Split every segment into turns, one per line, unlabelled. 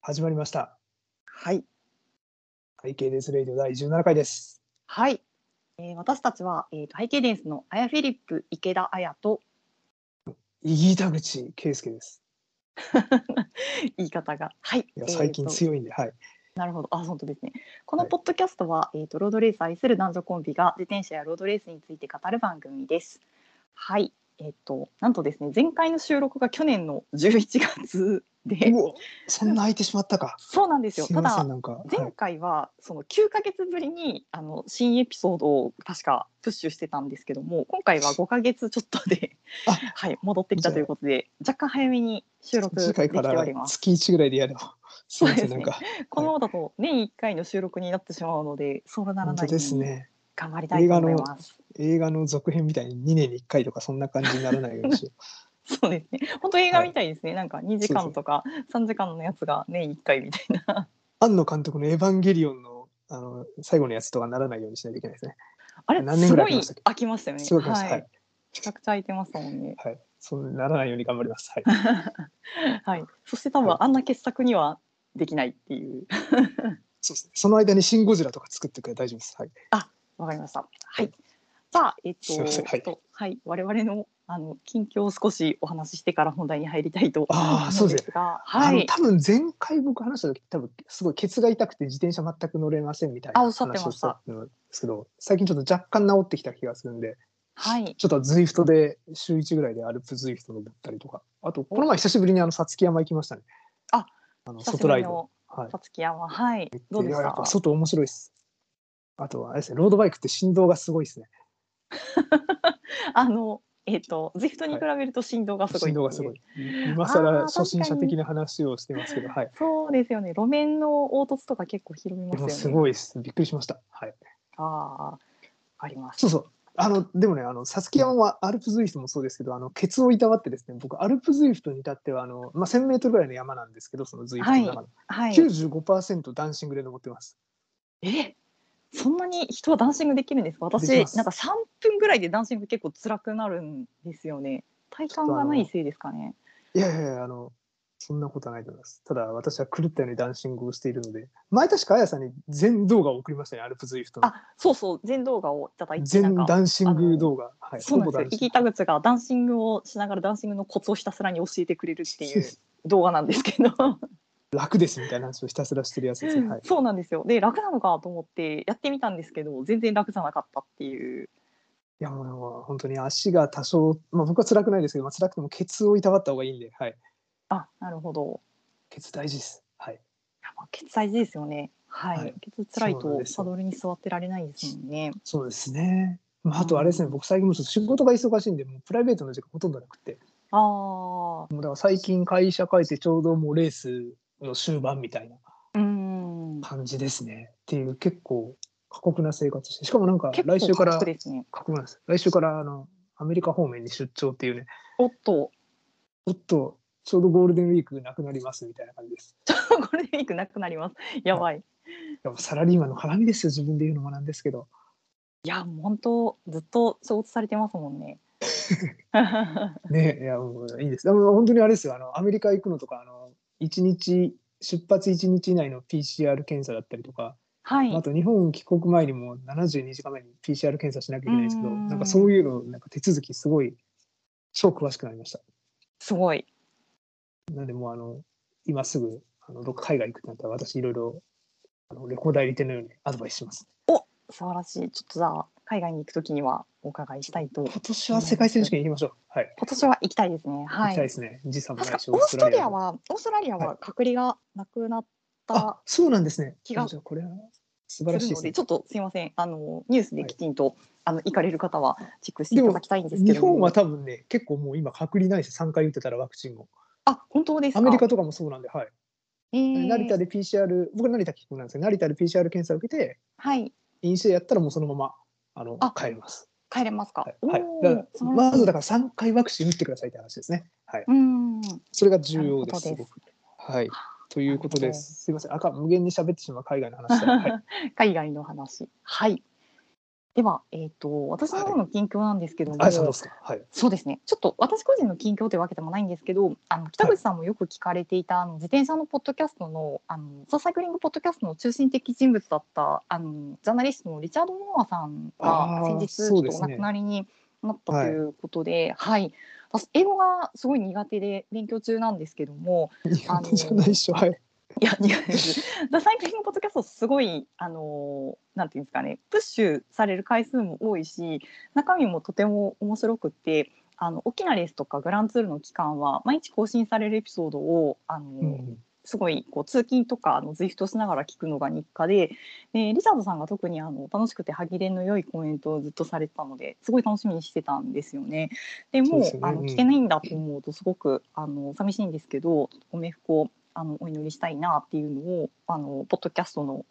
始まりました。
はい。
会計レスレイディオ第17回です。
はい。えー、私たちは、えー、とハイケイデンスのアヤフィリップ池田彩と
飯田口圭介です。
言い方がはい。
いや最近
えーと
強いんで、はい。
なるほど。あ、本当ですね。このポッドキャストは、えっ、とロードレース愛する男女コンビが自転車やロードレースについて語る番組です。はい。えっ、となんとですね、前回の収録が去年の11月で、
うお、そんな空いてしまったか。
そうなんですよ。
すい
た
ませ
だ
ん、なんか。はい
前回はその9ヶ月ぶりにあの新エピソードを確かプッシュしてたんですけども今回は5ヶ 月ちょっとで、
あ
はい、戻ってきたということで若干早めに収録で
次
きて
回か
おり
ら
ます
月1ぐらいでやれば。すいませ
そ
ん、
う
な
で
ん
すね
か。
このままだと年1回の収録になってしまうのでそうなら
本
な
当
いよ
で
う
す
に
ね。
頑張りたいと思います。
映画の続編みたいに2年に1回とかそんな感じにならないようにし よ
そうですね。本当映画みたいですね。なんか2時間とか3時間のやつが年1回みたいな。
う。庵野監督のエヴァンゲリオンのあの最後のやつとかならないようにしないといけないですね。
あれ
何年
す
ぐら
ご
い空き
い
ましたっけ
空きましたよね。
すごい感じ。は
はいい。。めちゃくちゃ空いてますもんね。
はい。そうならないように頑張ります。はい。
はい、そして多分
はい
あんな傑作にはできないっていう。
そうですね。その間にシンゴジラとか作ってくれば大丈夫です。はい。
わかりました。はい。さあ、えっと、
すいませんはい
えっとはい、我々のあの近況を少しお話ししてから本題に入りたいと思
ああ
う
そ
ん
うで
ですすが、
あ
は
の
い。
多分前回僕話した時多分すごいケツが痛くて自転車全く乗れませんみたいな
あ
話
おっしゃって
を
ま
し
したた
んですけど最近ちょっと若干治ってきた気がするんで
はい。
ちょっと ZWIFT で週1ぐらいでアルプ ZWIFT 登ったりとかあとこの前久しぶりにあのさつき山行きましたね
あ
あの
久し
外
ぶ
ラ
り
イド
の
はい
さつき山、はい。どう
い
で
や
し
やっぱ
た
外面白いですあとはあれですねロードバイクって振動がすごいですね
あの、えっと、ズイフトに比べると振動がすごい、
振動がすごい。今
あ
更
ー
初心者
確かに
的な話をしてますけどはい
そうですよね。路面の凹凸とか結構拾います
で
よ
も
ね。
すごいですびっくりしましたはい
ああ、あります。
そうそう。あのでもね、あのサスキ山はアルプズイフトもそうですけど、あのケツをいたわってですね、僕アルプズイフトに至ってはあのまあ1000メートルぐらいの山なんですけど、そのズイフトの中の、
はい。
95%ダンシングで登ってます。
えそんなに人はダンシングできるんですか私
できます
なんか3分ぐらいでダンシング結構辛くなるんですよね体感がないせいですかね
いやいやいやあのそんなことはないと思います。ただ私は狂ったようにダンシングをしているので、前確かあやさんに全動画を送りましたね、アルプズイフトの
あそうそう全動画をいただいてな
全
んか
ダンシング動画。はい。
そうなん
ほぼ
で
ダンシン
すよ
グ
生田口がダンシングをしながらダンシングのコツをひたすらに教えてくれるっていう動画なんですけど、
楽ですみたいな話をひたすらしてるやつですね。はい。
そうなんですよで楽なのかと思ってやってみたんですけど全然楽じゃなかったっていう
いやもう本当に足が多少、まあ僕は辛くないですけど、まあ辛くてもケツをいたわった方がいいんで、はい。
あなるほど
ケツ大事です。はい。
やっぱ血大事ですよねはい、
はい
血辛い
そうなん
と
ですよ
サドルに座ってられないですもんね
そうですね。まあ、あ
う
と
ん
あれですね、僕最近もうちょっと仕事が忙しいんで、もうプライベートの時間ほとんどなくて、
ああ
もうだから最近会社帰ってちょうどもうレースの終盤みたいな
うーん。
感じですね。っていう結構過酷な生活して、しかもなんか
結構
来週から、
過酷
過
ですね。
酷なんです。来週からあのアメリカ方面に出張っていうね、
おっ と、
おっと、ちょうどゴールデンウィークなくなりますみたいな感じです。
ゴールデンウィークなくなります。やばい。
やっぱサラリーマンの鏡ですよ、自分で言うのもなんですけど。
いや、もう本当ずっと仕事されてますもんね。
ねいやもういいです。でも本当にあれですよ。あのアメリカ行くのとかあの一日出発1日以内の PCR 検査だったりとか、
はい。
あと日本帰国前にも72時間前に PCR 検査しなきゃいけないんですけど、
うん
なんかそういうのなんか手続きすごい超詳しくなりました。
すごい。
なんでもうあの今すぐあのどっか海外行くってなったら私いろいろあのレコー代理店のようにアドバイスします。
素晴らしい。ちょっとじゃあ、海外に行くときにはお伺いしたいと。
今年は世界選手権行きましょう。はい。
今年は行きたいですね。
行
は
きたい
い。
ですね。時差も
確
な
か
いし、
オーストリア
も
は、オーストラリア
は
は隔離がなくなった。
あ、そうなんですね。
気が
じゃあこれは素晴らしいで
するの
すね
で、。ちょっとすいません、あのニュースできちんと、あの行かれる方はチェックしてい
でも
ただきたいんですけど
日本は多分ね、結構もう今、隔離ないし、3回打ってたらワクチンを。
あ本当ですか
アメリカとかもそうなんで、はい。
えー
成田で PCR、僕は成田帰国なんですけど、成田で PCR 検査を受けて、
はい
陰性やったらもうそのままあの
あ
帰ります。
帰れますか。
はい。はい
おー
だから
素晴らしい
まずだから3回ワクチン打ってくださいって話ですね。はい。
うーん。
それが重要です、
な
す
る
ご
ほどです
く。はい。ということ
な
で
るほど
す。すいません。赤、無限に喋ってしまう海外の話だ、はい。
海外の話。はい。では、えっ、と、私の方の近況なんですけども、
あ、そうですか。はい。
そうですね。ちょっと私個人の近況というわけでもないんですけど、あの北口さんもよく聞かれていた、あの自転車のポッドキャストのあのザサイクリングポッドキャストの中心的人物だったあのジャーナリストのリチャード・モアさん
あ
が
ー
先日ち
そ
ょ
う
っ
で
と
す
お
ね
亡くなりになったということで、はい。私英語がすごい苦手で勉強中なんですけども、
日
あの
本じゃないっしょ。はい。
いや、苦手 です。ザ・サイクリングポッドキャスト、すごい、あのーなんていうんですかね、プッシュされる回数も多いし、中身もとても面白くって、あの大きなレースとかグランツールの期間は毎日更新されるエピソードをあのー、
うん。
すごいこう通勤とかあのズイフトしながら聞くのが日課ででリチャードさんが特にあの楽しくて歯切れの良いコメントをずっとされてたのですごい楽しみにしてたんですよね。でも
そう
う
ですよね
あ
う
の
ん
聞けないんだと思うとすごくあの寂しいんですけどご冥福をあのお祈りしたいなっていうのをあのポッドキャストの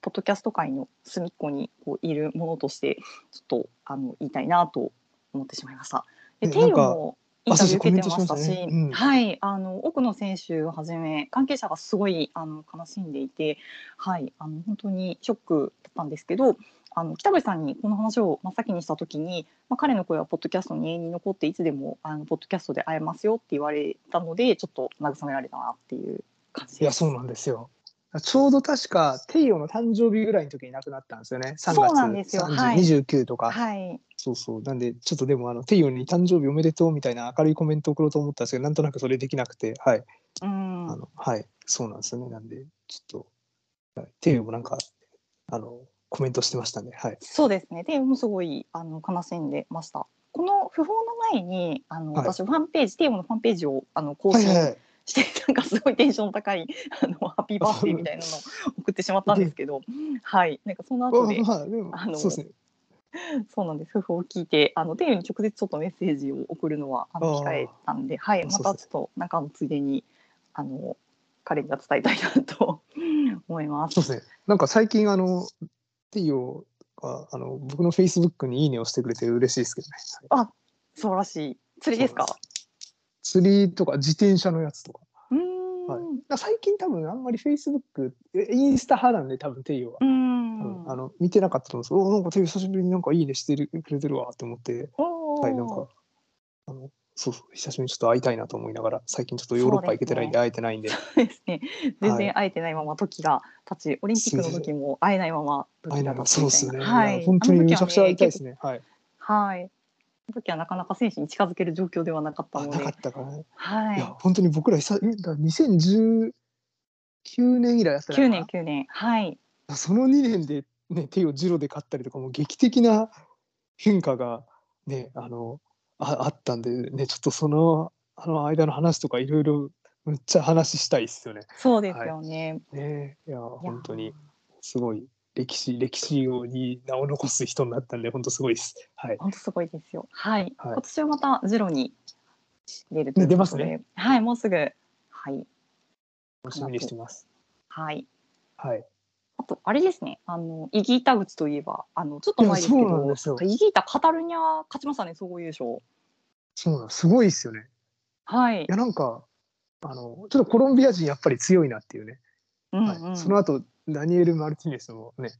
ポッドキャスト界の隅っこにこういるものとしてちょっとあの言いたいなと思ってしまいました。で
ね
テイロ
なんか
もインタビュー受けてました
あそう
し、
そうコメントしましたねうん
はい、あの多くの選手をはじめ関係者がすごいあの悲しんでいて、はい、あの本当にショックだったんですけど、あの北口さんにこの話を真っ先にしたときに、まあ、彼の声はポッドキャストに永遠に残っていつでもあのポッドキャストで会えますよって言われたので、ちょっと慰められたなっていう感じ
い
で
や、
す。
そうなんですよ。ちょうど確か、テイオの誕生日ぐらいの時に亡くなったんですよね。3
そうなんです
月
よ
30
はい
29とか。
はい、
そうそう。なんで、ちょっとでも、あの、テイオに誕生日おめでとうみたいな明るいコメントを送ろうと思ったんですけど、なんとなくそれできなくて、はい。
うん、
あの、はい。そうなんですよね。なんで、ちょっと、はいテイオもなんか、あの、コメントしてましたね。はい。
そうですね。で、もうすごいあの悲しんでました。この訃報の前に、あの、
はい
私ファンページ、テーマのファンページをあの更
はい
新
はいはい。
して、なんかすごいテンション高いあのハッピーバースデーみたいなのを送ってしまったんです けど、はい、なんかその後で
まあ、まあ、でも
あの
そうですね。
そうなんです。訃報を聞いて、あのテーマに直接ちょっとメッセージを送るのはあの
あー
控えたんで、はい、ま
そう
た
そう
ちょっとなんかあのついでにあの彼には伝えたいなと 思います。
そうですね。なんか最近、あの、テイオが、あの、僕の Facebook にいいねをしてくれて嬉しいですけどね。はい
あ、そうらしい。釣りですか。
釣りとか自転車のやつとか。
うーん。
はいだから最近多分あんまり Facebook、えインスタ派なんで多分テイオは
う。
多
ー
分
ん。
あの見てなかったと思うんですけど、おなんかテイオ久しぶりになんかいいねしてるくれてるわって思って、
おー
はい、なんか、あの、そうそう、久しぶりにちょっと会いたいなと思いながら、最近ちょっとヨーロッパ行けてないんで会えてないんで、
ですね。全
は
然
い
会えてないまま時が経ち、オリンピックの時も会えないまま
会え
時
ない
が経
の
つ
そうです
みたいな。
ね。
はい。
本当にめちゃくちゃ会いたいで
あの時はね
すね。はい。
結構はい。その時はなかなか選手に近づける状況ではなかった
あ、
の
なか
で
っ、たからね。
はい
や
い。
本当に僕ら久々だ2019年以来やったら
九年九年、はい。
その2年で、ね、手をジロで勝ったりとかもう劇的な変化が、ね、あのああったんで、ね、ちょっとそのあの間の話とかいろいろむっちゃ話したいっすよね。
そうですよね。
ねいや
いや
本当に。すごい歴史歴史をに名を残す人になったんで本当すごいです。はい、
本当すごいですよ。はい。
はい
今年はまたゼロに出るという
ね出
こ
ま
と
す
で、
ね
はい。もうすぐ、はい
楽しみにしてます。
はい。
はい、
あとあれですね。あのイギータ口といえば、あのちょっと前ですけ
いやそうなん
ど、
ですよ
イギータカタルニア勝ちましたね。総合優勝。
そうなんすごいですよね。
はい
い。やなんかあのちょっとコロンビア人やっぱり強いなっていうね、
うん
は
う
い、
ん、
その後ダニエル・マルティネスもね、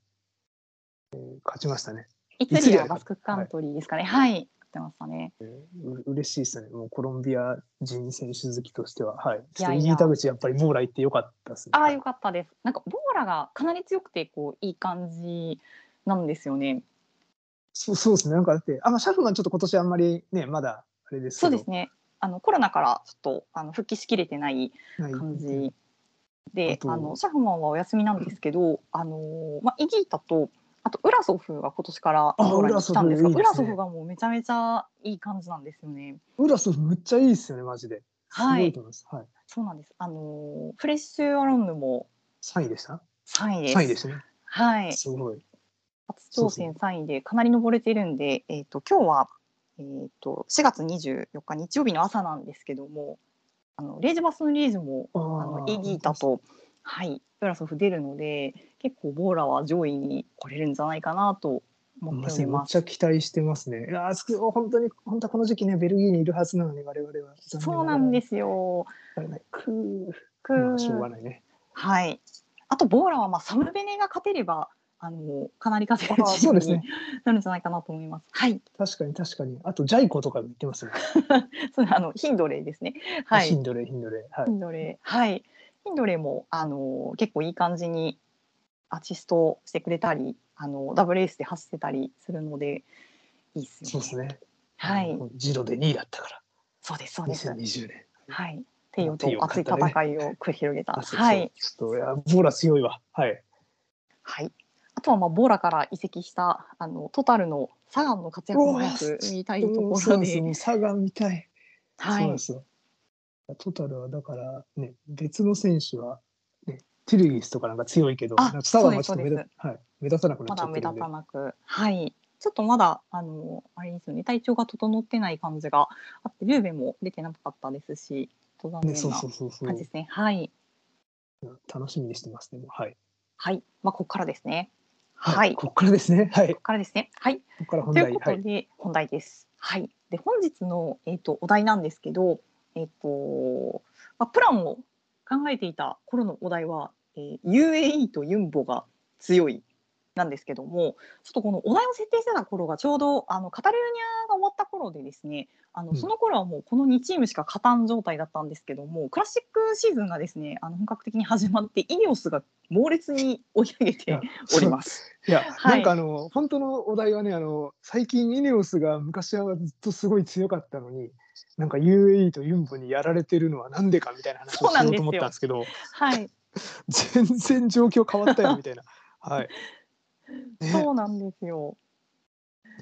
えー勝ちましたね
イ
ツリア
ツリアバスクカントリーですかね。はい、やってましたね。
う嬉しいですねもうコロンビア人選手好きとしてははいちょっと
いやいや
イギータ口やっぱりモーラ行ってよかったですね
ああ、よかったです。なんかボーラがかなり強くて、こういい感じなんですよね。
そうそうですねなんかだってあ、まあ、シャフマンちょっと今年あんまりねまだあれですけ
そ
ど
うですね。あのコロナからちょっとあの復帰しきれてない
はい
感じで
あ、と
あのシャフマンはお休みなんですけど、あのーまあイギータとあとウラソフが今年からボーラに来たんですが、
あウ
ウラ
ラ
ソ
ソフいいですね
フがもうめちゃめちゃいい感じなんですよね。
ウラスむっちゃいいですよねマジで
は
すご
い
いと思います、はい
そうなんです。あのーフレッシュアロンヌも
3位でした
3位です。
3位でしたね
はい。
すごい
初挑戦3位でかなり登れてるんで、えっ、と今日はえっ、と4月24日日曜日の朝なんですけども、あのレイジバスのリージも
あ
あのイギータとはいウラソフ出るので、結構ボーラは上位に来れるんじゃないかなと思
ま
ってお
さ
り
にめっ
ます。
ちゃ期待してますね。いやーすく本当に本当はこの時期ねベルギーにいるはずなのに我々は。
そうなんですすよ。
我々はくー
く
まあしょうがないね。
はい。あとボーラはまあサムベネが勝てればあのかなり活
あ
躍
あ
チ
そ
ー
う
ム
です
に
ね。
なるんじゃないかなと思います。はい、
確かに確かに。あと、ジャイコとかも言ってますね。
そうあのヒンドレーですね。は
ヒ
い、
ンドレ、ヒンドレ。はい
ヒ。ンドレー、はい、ヒンドレーもあの結構いい感じにアーティストをしてくれたり、あのダブルエースで走ってたりするのでいいですよね。
そうですね。
はい、。
ジロで2位だったか
そうですそう
ら、
です。
2020年。
はい、テイオと
テイオ
熱い
勝ったね
戦いを繰り広げた。
あそうそう
はい、
ちょっと、いやボーラ強いわ。はい。
はい。あとはまあボーラから移籍したあのトタルのサガンの活躍も早く見たいとこ
そう
ろ
で。
です
もう差が見たい。
は
そう
い
なんですよ。トタルはだから、ね、別の選手は、ね、ティルギスとかなんか強いけど、
あ
なんかサガンはちょ
そ
っ
う
と
で
目
す
立,、はい、目立たなくな
ま
っちゃ
だ
っ
目
てるん
立
で、
たなく、はい。ちょっとまだあのあれですよね。体調が整ってない感じがあって、ルーベンも出てなかったですし、ちょっと残
ね、
念
そう
な
そうそうそう
感じですね。はい、
楽しみにしてますね。もうはい。
はい。まあここからですね。はい。こ
こっからですね。はい。
こからですね。はい。
こっから本
と
題。
いうこ
は
と
い。
で、本題です。はい。で、本日の、えっ、と、お題なんですけど、えっ、と、まあ、プランを考えていた頃のお題は、えー UAE とユンボが強いなんですけども、ちょっとこのお題を設定してた頃がちょうど、あの、カタルーニャが終わった頃でですね、あ
う
の、
ん
その頃はもうこの2チームしか勝たん状態だったんですけども、クラシックシーズンがですね、あの、本格的に始まって、イニオスが猛烈に追い上げております。
いや、
は
な
い
んかあの、本当のお題はね、あの、最近イネオスが昔はずっとすごい強かったのに、なんか UAE とユンボにやられてるのはなんでかみたいな話を
そう
し
なん
よ
で
う
す
と思
よ
ったんですけど、
はい。
全然状況変わったよみたいな。はい。ね
そうなんですよ。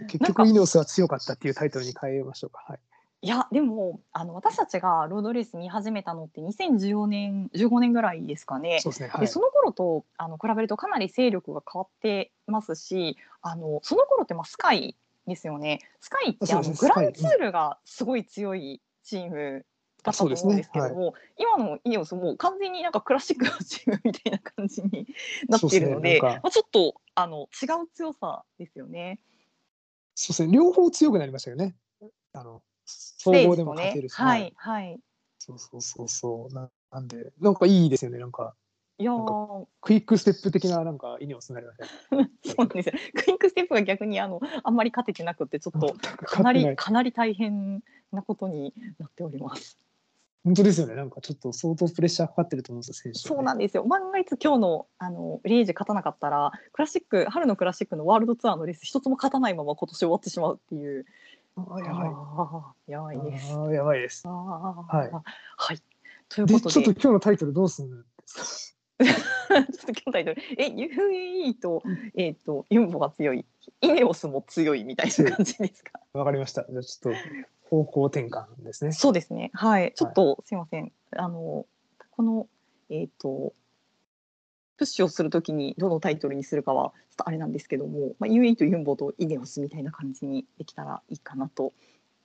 結
なんか
局イネオスは強かったっていうタイトルに変えましょうか。はい。
いやでもあの私たちがロードレース見始めたのって2014年15年ぐらいですかね。
そうですね。は
で
い。
その頃とあの比べるとかなり勢力が変わってますしあのその頃ってまあスカイですよねスカイって
そ
あ
う
の
です
グ
ね
ランツ
スカイ
ールがすごい強いチームだったと
そうですね
思うんですけども、今のイニオスもう完全になんかクラシックのチームみたいな感じになっているの
そ
で
うですねなんか
まあ、ちょっとあの違う強さですよね。
そうですね。両方強くなりましたよね。あの、総合でも勝てるし。
ステージとねはい、はい
そうそうそうそう。ななんで、なんかいいですよね。なんか、
いやー
なんクイックステップ的な、なんか、イネオスになりましたね。
そうなんですよ。クイックステップが逆にあのあんまり勝ててなくてちょっとか
か
な
な
り
り。
かなり大変なことになっております。
本当ですよね。なんか、ちょっと相当プレッシャーかかってると思うんですよ、選手、
そうなんんですよ。万が一今日のあのレイジ勝たなかったらクラシック春のクラシックのワールドツアーのレース一つも勝たないまま今年終わってしまうっていう。
あやばい。
あーやばいです。
あーやばいです
あ。は
はい
はい。というこ
で、
とで
ちょっ と今日のタイトルどうするんです
ちょっと今日タイトルえ UAE と,、えー、とユンボが強いイネオスも強いみたいな感じですか
か。わかりました。じゃあ、ちょっと方向転換ですね。
そうですね。はい。ちょっと、すいません。あのこのえっ、とプッシュをするときにどのタイトルにするかはちょっとあれなんですけども、まあ UAE とユンボとイネオスみたいな感じにできたらいいかなと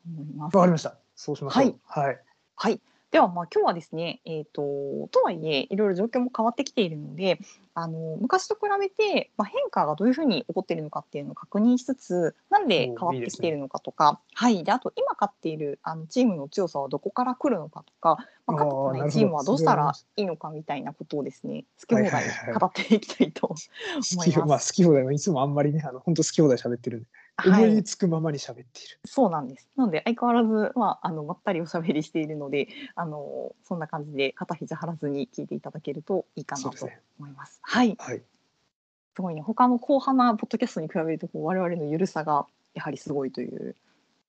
思います。
わかりました。そうしましょう。はい。
はい。ではまあ今日はですね、えー、ととはいえいろいろ状況も変わってきているのであの昔と比べて、まあ、変化がどういうふうに起こっているのかっていうのを確認しつつなんで変わってきているのかとかはい、であと今勝っているあのチームの強さはどこから来るのかとか、まあ、勝
あー
た
な
ない
るほど
チームはどうした
それは
らいいのかみたいなことをですね好き放
はいは
題
いはい
語っていきたいと思います
好きまあ、好き放題はいつもあんまりね、あの本当好き放題喋ってるんで、
は
思い
い、
つくままに喋っている。
そうなんです。なので相変わらず、まあ、あのまったりおしゃべりしているのであのそんな感じで肩肘張らずに聞いていただけるといいかな
そうです
と
ね
思います。はい、
はい。
すごいね他の後半なポッドキャストに比べるとこう我々の緩さがやはりすごいという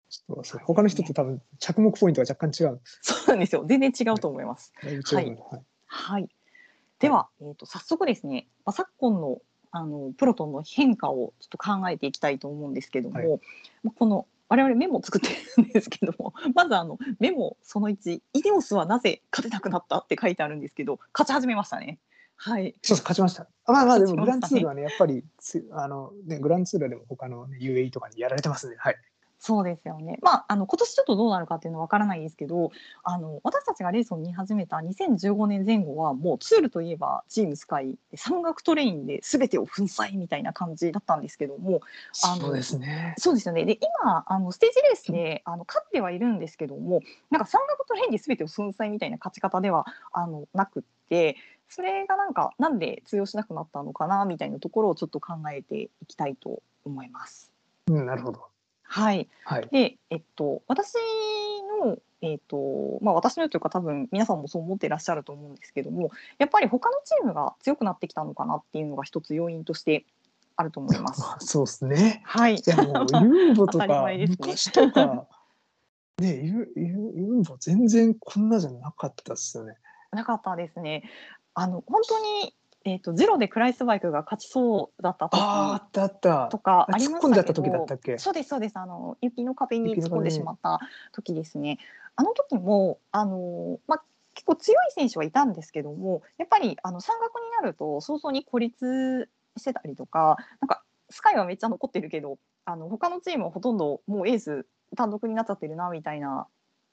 そうですね。他の人と多分着目ポイントが若干違う。
そうなんですよ全然違うと思います。
だいぶ違うのではい。
はい。では、えー、と早速ですね、まあ、昨今のあのプロトンの変化をちょっと考えていきたいと思うんですけども、
はい
まあこの我々メモを作ってるんですけども まずあのメモその1「イデオスはなぜ勝てなくなった?」って書いてあるんですけど勝ち始めましたね。はい、
そうです。勝ちました。あまあまあ、でもグラン
勝
ツー
ちましたね
ルはね、やっぱりつ、あの、ね、グランツールはでも他の、ね、UAE とかにやられてますね。はい。
そうですよね。まあ、あの今年ちょっとどうなるかっていうのはわからないですけど、あの私たちがレースを見始めた2015年前後はもうツールといえばチームスカイ、山岳トレインで全てを粉砕みたいな感じだったんですけども、あの
そうですね。
そうですよね。で今あのステージレースであの勝ってはいるんですけども、なんか山岳トレインで全てを粉砕みたいな勝ち方ではあのなくって。それがなんかなんで通用しなくなったのかなみたいなところをちょっと考えていきたいと思います。
うん、なるほど。
はい、
はい。
で、えっと、私の、えっとまあ、私のというか多分皆さんもそう思っていらっしゃると思うんですけどもやっぱり他のチームが強くなってきたのかなっていうのが一つ要因としてあると思います。
そうですね。
はい、
いやも うユーボと
当たり
か、
前ですね
昔とか、 ねユユユーボ全然こんなじゃなかったですよね。
なかったですね。あの本当に、えっとゼロでクライスバイクが勝ちそうだった
あ
時
あ、あったあった。
とか
あ
あり
突
ま
っ込ん
し
じゃ
た
った
けど
時だったっけ
そうですそうですあの雪の壁に
雪
突
の壁
っ込んでしまった時ですねあの時もあのまあ結構強い選手はいたんですけどもやっぱりあの山岳になると早々に孤立してたりとかなんかスカイはめっちゃ残ってるけどあの他のチームはほとんどもうエース単独になっちゃってるなみたいな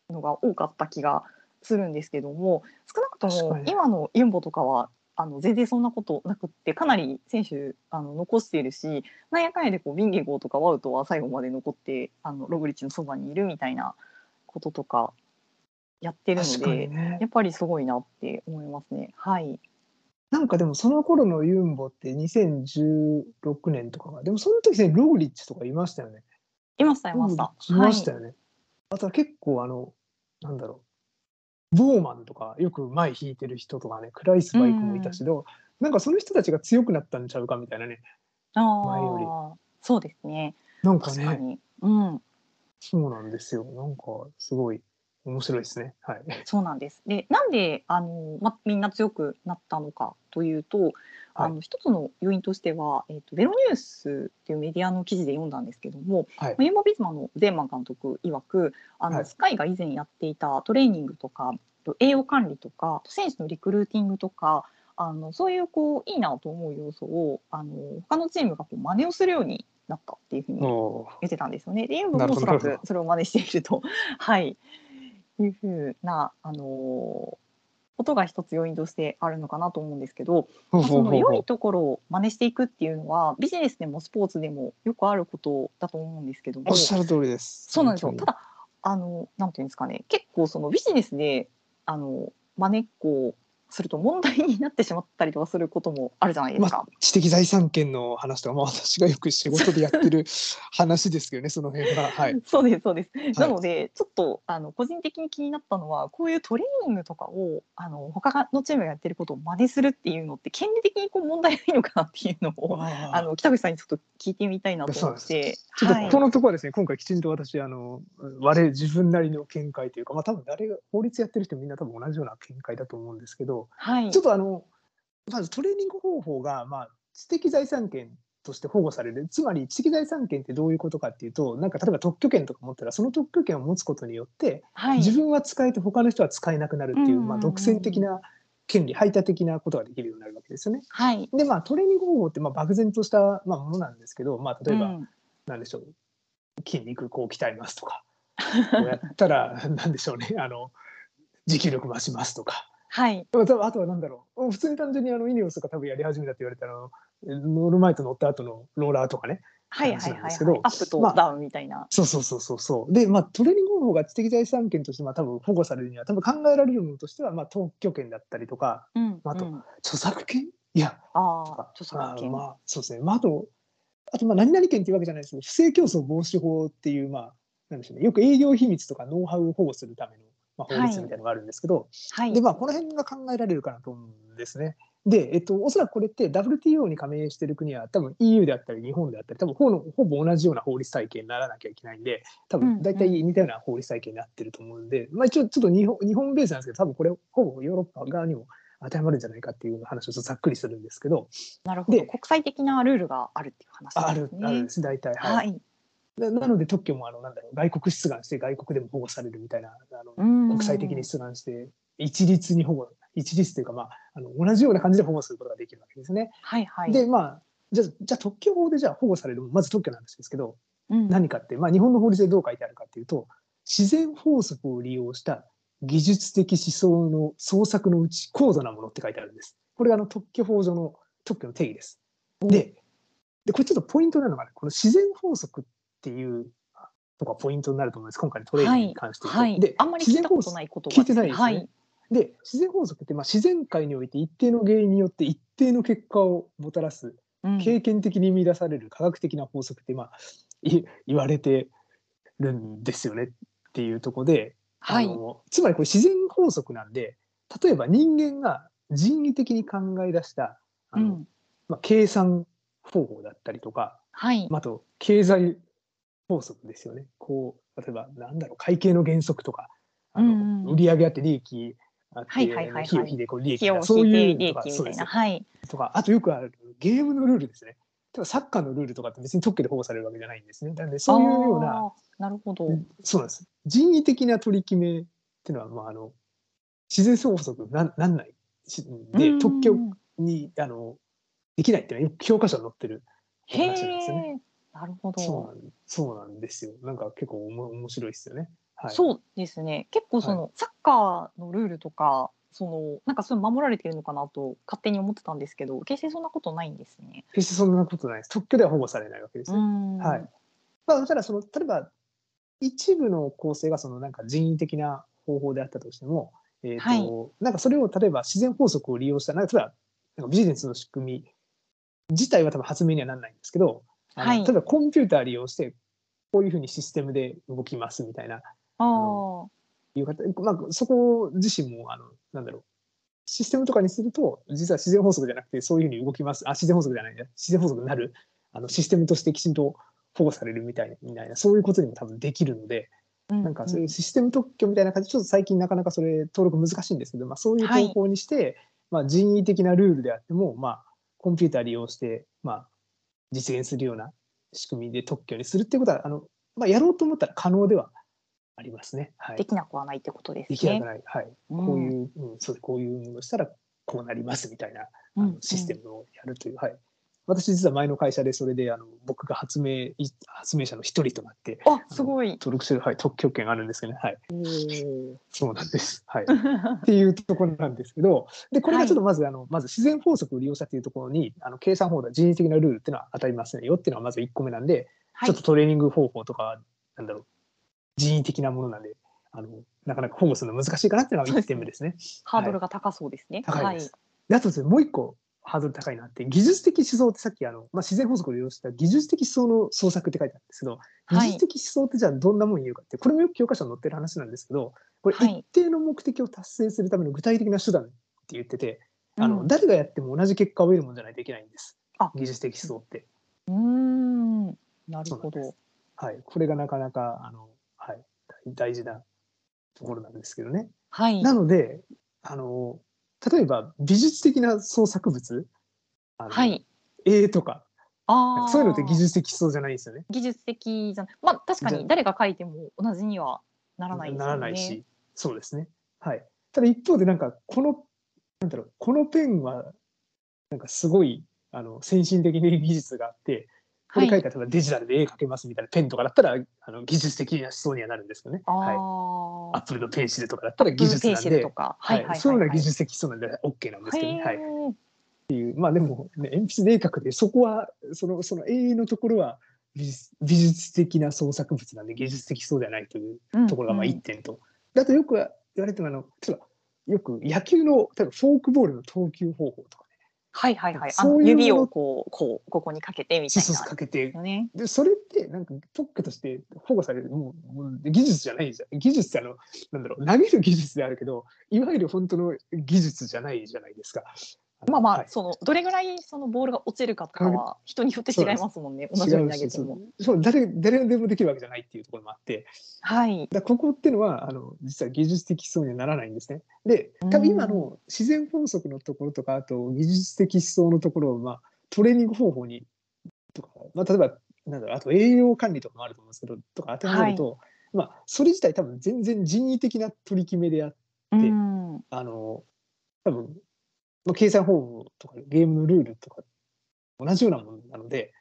のが多かった気がするんですけども少なくと
確か
も
に
今のユンボとかはあの全然そんなことなくってかなり選手あの残しているしなんやかんやでこうビンゲゴーとかワウトは最後まで残ってあのログリッチのそばにいるみたいなこととかやってるの
確か
で、
にね
や。っぱりすごいなって思いますね。はい、
なんかでもその頃のユンボって2016年とかが、でもその時ね、ログリッチとかいましたよね。
いましたい
ロ
ま
グ
し
リッ
た。
チいました
はい
よね。あとは結構あの、なんだろう、ボーマンとかよく前引いてる人とかね、クライスバイクもいたしど、なんかその人たちが強くなったんちゃうかみたいなね。
あ
前より
あ、そうですね。
なんか
確か
ね、
に、うん、
そうなんですよ。なんかすごい面白いですね。はい。
そうなんです。で、なんであのまみんな強くなったのかというと、あの一つの要因としては、えっ、とベロニュースっていうメディアの記事で読んだんですけども、
はい
ユーモビズマのゼーマン監督曰く、あの、
はい
スカイが以前やっていたトレーニングとか、栄養管理とか、選手のリクルーティングとか、あのそういうこういいなと思う要素をあの他のチームがこう真似をするようになったっていうふうに
おー
言ってたんですよね。で、ユーモ
なる
もお
ほ
そ
ど
ら
なる
く
ほ
それを真似していると、 はい、いうふうな、あのーことが一つ要因としてあるのかなと思うんですけど、
ほう
まあ
ほ
そうの
ほうほ
良
う
いところを真似していくっていうのはビジネスでもスポーツでもよくあることだと思うんですけども
おっしゃる通りです。
そうなんですよ。た
だ、
だあのなんていうんですかね、結構そのビジネスであの真似っこをすると問題になってしまったりとかすることもあるじゃないで
ます
か
あ。、知的財産権の話とか、まあ、私がよく仕事でや ってる話ですけどね、その辺は。はい。
そうですそうです。なのでちょっとあの個人的に気になったのはこういうトレーニングとかをあの他のチームがやってることを真似するっていうのって権利的にこう問題ないのかなっていうのをあ
あの
の北口さんにちょっと聞いてみたいなと思っ
そうなん
て。
ちょっ
は
と
い
このところはですね、今回きちんと私、あの我々自分なりの見解というか、まあ、多分誰が法律やってる人みんな多分同じような見解だと思うんですけど、
はい
ちょっとあの、まずトレーニング方法が、まあ、知的財産権として保護される。つまり、知的財産権ってどういうことかっていうと、なんか例えば特許権とか持ったら、その特許権を持つことによって、
はい
自分は使えて他の人は使えなくなるっていう、
うんうんうん
まあ、独占的な権利、排他的なことができるようになるわけですよね。
はい
で、まあ、トレーニング方法って、まあ、漠然とした、まあ、ものなんですけど、まあ、例えば、
うん
なんでしょう、筋肉こう鍛えますとか、こうやったら、なんでしょうね、あの、持久力増しますとか。
はい
まあ、多分あとはなんだろう普通に単純にあのイニオスとか多分やり始めたって言われたらあの乗る前と乗った後のローラーとかね
はい
話
はい
なん
は
で
い、
すけど
はい、アップと
まあ
ダウンみたいな、
そうそうそうそうそうでまあトレーニング方法が知的財産権としてまあ多分保護されるには多分考えられるものとしてはまあ特許権だったりとか
うん
あと
うん、
著作権いや
あ
と
あ
か
著作権
まあ、まあ、そうですね、まあ、あとあとまあ何々権っていうわけじゃないですけど不正競争防止法っていうまあなんでしょうねよく営業秘密とかノウハウを保護するための、まあ、法律みたいなのがあるんですけど、
はい
でまあこの辺が考えられるかなと思うんですね。で、えっと、おそらくこれって WTO に加盟している国は多分 EU であったり日本であったり多分ほのほぼ同じような法律体系にならなきゃいけないんで多
うんう
分
ん
大体似たような法律体系になってると思うんで、まあ、一応ちょっと日本日本ベースなんですけど多分これほぼヨーロッパ側にも当てはまるんじゃないかっていう話をちょっとざっくりするんですけど
なるほど
で
国際的なルールがあるっていう話
ああ
なんで
る
す
あるん
ね
で。す大体はい。
はい、
ななので特許もあのなんだろう外国出願して外国でも保護されるみたいなあの
国
国際的に出願して一律に保護一律というか、まあ、あの同じような感じで保護することができるわけですね。
はいはい、
でまあじゃあじゃあ特許法でじゃあ保護されるまず特許なんですけど
うん、
何かって、まあ、日本の法律でどう書いてあるかっていうと自然法則を利用した技術的思想の創作のうち高度なものって書いてあるんです。これがあの特許法上の特許の定義です。ででこれちょっとポイントなのがねこの自然法則っていうとこがポイントになると思います今回のトレーニングに関して言うと
はいはい、
で
あんまり聞いた
自
こと
然法則
ないこと
聞いてないですね
はい
で自然法則って、まあ、自然界において一定の原因によって一定の結果をもたらす
うん
経験的に見出される科学的な法則って、まあ、 い言われてるんですよねっていうところで、
はい
あのつまりこれ自然法則なんで例えば人間が人為的に考え出したあ
う
の、
ん
まあ、計算方法だったりとか、
はい
まあ、あと経済法則ですよねこう例えばなんだろう会計の原則とかあの、
うんうん
売上あって利益あって
はいはいはいはい
費用費でこう利益
費用
が
を
そうい
引
う
いて利
のとか
益
そ
み
うで
たい
す
なはい
とかあとよくあるゲームのルールですね例えばサッカーのルールとかって別に特許で保護されるわけじゃないんですねなのでそういうような
あーなるほど
そうなんです人為的な取り決めっていうのは、まあ、あの自然法則になんなんないしで
うん
特許にあのできないっていうのはよく教科書に載ってる
へ
話なんですよね。
えなるほど
そうなんそうなんですよ。なんか結構おも面白いですよね。はい、
そうですね結構その、サッカーのルールとかそのなんかそういうの守られてるのかなと勝手に思ってたんですけど決してそんなことないんですね。
決してそんなことないです。特許では保護されないわけですね。は。
はい
まあ、ただその例えば一部の構成がそのなんか人為的な方法であったとしても、えーと
はい
なんかそれを例えば自然法則を利用したなんか例えばなんかビジネスの仕組み自体は多分発明にはならないんですけど、あの
はい
例えばコンピューター利用してこういうふうにシステムで動きますみたいな
あー
いう方、まあ、そこ自身も、あの、なんだろう。システムとかにすると、実は自然法則じゃなくて、そういうふうに動きます。あ、自然法則じゃないね。自然法則になる。あの、システムとしてきちんと保護されるみたいな、みたいな、そういうことにも多分できるので、
うん
なんかそう
う
い
ん
うシステム特許みたいな感じで、ちょっと最近なかなかそれ登録難しいんですけど、まあそういう方法にして、まあ人為的なルールであっても、まあコンピューター利用して、まあ実現するような仕組みで特許にするっていうことは、あの、まあやろうと思ったら可能ではありますね。はい
で。きなくはないってことですね。
できなくない、はい、
うん
こういう、うんそうこういうものをしたらこうなりますみたいなあ
うん
のシステムをやるという、はい、私実は前の会社でそれであの僕が発明い発明者の一人となって
うんあすごい。
登録してる、はい、特許権あるんですけどね、はい、そうなんです、はい、っ
は
ていうところなんですけどでこれがちょっと
は
まず、あのまず自然法則を利用したというところにあの計算法だ人為的なルールっていうのは当たりませんよっていうのがまず1個目なんで、ちょっとトレーニング方法とか、なんだろう、人為的なものなんで、あのなかなか保護するの難しいかなっていうのが1点目ですね。
ハードルが高そうですね。
高いです。であとですね、もう1個ハードル高いなって、技術的思想ってさっきあの、まあ、自然法則を利用した技術的思想の創作って書いてあるんですけど、
は
技
い。
術的思想ってじゃあどんなもん言うかって、これもよく教科書に載ってる話なんですけど、これ
はい
一定の目的を達成するための具体的な手段って言ってて、あの
うん
誰がやっても同じ結果を得るもんじゃないといけないんです。
あ
技術的思想って。
うーん。なる
そうな
ほ
んです
ど。
はい、これがなかなかあの、はい、大大事なところなんですけどね。
はい。
なのであの例えば美術的な創作物あの
はい。
絵とか
ああ。
そういうのって技。術的思想じゃないんですよね。
技術的じゃない。まあ確か
じゃ
に誰が書いても同じにはならないですよね。
らないしそうですね。はい、ただ一方でなんかこのなんだろうこのペンはなんかすごいあの先進的な 技術があってこ
は
れ
い。
書いたら例えばデジタルで絵描けますみたいなペンとかだったらあの技術的な思想にはなるんですよね。
あ
はい
あ。
アップルのペンシルとかだったら技術なん
ブルーペンシル
で
と、か。
はいそういうのは技術的そうなんで OK なんですけどね、
へー
はい、っていうまあでも、ね、鉛筆で絵描くでそこはそのその永遠のところは美術美術的な創作物なんで技術的そうではないという
うん
ところがまあ
うん
1点と、であとよく言われてるのはあの例えばよく野球の例えばフォークボールの投球方法とかね
はいはいはい。あ
そういう
の
の
指をこうこうここにかけてみた
シ
い
ス
な
か。けて
よね。
でそれってなんか特許として保護されるもうもう技術じゃないじゃん技術ってあのなんだろう投げる技術であるけどいわゆる本当の技術じゃないじゃないですか。の
まあまあ、
はい
そのどれぐらいそのボールが落ちるかとかは人によって違いますもんね。同
違
じよう
う
に投げ
してそ
も
う。そう誰誰でもできるわけじゃないっていうところもあって
はい。
だからここっていうのはあの実は技術的思想にはならないんですね。で多分今の自然法則のところとかあと技術的思想のところを、まあ、トレーニング方法にとか、まあ、例えばなんだろうあと栄養管理とかもあると思うんですけどとか当てはめると、まあ、それ自体多分全然人為的な取り決めであって
うん。
あの多分、まあ、計算方法とかゲームのルールとか同じようなものなので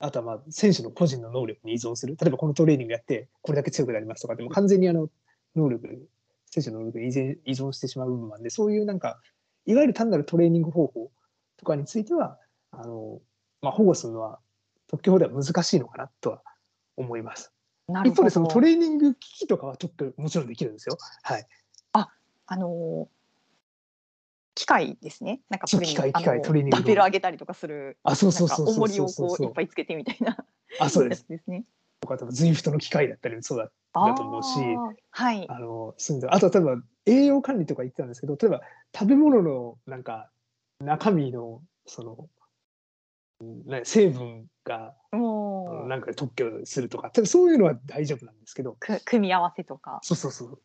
あとはまあ選手の個人の能力に依存する例えばこのトレーニングやってこれだけ強くなりますとかでも完全にあの能力選手の能力に依然依存してしまう部分なんでそういうなんかいわゆる単なるトレーニング方法とかについてはあの、まあ、保護するのは特許法では難しいのかなとは思います。
なる
一方
ほど。
でそのトレーニング機器とかは特許もちろんできるんですよ。はい
あのー機械ですね。なんか
そう
トレーニ
機械
ン
機械
あのー
トレーニング
ダンベル上げたりとかする。
あそうそうそう
なんか
そう
重り
そ
を
うそう
こう
そ
いっ
う
ぱいつけてみたいな
あそうで
やつ
す
ですね。
とか多分 ZWIFT の機械だったりもそうだ
あ
だと思うし
ーはい。
あのすんであと例えば栄養管理とか言ってたんですけど例えば食べ物のなんか中身のそのうんね成分が
もう
なんか特許するとか多分そういうのは大丈夫なんですけど
く組み合わせとか。
そうそうそう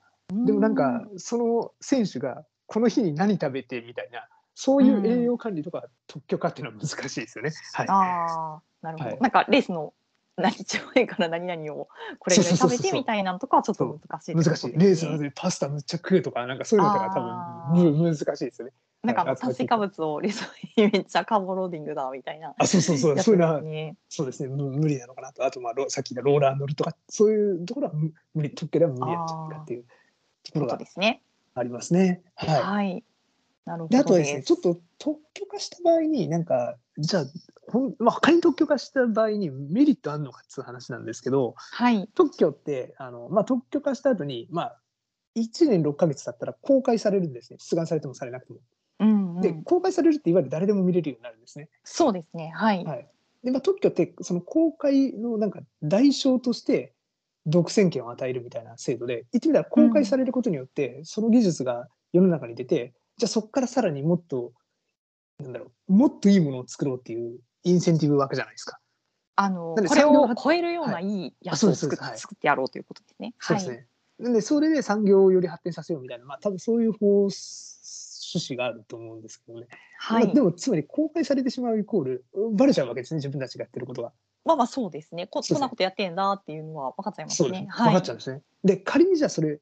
でもなんかその選手がこの日に何食べてみたいなそういう栄養管理とか特許化っていうのは難しいですよね。はい、
ああ、なるほど。
はい
なんかレースの何日前から何々をこれぐらい食べ
そうそうそう
て
そう
みたいなのとかはちょっと難しいってこと
難
で
し
す
い
ね、
レースなのでパスタむっちゃ食うとかなんかそういうのと
あ
か多
ー
分む難しいですよね。
なんかあの
あ
炭水化物をレースにめっちゃカーボンローディングだみたいな。
あそうそうそうそういうのは
ね。
そうですねむ無理なのかなとあとまあロさっき言ったローラー乗るとかそういうところはむ無理特許では無理なんじゃないかっていうとこ
こ
ろ
と
が
ですね。
ありますね。
は。
はいい
なるほ
で
どす。
あとはですねちょっと特許化した場合になんかじゃあほん、まあ、仮に特許化した場合にメリットあるのかっていう話なんですけど
はい。
特許ってあの、まあ、特許化した後にまあ1年6ヶ月経ったら公開されるんですね出願されてもされなくても。
うん、うん。
で公開されるっていわゆる誰でも見れるようになるんですね。
そうですね。はい。
はいでまあ、特許ってその公開のなんか代償として独占権を与えるみたいな制度で言ってみたら公開されることによってその技術が世の中に出て、じゃあそこからさらにもっとなんだろうもっといいものを作ろうっていうインセンティブわけじゃないですか。
あの
なんで
これ
産業
を
発
超えるような
はい
いや
あ
つ
そう
を
です
作っ,、
そうですはい
作ってやろうということですね。
そうですね。なんでそれで産業をより発展させようみたいな、まあ、多分そういう方趣旨があると思うんですけどね。
は
ま
い。は
あ
い
でもつまり公開されてしまうイコールバレちゃうわけですね自分たちがやってることが。
まあまあそうですね。こ
そうですね
こんなことやってんだっていうのは分かっちゃいま
そ
す
うです
ね
ね。。
は
分
い。
かっちゃうんですね。で仮にじゃあそれ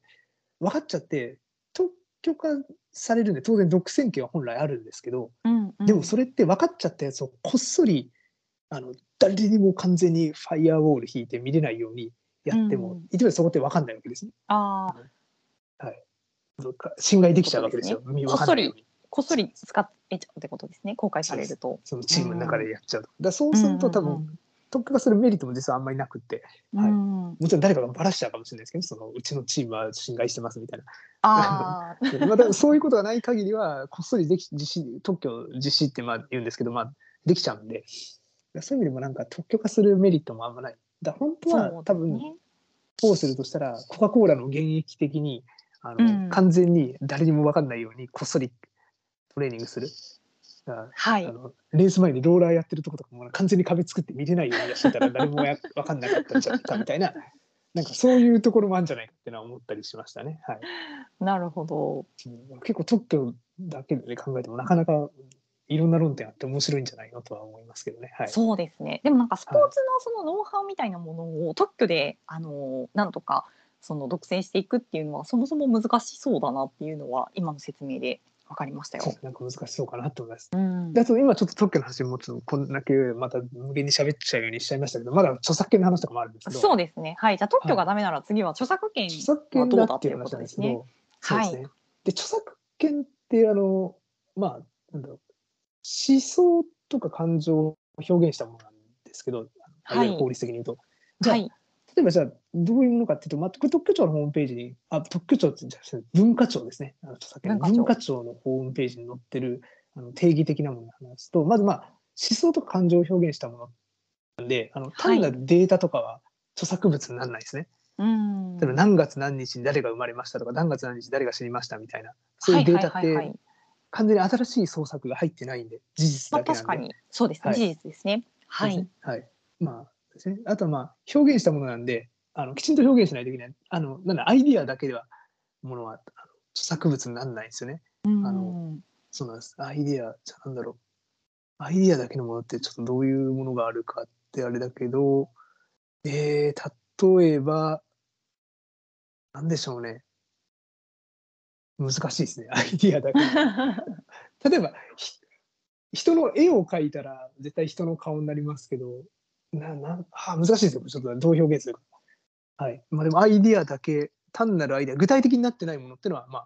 分かっちゃって特許化されるんで当然独占権は本来あるんですけど
うんうん
でもそれって分かっちゃったやつをこっそりあの誰にも完全にファイアウォール引いて見れないようにやって
うん
も、いつまでそこって分かんないわけですね。
ああ
そうか侵害できちゃうわけですよ。見分かんないように
こっそり使えちゃうってことですね。公開されると。
そのチームの中でやっちゃうと。だからそうすると多
うんうん
分特化するメリットも実はあんまりなくって
うん
はい
うん
もちろん誰かがバラしちゃうかもしれないですけどそのうちのチームは侵害してますみたいな。
ああ
まあ、だからそういうことがない限りはこっそりでき実施特許実施ってまあ言うんですけど、まあ、できちゃうんでだからそういう意味でもなんか特許化するメリットもあんまない。だから本当
そう
は、
ですね
多分こうするとしたらコカ・コーラの現役的にあの、
うん
完全に誰にも分かんないようにこっそりトレーニングする。だから
はい
あ。のレース前にローラーやってるとことかも完全に壁作って見れないようにやってたら誰もや分かんなかったんじゃないかみたいななんかそういうところもあるんじゃないかってのは思ったりしましたね。はい、
なるほど。
結構特許だけで考えてもなかなかいろんな論点あって面白いんじゃないのとは思いますけどね。はい、
そうですね。でもなんかスポーツのそのノウハウみたいなものを特許であのなんとかその独占していくっていうのはそもそも難しそうだなっていうのは今の説明で分かりましたよ
そう。なんか難しそうかなと思います。
うん
であと今ちょっと特許の話もちょっとこんだけまた無限に喋っちゃうようにしちゃいましたけどまだ著作権の話とかもあるんですけど
そうですね。はい。じゃあ特許がダメなら次は著作権。
著作権だっていう話なんですけど、そう
は
で
い
すね。で著作権ってあのまあなんだろう思想とか感情を表現したものなんですけど、あの
はい
わゆる法律的に言うと。じゃあ
はい。
例えばじゃあどういうものかっていうと、まあ、これ特許庁のホームページにあ特許庁って言うんじゃなくて文化庁ですねあの著作権の
文化庁
文化庁のホームページに載ってるあの定義的なものの話とまずまあ思想とか感情を表現したものなんであの単なるデータとかは著作物にならないですね、
うん。
例えば何月何日に誰が生まれましたとか何月何日誰が死にましたみたいなそういうデータっ
はいはいはいは
て
い
完全に新しい創作が入ってないんで事実
まあ
だけなん
確
で、
かにそうですね、
はい
事実ですね。は
そう
い
で。すね。はい。まあですね。あとはまあ表現したものなんで、あのきちんと表現しないといけない。あのなんだアイディアだけではものはあの著作物にならないんですよね。
うん
あのそうなんです。アイディアじゃなんだろう。アイディアだけのものってちょっとどういうものがあるかってあれだけど、えー、例えばなんでしょうね。難しいですね。アイディアだけの。例えばひ人の絵を描いたら絶対人の顔になりますけどななあ難しいですよちょっとどう表現するか。はいまあ、でもアイディアだけ単なるアイディア具体的になってないものっていうのはま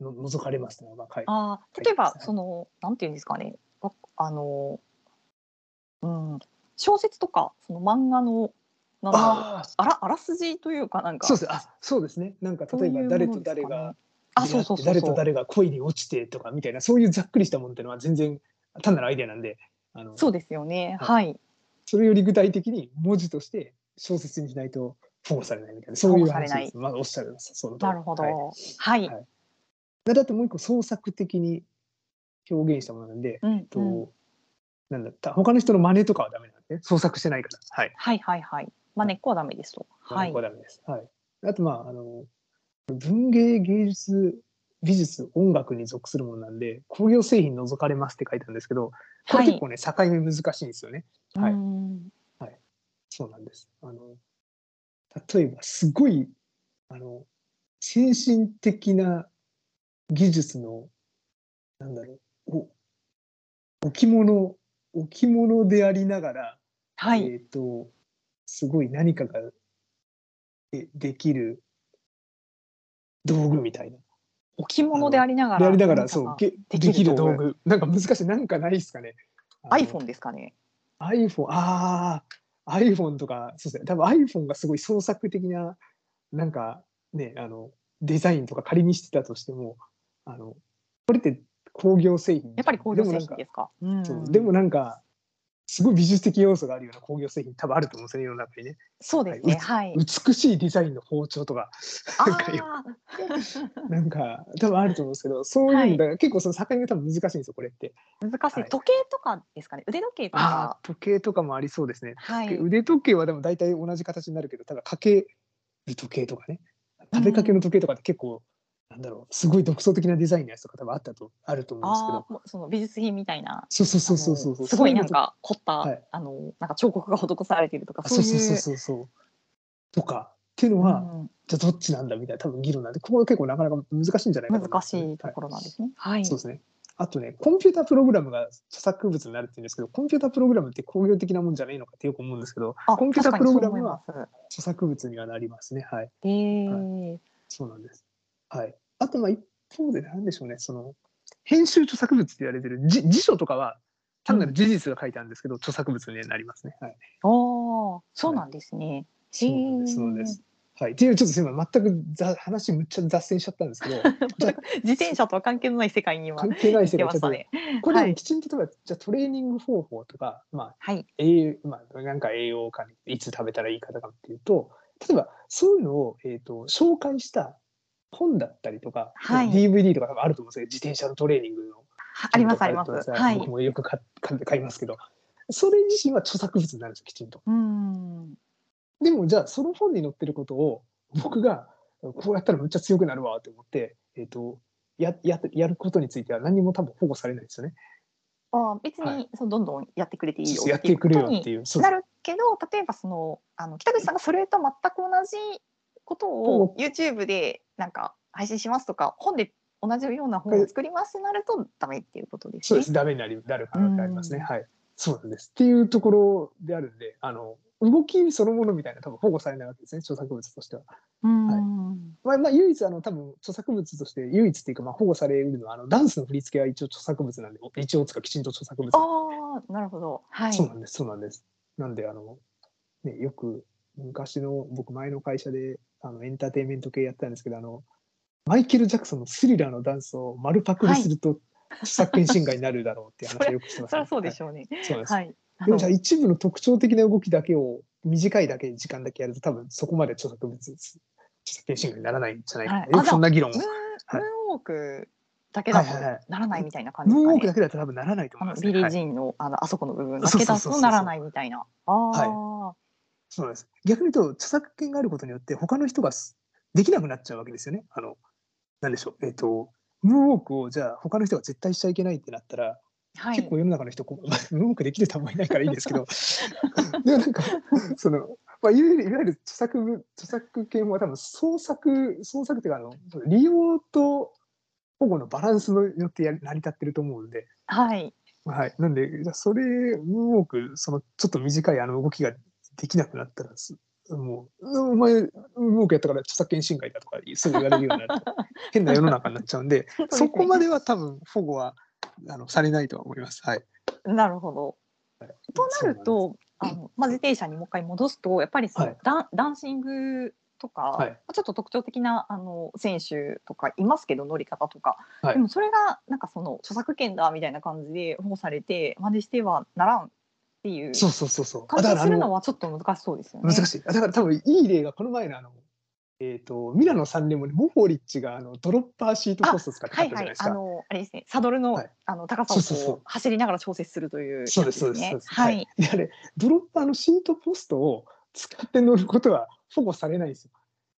あの除かれますね。まあはい、
あー例えば
はい
そのなんていうんですかねわあの、うん、小説とかその漫画のなんだろう
あ
あらあらすじというかなん
あ
か
そうですあそうですねなんか
そう
例え
い
ば
うもの
誰
で
と
すかね
誰が
あそうそうそうそう
誰と誰が恋に落ちてとかみたいなそういうざっくりしたものっていうのは全然単なるアイデアなんであの
そうですよね。
は
はい。
それより具体的に文字として小説にしないと保護されないみたいなそういう
保護され
話
ない
です。まあおっしゃるその通り
なるほど。
はい
はい。
はいだってもう一個創作的に表現したものなんで、
うん、
と
うん。
なんだった他の人の真似とかはダメなんで、ね、創作してないから。はい。
はいはいはい。まあ根っこはダメですと。は
はい、
い
こ。れはダメです。はい。あとまああの文芸芸術美術音楽に属するものなんで工業製品除かれますって書いてあるんですけどこれ結構ね、境目難しいんですよね。
は。
はいいう
ーん
そうなんです。あの例えばすごいあの先進的な技術のなんだろうお置物置物でありながら、
はい。
えっ、とすごい何かがでできる道具みたいな。
置物でありながら。
でありながら
何か
そ
が
うげ
で
でき
きる
る
道具
道具なんか難しいなんかないですかね。あの
iPhone ですかね。
iPhone、ああ、iPhone とか、そうですね、多分 iPhone がすごい創作的な、なんかね、あの、デザインとか仮にしてたとしても、あの、これって工業製品。
やっぱり工業製
でも
品
なん
で
か
すか。うん
そうでもなんか、すごい美術的要素があるような工業製品多分あると思うんですよね、世の中にね。
そうですね。はい。
美しいデザインの包丁とか、
あ
なんかよ
あ
なんか多分あると思うんですけど、そういうのだから、結構その境目が多分難しいんですよ、これって。
ー、難し。
はいい
時計とかですかね。腕時計と
ああ
か。、
時計とかもありそうですね。
はい。
腕時計はでも大体同じ形になるけどただかける時計とかね食べかけの時計とかって結構、なんだろうすごい独創的なデザインのやつとか多分あったとあると思うんですけ
あ
ど
あ、もうその美術品みたいな。
そうそうそうそうそう
あ
そ
の
う
すごい
そう
な
うんの
か凝った、
はい
あのなんか彫刻が施されているとか
あそ
そ
うう
いう
そうそうそうそうとかっていうのは、じゃあどっちなんだみたいな多分議論なんでここが結構なかなか難しいんじゃないうか
ん
と思うんです
難
よね
しいところなんですね。はい。
そうですね。あとね、コンピュータープログラムが著作物になるって言うんですけど、コンピュータープログラムって工業的なもんじゃないのかってよく思うんですけど、
あ
コンピュータープログラムは。
確かにそう思います
著作物にはなりますね。はい。
ええ
そうなんです。はい。あと、まあ、一方で、なんでしょうね、その、編集著作物って言われてるじ辞書とかは、単なる事実が書いてあるんですけど、著作物になりますね。はい。
ああ、そうなんですね。
そうなんです。そうなんです。はい。っていう、ちょっとすみません、全くざ話、むっちゃ脱線しちゃったんですけ ど、じゃあ
自転車とは関係のない世界には
関係ない世
出
界
ま
ちょ
し
っと
た
ね
ね。
これ、
は
でも
い
きちんと、例えば、じゃあトレーニング方法とか、まあ、
はい。
栄養、まあ、なんか栄養か、いつ食べたらいいかとかっていうと、例えば、そういうのを、えっ、と、紹介した本だったりとか、
はい
DVD とか多分あると思うんですよ。自転車のトレーニングの。
ありますあります。
とか
はい
僕。もよく買買買いますけど、それ自身は著作物になるんですよ、きちんと。
うん。
でも、じゃあ、その本に載ってることを、僕が、こうやったらむっちゃ強くなるわって思って、えっ、と、やややることについては何も多分保護されないですよね。
あ別
は
にそのどんどんやってくれていいよ
やってくれよ
ことに
っていう。そう
なるけど例えばそのあの北口さんがそれと全く同じことを YouTube でなんか配信しますとか本で同じような本を作りますってなるとダメっていうことです
そう
ね。
です。ダメになりなる可能性ありますね。
うん
はい。そうなんです。っていうところであるんで、あの、動きそのものみたいな多分保護されないわけですね、著作物としては。
うん
まあ、まあ、唯一、あの、多分著作物として、唯一っていうか、まあ、保護されるのは、あの、ダンスの振り付けは一応著作物なんで、一応つかきちんと著作物。
ああなるほど。はい。
そうなんです、そうなんです。なんで、あの、ね、よく昔の、僕、前の会社で、あの、エンターテインメント系やってたんですけど、あの、マイケル・ジャクソンのスリラーのダンスを丸パクリすると、著作権侵害になるだろうっていう話をよくしてまし た
そ
ね、
りゃそうでしょうね。
はいそうなんです。
はい。あ
でも
の
じゃあ一部の特徴的な動きだけを短いだけ時間だけやると多分そこまで著作物著作権侵害にならないんじゃないかな、
はい
よ
あ
くそんな議論を
ムーン
はい
ムーンウォークだけだと
はいはいはい
ならないみたいな感じ
ム
で
ー
す
ンウォー
か
ク
ね
だ。けだと多分ならないと
あ
思い
の
ます、
ビ
ね
リー・
はい
ジーンのあのあそこの部分だ
そう
け
そう
だ
そうそう
とならないみたいな。ああ
そうなんです逆に言うと著作権があることによって他の人がすできなくなっちゃうわけですよねあのなんでしょうえっ、とムーンウォークをじゃあ他の人が絶対しちゃいけないってなったら、
はい。
結構世の中の人こう、まあ、 ムーンウォークできる人あんまりいないからいいんですけ どでもなんかその、まあ、いわゆるいわゆる著作物著作権は多分創作創作というかあの利用と保護のバランスによってや成り立ってると思うんで、
はい。
はい、なんでじゃあそれムーンウォークそのちょっと短いあの動きができなくなったらすもううんお前ムーンウォークやったから著作権侵害だとかすぐ言われるようになると変な世の中になっちゃうんで
そうですね
そこまでは多分保護はあのされないとは思います。はい
なるほど。となる
そう
と、あのまあ、自転車にもう一回戻すと、やっぱりその、
はい
ダンダンシングとか、
はい
まあちょっと特徴的なあの選手とかいますけど乗り方とか、
はい
でもそれがなんかその著作権だみたいな感じで保護されて真似してはならんっていう
そうそうそうそう。あ
感
だからあ
じがするの
の
はちょっと難しそうですよね。
難しい。だから多分いい例がこの前のあのえっ、とミラノ三年もモホリッチがあのドロッパーシートコースを使って
は
勝っ
い
たじゃ
は
ない
い
で、すか。
あのあれですね、サドルの、
はい
あの高さをこう
そうそうそう
走りながら調節するという、
そうですそうです
やつ
そう
ね
です。
はい。。
であれドロッパーのシートポストを使って乗ることは保護されないんですよ。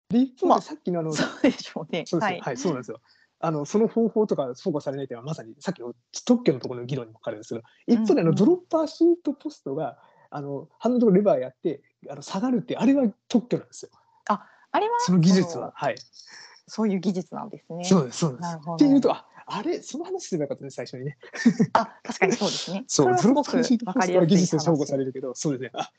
で一方
まあ
でさっきのあの、
そうでしょうね。
そうです
は
ね
い。
はい、そうなんですよ。あのその方法とか保護されないというのはまさにさっきの特許のところの議論にもかかるんですけど一方であ
うんう
の
ん
ドロッパーシートポストがあのハンドルレバーやってあの下がるってあれは特許なんですよ
あれは
その技術
そ
は
の。
はい、
そういう技術なんですね。
そうですそうで
な
す
る。ほど
っていうとああれその話すればよかったね最初にね。
あ確かにそうですね。
そう
れは
ド
す
ロ
ご
ッパ
く
ーシート
わ
ポ
か
ス
り
ト
やす
はい技術として保護
話
されるけどそうですね。あ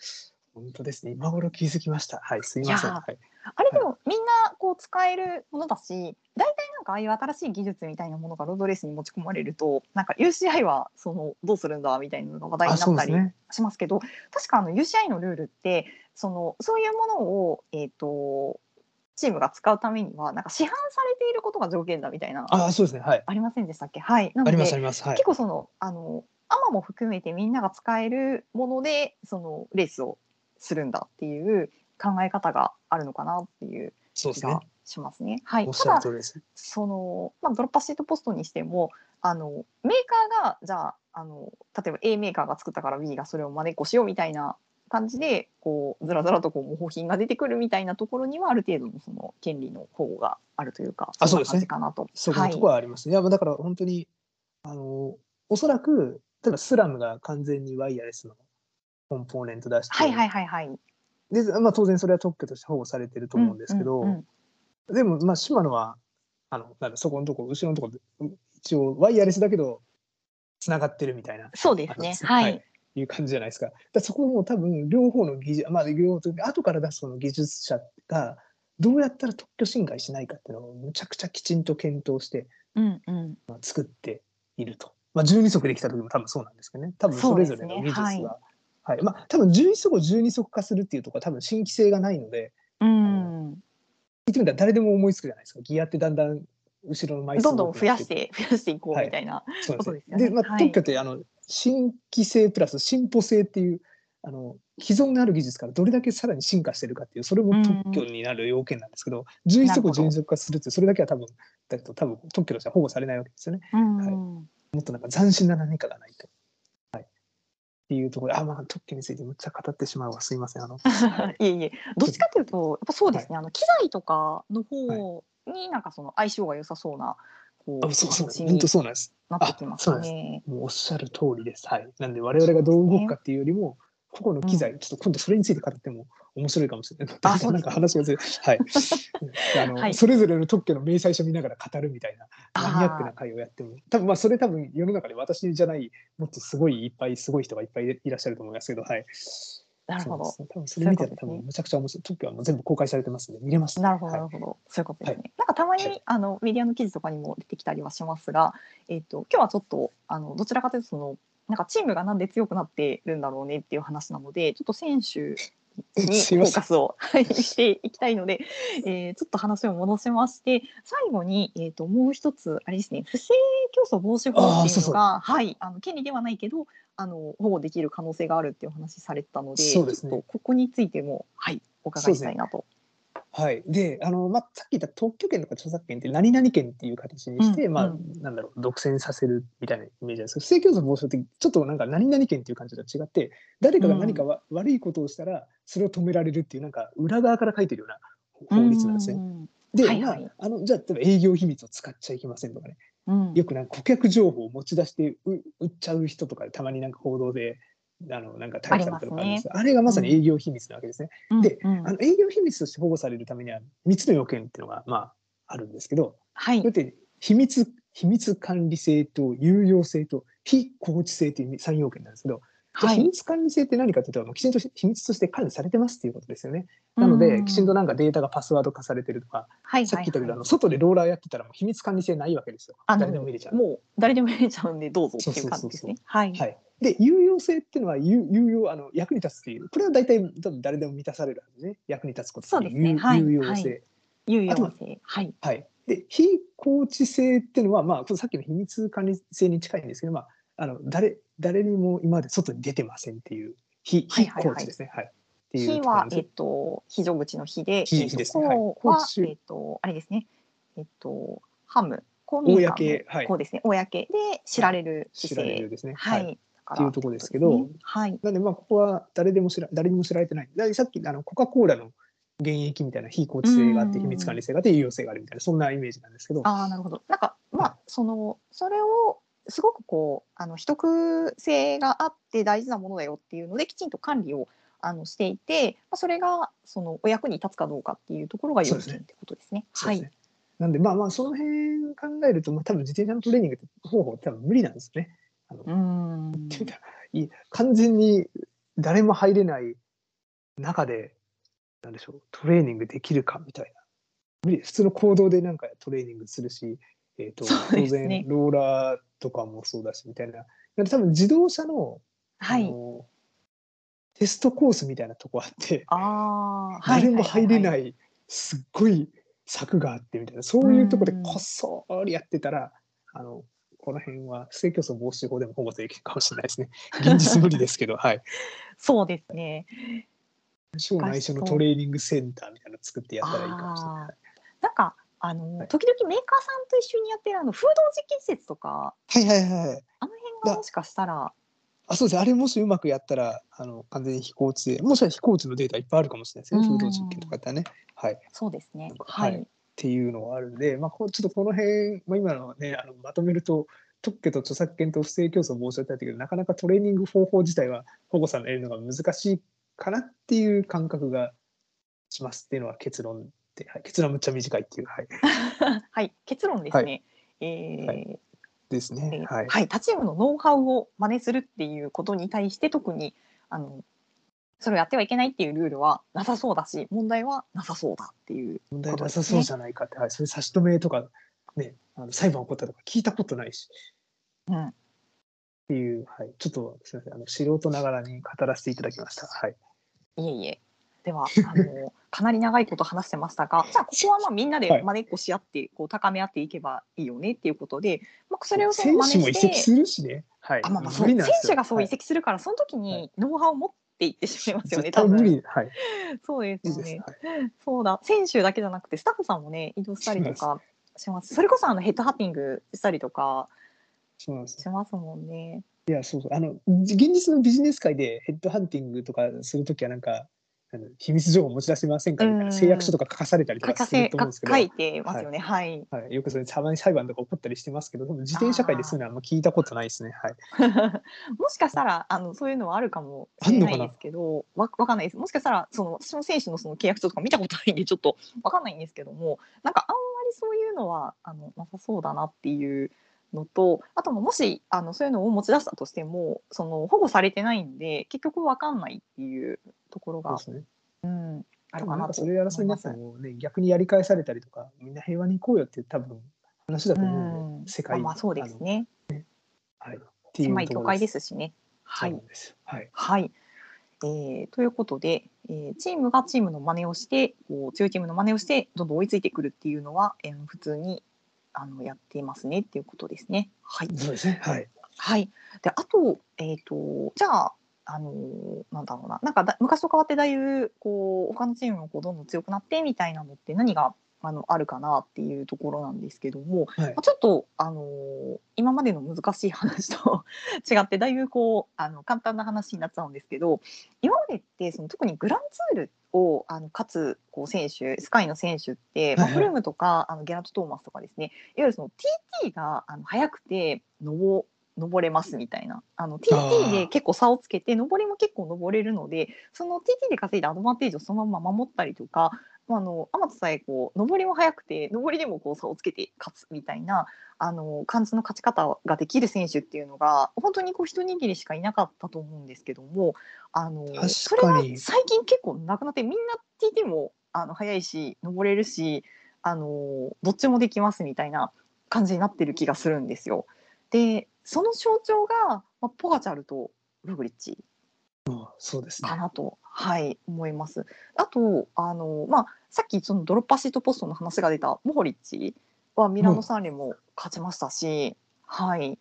本当ですね今頃気づきました。はいすいません。
いやー
はい、
あれでもみんなこう使えるものだし大体なんかああいう新しい技術みたいなものがロードレースに持ち込まれるとなんか UCI はそのどうするんだみたいなのが話題
あ
にな
そう
っ
で
た
す
り
ね。
しますけど確かあの UCI のルールってそのそういうものを、えー、とチームが使うためにはなんか市販されていることが条件だみたいなあ
あそうですねはい。
りませんでしたっけはい。な
あ
の
り
で
ますありますはい
結。構そのあのアマも含めてみんなが使えるものでそのレースをするんだっていう考え方があるのかなっていう
そうで
気
すね
が。しますね。はい、
おったしゃる
だ
通りです。
その、まあ、ドロッパーシートポストにしてもあのメーカーがじゃああの例えば A メーカーが作ったから B がそれを真似っこしようみたいな感じでこうずらずらとこう模倣品が出てくるみたいなところにはある程度のその権利の保護があるというか
あ
んな
そうですね
感じかなと。
そこ
は
の
い
とこはありますね。いやまあだから本当にあのおそらく例えばスラムが完全にワイヤレスのコンポーネント出して、
はいはいはいはい。
でまあ、当然それは特許として保護されてると思うんですけど、
うんうんうん
でもまあシマノはあのなんだそこのとこ後ろのとこうん一応ワイヤレスだけどつながってるみたいな
そうです
あ
ね
の。そう
は
はい
い。
いう感じじゃないですか。だからそこも多分両方の技術、まあ、両方後から出すその技術者がどうやったら特許侵害しないかっていうのをむちゃくちゃきちんと検討して
うんうん。
作っていると。まあ、12足できた時も多分そうなんですけどね。多分それぞれの技術
そう
が。
ですね
はいまあ、多分11足を12足化するっていうところは多分新規性がないので
うん。
聞いてみたら誰でも思いつくじゃないですかギアってだんだん後ろの枚数
ど
が
んど
多
ん
く
増
な
や
って
し
いく
て増やしていこう
はい
みたいな。
そうなんです
こと
よ
ですよ
で
ね
まあ、
はい
特許ってあの新規性プラス進歩性っていうあの既存のある技術からどれだけさらに進化してるかっていうそれも特許になる要件なんですけど、11
なる
足
ほ
を
ど
12足化するってそれだけは多分だと多分特許としては保護されないわけですよね。
うんうん。
もっとなんか斬新な何かがないと。はい、っていうところであまあ特許についてむっちゃ語ってしまうわすいません あのはい
いえいえ。どっちかというと、やっぱそうですね。あの機材とかの方になんかその相性が良さそうな。こ
あそうそう
形
本
に
当そうなんです。
なってきま
あそ
す
うなんで
ね。
もうおっしゃる通りです。はい。なんで我々がどう動くかっていうよりも、個々の機材、ちょっと今度それについて語っても面白いかもしれない。
あそう
なん
です
か
ね
話がずれ、 はい。うんあの、
はい
それぞれの特許の明細書見ながら語るみたいな、
あー
マニアックな会をやっても、多分まあそれ多分世の中で私じゃない、もっとすごいいっぱいすごい人がいっぱいいらっしゃると思いますけど、はい。
なるほど
そ。うですね多分それ見たら多
そういうことですね
分むちゃくちゃ面白い。特許はもう全部公開されてますんで、見れます。
なるほど、
はい
なるほど、そういうことですね。
は
なんかたまに、
はい
あのメディアの記事とかにも出てきたりはしますが、えっ、と今日はちょっとあのどちらかというとそのなんかチームがなんで強くなってるんだろうねっていう話なので、ちょっと選手に
すい
フ
ま
ォ
せん
ーカスをはいしていきたい ので、えーちょっと話を戻しまして、最後にえっ、ともう一つあれですね、不正競争防止法
あー
って
そ
いうう
そう
のがはいあの権利ではないけどあの保護できる可能性があるっていうお話されてたので、
そうですね
ちょっとここについてもはいお伺いしたいなと。
はい、であの、まあ、さっき言った特許権とか著作権って何々権っていう形にして、
うん
ま
う
あ、なんだろう独占させるみたいなイメージなんですけど不正競争防止ってちょっとなんか何々権っていう感じとは違って誰かが何かわ、悪いことをしたらそれを止められるっていうなんか裏側から書いてるような法律なんですね。
ううん
で、
はいはい
まあ、あのじゃあ例えば営業秘密を使っちゃいけませんとかね
うん
よくなんか顧客情報を持ち出してう売っちゃう人とかたまになんか報道で。あのなんか逮捕されたとかありますけどあれがまさに営業秘密なわけですね。で
うんうん
あの営業秘密として保護されるためには3つの要件っていうのが、まあ、あるんですけど、
はい
だっ、て秘密、秘密管理性と有用性と非公知性という3要件なんですけど、じゃあ
はい
秘密管理性って何かというと、あのきちんと秘密として管理されてますっていうことですよね。なので、きちんとなんかデータがパスワード化されてるとか、
はい
さっ
は
き言
い
ったけど、あ
はい
の外でローラーやってたらもう秘密管理性ないわけですよ。
あ
誰でも見れちゃう。
もう誰でも入れちゃうんでどうぞっていう感じですね。はい
はい、で有用性っていうのは有有用あの役に立つっていうこれは大体多分誰でも満たされるはずね役に立つことってい
そうですね
有
はい
有用性、
有用
あとは
性はい
はいで非構築性っていうのは、まあ、これさっきの秘密管理性に近いんですけど、まあ、あの誰誰にも今まで外に出てませんっていう非
はい
非
はいはい
構築ですね。はいっていう
火
ところな
は
んです
えっと非常口の火で、
非
えっと
非ですねはい
こうは
公衆
えっとあれですね。えっとハム公民
公
館の
はい
こうですね公で知られる
知
姿
られ
勢
るですね。
はい、
はい
だから
っていうとこですけど
ねはい
なんでまあここは誰でも知ら誰にも知られてない。ださっきあのコカコーラの原液みたいな非構築性があって
うん
秘密管理性があって有用性があるみたいなそんなイメージなんですけど。
ああなるほどなんかま
は
あそのそれをすごくこうあの秘匿性があって大事なものだよっていうのできちんと管理をあのしていて、まあ、それがそのお役に立つかどうかっていうところが要
そうです
件っ
ね
てことですね。
そう
は
です
い
ね。なんでまあまあその辺考えると、まあ、多分自転車のトレーニングって方法って多分無理なんですね。あの
うーん
っていうかいい完全に誰も入れない中でなんでしょうトレーニングできるかみたいな無理普通の行動でなんかトレーニングするし、えーと
そう
当
ですね
然ローラーとかもそうだしみたいななんで多分自動車の,、
は
あ
い。
のテストコースみたいなとこあって
ああー
誰も入れ
は。
ないいすっごい柵があってみたいなそういうとこで
うん
こっそりやってたらあのこの辺は不正競争防止法でも保護できるかもしれない ですね。現実無理ですけど、はい。
そうですね。
小内緒のトレーニングセンターみたいなの作ってやったらいいかもしれない。
なんかあの、
はい
時々メーカーさんと一緒にやってるあのフード実験施設とか
はいはいはい。
あの辺がもしかしたら
あそうですねあれもしうまくやったらあの完全に飛行地でもしかしたら飛行地のデータいっぱいあるかもしれないですね、
うん
風土実験とかだったらね。はい、っ
そうですね。
は
はいい。
ていうのがあるんで、まあ、こうちょっとこの辺、まあ、今のねあのまとめると特許と著作権と不正競争防止だったけどなかなかトレーニング方法自体は保護されるのが難しいかなっていう感覚がしますっていうのは結論で、はい、結論はむっちゃ短いっていう、はい、
はい。 結論ですね。えー
はです
え
ね。
ー
は
はいい、他チームのノウハウを真似するっていうことに対して特にあのそれをやってはいけないっていうルールはなさそうだし問題はなさそうだっていう
問題なさそうじゃないかって、はい、それ差し止めとか、ね、あの裁判起こったとか聞いたことないしっ
うん、
ていう、はい、ちょっとすみませんあの素人ながらに語らせていただきました。はい、
いえいえではあのかなり長いこと話してましたがじゃあここはまあみんな
は
で
い
真似っこし合ってこう高め合っていけばいいよねっていうことで、まあ、それをそ
選
の
手
真
も
似
移
して
籍するしね、はい、
あ、まあ、まあそ
無理
う選
なんですよ
手がそう移
はい
籍するから、その時
は
にノウハウを持っていってしまいますよね
絶対無
多分
理、はい、
そうです
いいで
よ
す、
ね
ね。
そうだ選手だけじゃなくてスタッフさんもね移動したりとかしますそれこそあのヘッドハッピングしたりとか
そうなんです
しますもんね
いや、そうそう、あの、現実のビジネス界でヘッドハンティングとかするときは、なんか、あの秘密情報持ち出せませんかみたいな
うん
誓約書とか書かされたりと
書
か
か
する
せ
と思うんで
か
すけど、
書いてますよねはい、
はい、よくそれたまに裁判とか起こったりしてますけど、でも自転車界でそういうのはあんま聞いたことないですね。はい。
もしかしたらあのそういうのはあるかもしれないですけどわわかんないですもしかしたらその私も選手のその契約書とか見たことないんでち ょっとわかんないんですけどもなんかあんまりそういうのはあのなさそうだなっていうのとあとももしあのそういうのを持ち出したとしてもその保護されてないんで結局わかんないっていうところ
そう
が
ですね。
うん、ある
でもな
か
ん
な
か
と
そ
思
れ
い
やら
ま
さ
す。
れなくても、ね、逆にやり返されたりとかみんな平和に行こうよっていう多分話だと思う
うん
んで、世界
まあまあそうですね。
あのはい、っていう
狭い
とこ
業
ろ。
界ですすしね。
は、
はいい
そうなんですはい、
はい。えーということで、えーチームがチームの真似をして、こう強いチームの真似をしてどんどん追いついてくるっていうのは、えー普通にあのやっていますねっていうことですね。はい。
そうですね。はい、
はい。で、あと、えっ、と、じゃあ、あのーなんだろうな、なんかだ昔と変わってだいぶ、こう、他のチームもこうどんどん強くなってみたいなのって何が、あの、あるかなっていうところなんですけども、
はい
まあ、ちょっと、あのー今までの難しい話と違って、だいぶこう、あの、簡単な話になっちゃうんですけど、今までって、その特にグランツールを、あの、勝つ、こう、選手、スカイの選手って、まあ、
はい
フ
はい
ルームとか、あの、ゲラット・トーマスとかですね、いわゆるその TT が、あの、速くて、登登れますみたいなあの
あー
TT で結構差をつけて登りも結構登れるのでその TT で稼いだアドバンテージをそのまま守ったりとかまああの天田さえこう上りも速くて上りでもこう差をつけて勝つみたいなあの感じの勝ち方ができる選手っていうのが本当にこう一握りしかいなかったと思うんですけどもあの
確かに
それは最近結構なくなってみんな TT もあの速いし登れるしあのどっちもできますみたいな感じになってる気がするんですよ。でその象徴が、まあ、ポガチャルとログリッチ
うんそうですね
か。なと、はい、思います。あとあの、まあ、さっきそのドロップアシットポストの話が出たモホリッチはミラノ・サンレも勝ちましたし、はい、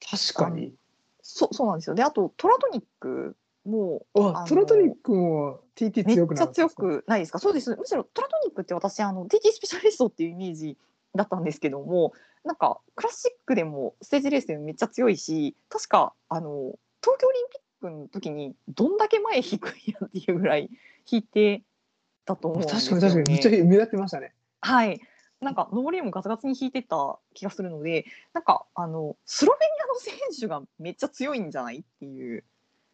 確かに。
そそうなんですよ。であとトラトニックもあ
あ
の、
トラトニックも TT
めっ
強く
ち
な
ゃ
かったで
強
すか。
くないですかそうですむしろトラトニックって私あの TT スペシャリストっていうイメージだったんですけどもなんかクラシックでもステージレースでもめっちゃ強いし確かあの東京オリンピックの時にどんだけ前引くんやっていうぐらい引いてたと思うん
確
で
か
すよ、
に確か
ね、
にめっちゃ目立ってましたね。
はい。なんか上りもガツガツに引いてた気がするので、なんかあのスロベニアの選手がめっちゃ強いんじゃないっていう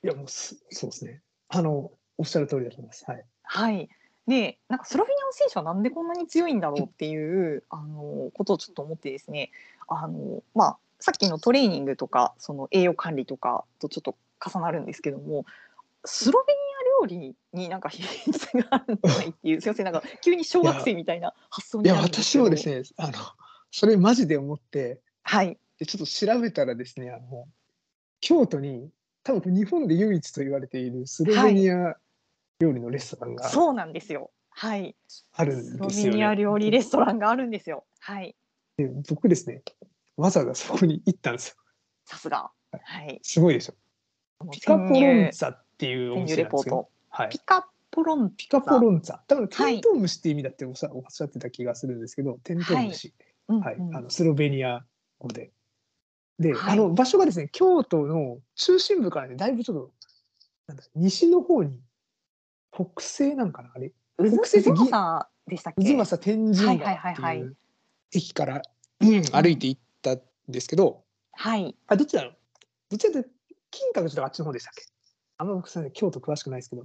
いやもうすそうですね。あのおっしゃる通りだと思います。はい。
はい、でなんかスロベニアの選手はなんでこんなに強いんだろうっていうあのことをちょっと思ってですねあの、まあ、さっきのトレーニングとかその栄養管理とかとちょっと重なるんですけどもスロベニア料理になんか 比率があるんじゃないっていうすいませんなんか急に小学生みたいな発想
い
にな
や
るんです
私
けど
もですねあのそれマジで思って
はい
でちょっと調べたらですねあの京都に多分日本で唯一と言われているスロベニア料理のレストランが
そうなんですよ。はい、
ある
ス
ん
ロ
です
ベ
よ、ね。
ニア料理レストランがあるんですよ。はい、
僕ですねわざわざそこに行ったんですよ。
さすが。はい、
すごいでしょ。ピカポロンツァっていうお
潜
店
入レ
なんで
ポ
す
ー
けど、
ト。
はい
ピ、カポロン
ピカポロンツァ多分
は
テ
い
ントウムシって意味だっておっしゃおっしゃってた気がするんですけど、テントウムシ、
うん
はい
うん
あのスロベニア語で。で、
はい
あの場所がですね京都の中心部からねだいぶちょっとなんだ西の方に北西なんかなあれ
うず
北西って
うずまさでしたっけ
渦政天神川
はい
って
はいはい
い
は
う駅からうん歩いて行ったんですけど、
はい
あどっちなのどっちだと金閣寺とかあっちの方でしたっけあんま僕すいません京都詳しくないで すけど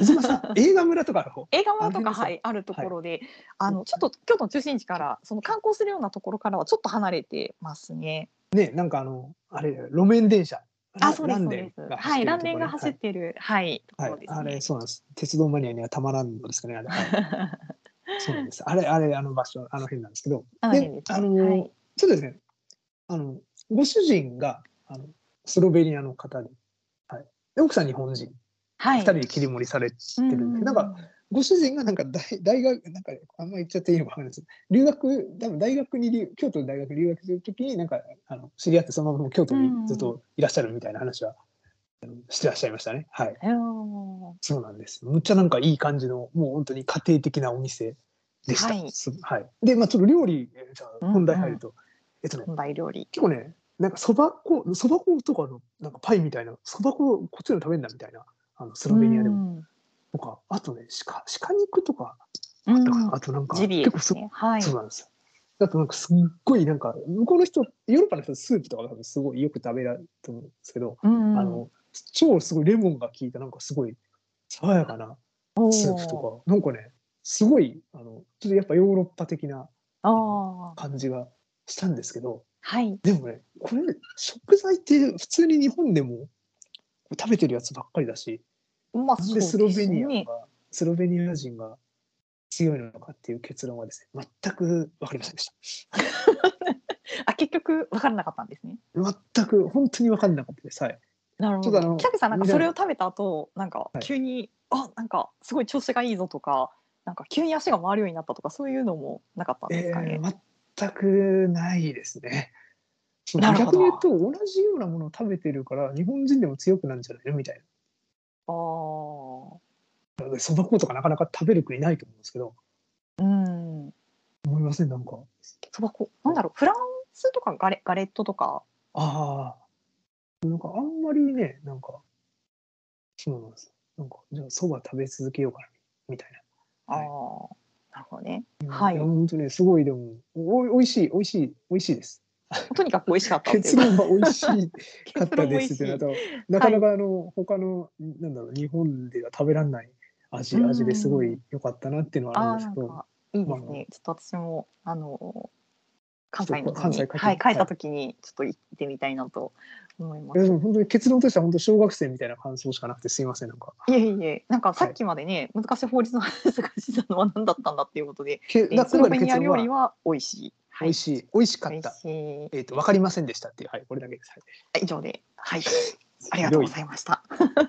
うずまさ映画村とかの方
映画村と
あの辺で
か、
すよ
はい、あるところで、あのちょっと京都の中心地からその観光するようなところからはちょっと離れてますね。
ねなんかあのあれ路面電車
あ、そうで
ラ
すそう
ン
で
デン
す。
が
は
走
い、
ってる
ラ
とこね
ンデンが走ってるはいとこ
はい
ろです
あれ
ね。
そうなんです鉄道マニアにはたまらんのですかねあれそうなんですあれあれあの場所あの辺なんですけど
あの辺ですね
あのー
はい
ちょっとですねあのご主人があのスロベニアの方で,、はい、で奥さん日本人
はい。
二人で切り盛りされてるんで、なんかご主人がなんか大大学なんかあんま言っちゃっていいのかわかんないです留学多分大学に留京都の大学に留学するときになんかあの知り合ってそのまま京都にずっといらっしゃるみたいな話はあのしてらっしゃいましたねはい
うん
そうなんですむっちゃなんかいい感じのもう本当に家庭的なお店でした
はい
すはい、でまあちょっと料理えじゃあ本題入ると、えっとね
本来料理。
結構ねなんかそば粉そば粉とかのなんかパイみたいなそば粉こっちでも食べるんだみたいなあのスロベニアでもとかあとね鹿鹿肉とか
うん。
だから
うん
あとなんか
ジビエ
結構そ,、
ですね。はい。
そうなんですよ。あとなんかすっごいなんか向こうの人ヨーロッパの人スープとか多分すごいよく食べられると思うんですけど、
うん
あの超すごいレモンが効いたなんかすごい爽やかなスープ
おー
とかなんかねすごいあのちょっとやっぱヨーロッパ的な
あー
感じがしたんですけど
はい。
でもねこれ食材って普通に日本でも食べてるやつばっかりだし
ま
な
あ
ん
そう
で
で
ス
す
ロベニア
ね。
がスロベニア人が強いのかっていう結論はですね全く分かりませんでした。
あ結局分からなかったんですね。
全く本当に分かんなかったです。はい、
なるほ
ちょっとあの
ど。北口さんなんか
みんな
それを食べた後、なんか
い
急に、あなんかすごい調子がいいぞとか、なんか急に足が回るようになったとかそういうのもなかったんですかね。
えー全くないですね。
なるほ
逆に
ど
言うと同じようなものを食べてるから日本人でも強くなるんじゃないのみたいなそば粉とかなかなか食べる国ないと思うんですけど
ああ、うん。
思いませんなんか
そば粉、なんだろう、フランスとかガレガレットとか、
ああなんかあんまりねなんかそうなんですなんかじゃあそば食べ続けようかなみたいなは
ああ
い、
なるほどね。はい
いや本当ねすごいでもおおいしいおいしいおいしいです
とにかく美味しかったってい
結
うか。
論は美味しいかっ
結
た
論美
で
味
すっ
してい
なと、なかなかあの、他のなんだろう日本では食べられない味
うん
味ですごい良かったなっていうのは
あ
あ
あ
るんです
なん
けど
かいいです
まあ
ね。ちょっと私もあの関西の方
関
に
西帰って
はい帰
はい
った時にちょっと行ってみたいなと思いま
い
す。
やでも本当に結論としては本当小学生みたいな感想しかなくてすいませんなんか
いえいえなんかさっきまでね、難しい法律の話がしてたのは何だったんだっていうことで、
け
え
な
ー、スロ
今
ベ
回
ニ
の結
ア料理
論は
は美味しい。は
美
い
味。しい、美味しか
美
っ
味
た
しい。
えっ、と分かりませんでしたっていうはいこれだけです、はい、
以上で、 はい、ありがとうございました。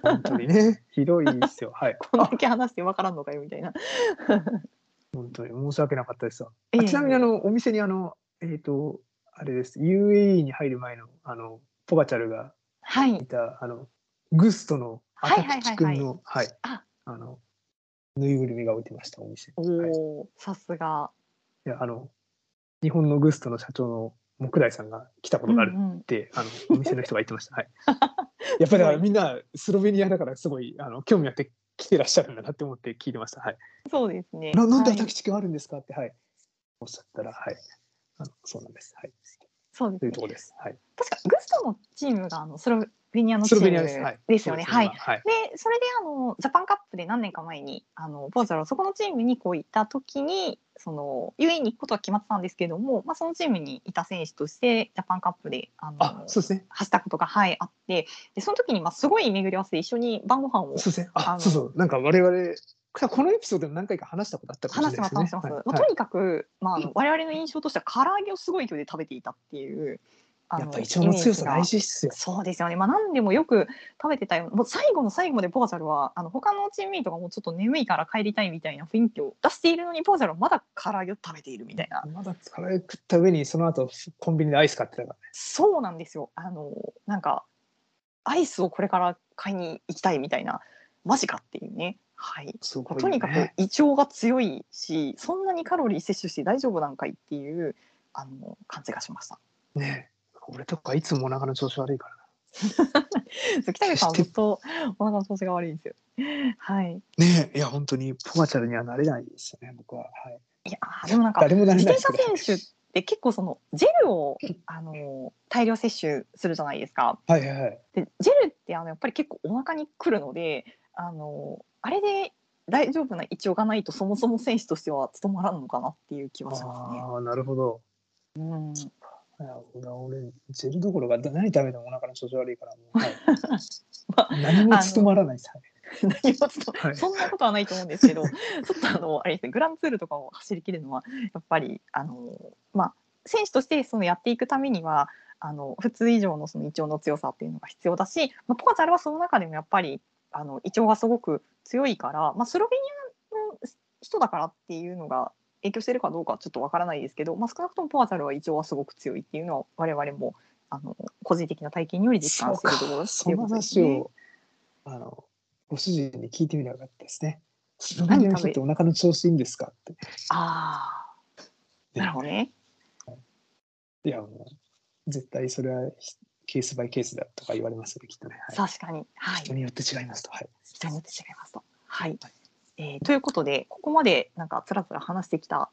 本当にねひどいですよはい
こんだけ話してわからんのかよみ たいな。
本当に申し訳なかったですわ
え
あ
え
ちなみにあのお店にあのえっ、とあれです UAE に入る前のあのポガチャルが
はい
い。たあのグストのあ
はい
た
はい
く
はいはい
ちくんのはい
あ
あのぬいぐるみが置いてましたお店
お
はい、い
お、さすが。
やあの日本のグストの社長の木大さんが来たことがある
う
っ
んうん
て、あのお店の人が言ってました はいやっぱりだからみんなスロベニアだからすごいあの興味あって来てらっしゃるんだなって思って聞いてましたはい
そうですね。
ななんで
はい
タクチクあるんですかって、はい、おっしゃったら、はい、あのそうなんです、はい、
そうです
とい
ね
う。ところです。はい、
確かグストのチームがあのスロベニアのチー
スロベニアですはい
ムですよね。はい。
そうですはい、
でそれであのジャパンカップで何年か前にあのポーザルはそこのチームにこう行った時にその UAE に行くことは決まってたんですけども、まあ、そのチームにいた選手としてジャパンカップであの
あ、そうですね。
走ったことが、はい、あってでその時にまあすごい巡り合わせで一緒に晩ご飯を
そうですね。
あ
あ、
の
そうそう、なんか我々。このエピソードでも何回か話したことあったかもし
話し
れ
て
な
ま
い
す
ですね。はい
話してます、まあ、
は
と
い
にかく、まあ、あの我々の印象としては唐揚げをすごい勢いで食べていたっていうあ
やっぱ胃腸の強さ大事っすよ。
そうですよね、まあ、何でもよく食べてたよもう最後の最後までポーザルはあの他のチームメイトがもうちょっと眠いから帰りたいみたいな雰囲気を出しているのにポーザルはまだ唐揚げを食べているみたいな
まだ疲れ食った上にその後コンビニでアイス買ってたからね。
そうなんですよあのなんかアイスをこれから買いに行きたいみたいなマジかっていうねはい。
すごい、ね。
とにかく胃腸が強いしそんなにカロリー摂取して大丈夫なんかいっていうあの感じがしました。
ね。俺とかいつもお腹の調子悪いから
北口さんはずっとお腹の調子が悪いんですよ。はい。
な。ねいや本当にポガチャルにはなれないですよね僕は。はい。
いやーでもなんか
誰もなれ
自
ない
転
ですけ
車
ど。
選手って結構そのジェルをあの大量摂取するじゃないですか。
はいはいはい。
でジェルってあのやっぱり結構お腹にくるのであのあれで大丈夫な胃腸がないとそもそも選手としては務まらんのかなっていう気はしますね。
ああなるほど。
うん、
いや俺は俺ジェルどころか何食べてもお腹の調子悪いから もう、はい
まあ
何も務まらないです、はい
何もちょっと
はい
そんなことはないと思うんですけど、ちょ っとあのあれですね、グランツールとかを走り切るのはやっぱりあのまあ選手としてそのやっていくためにはあの普通以上のその胃腸の強さっていうのが必要だし、まあ、ポカチャルはその中でもやっぱりあの胃腸がすごく強いから、まあ、スロベニアの人だからっていうのが影響してるかどうかはちょっとわからないですけど、まあ、少なくともポカチャルは胃腸はすごく強いっていうのは我々もあの個人的な体験により実感するところって
そ
いう
の
ことです
話
ね。
をあのご主人に聞いてみればよかったですね。スロベニアの人ってお腹の調子いいんですかって。
ああ、なるほどね。
いやもう絶対それはケースバイケースだとか言われますよねきっとね、はい。
確かに、はい、
人によって違いますと。はい、
人によって違いますと。はい、えーということでここまでなんかつらつら話してきた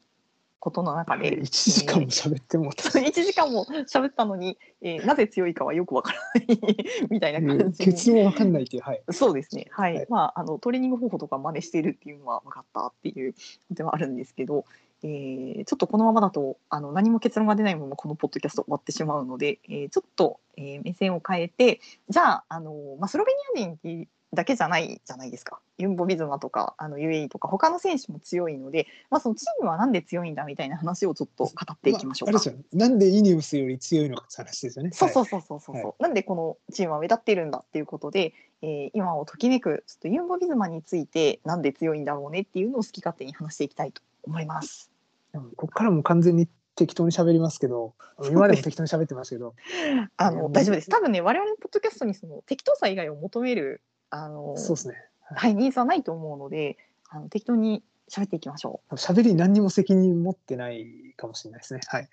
ことの中で
1時間も喋ってもうた。
1時間も喋ったのに、えーなぜ強いかはよくわからない みたいな感じに
結論わかんないっていう、はい、
そうですね、はい
はい
まあ、あのトレーニング方法とか真似しているっていうのは分かったっていうのではあるんですけど、えーちょっとこのままだとあの何も結論が出ないままこのポッドキャスト終わってしまうので、えーちょっと、えー目線を変えてじゃああの、まあ、スロベニア人ってだけじゃないじゃないですかユンボビズマとかあの UAE とか他の選手も強いので、まあ、そのチームはなんで強いんだみたいな話をちょっと語っていきましょう
ああれ
か。
ですよねなんでイニウスより強いのかって話ですよね。
そうそううそうそうそう、
はい
そうなんでこのチームは目立っているんだっていうことで、えー今をときめくちょっとユンボビズマについてなんで強いんだろうねっていうのを好き勝手に話していきたいと思います。
はいうんここからも完全に適当に喋りますけど、今までも適当に喋ってましたけど、
あ
いやも
の
う
大丈夫です。多分ね我々のポッドキャストにその適当さ以外を求めるあの
そうですね。
はいニーズはないと思うのであの適当に喋っていきましょ
喋りに何にも責任持ってないかもしれないですね。はい。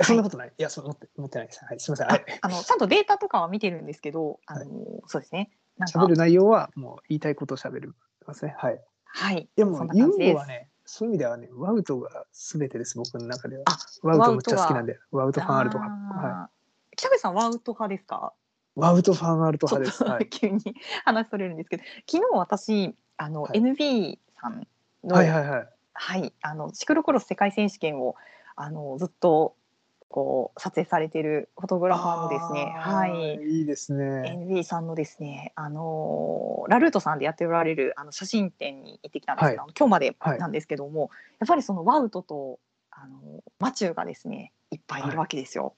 い
そんなことない。い、や、そう持って持ってないです。はい。すみません。
う。
はい。
ああのちゃんとデータとかは見てるんですけどあの、
は
そうですね。なんか
喋る内容はもう言いたいことを喋るますね。はい。
はい。
でも
そんな
ユ
感
ン
じ
ボ
で
は
す。
ね、そういう意味ではね、ワウトが全てです僕の中では。
あ
ワウ
ワ
ト
ウ
めっ
ト
ちゃ好きなんで、ワウトファンアルトが。はい。
はい。北口さんワウト派ですか？
ワウトファンアルト
ちょ
派
っ
です。は
と
い。
急に話それるんですけど、昨日私あの、
はい
NB さんの、
はいはいはい。
はい、あのシクロクロス世界選手権をあのずっとこう撮影されているフォトグラファーのですね、
あー
はい、。
いいですね。
NB さんのですね、あのーラルートさんでやっておられるあの写真展に行ってきたんですけど、今日まで
はい
なんですけども、やっぱりそのワウトとあのマチューがですね、いっぱいいるわけですよ。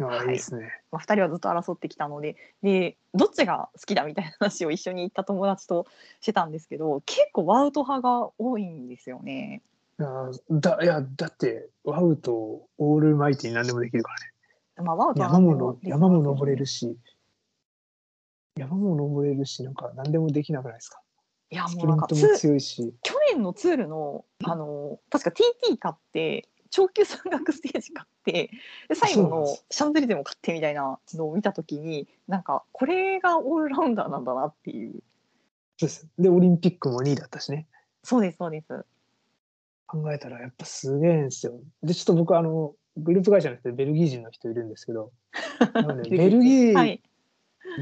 あ
は
ーい
い
いですね。
まあ、2人はずっと争ってきたのででどっちが好きだみたいな話を一緒に行った友達としてたんですけど結構ワウト派が多いんですよね。
いやーだいやだってワウとオールマイティに何でもできるからね。
まあ、ワウトは
山もの
リスナー
山も登れ
です
るし、山も登れるしなんか何でもできなくないですか。
いや
ス
も
プ
う
リ
な
ン
んか
ト
ツ
も
ー
強いし。
去年のツールのあの確か TT 買って長級山岳ステージ買ってで最
そ
後
うなん
の
です
シャンゼリゼも買ってみたいなのを見た時になんかこれがオールラウンダーなんだなっていう
そうです。でオリンピックも2位だったしね。
そうですそうです
考えたらやっぱすげえんですよ。でちょっと僕あのグループ会社の人でベルギー人の人いるんですけ ど、なんかねベルギ
は
ー
い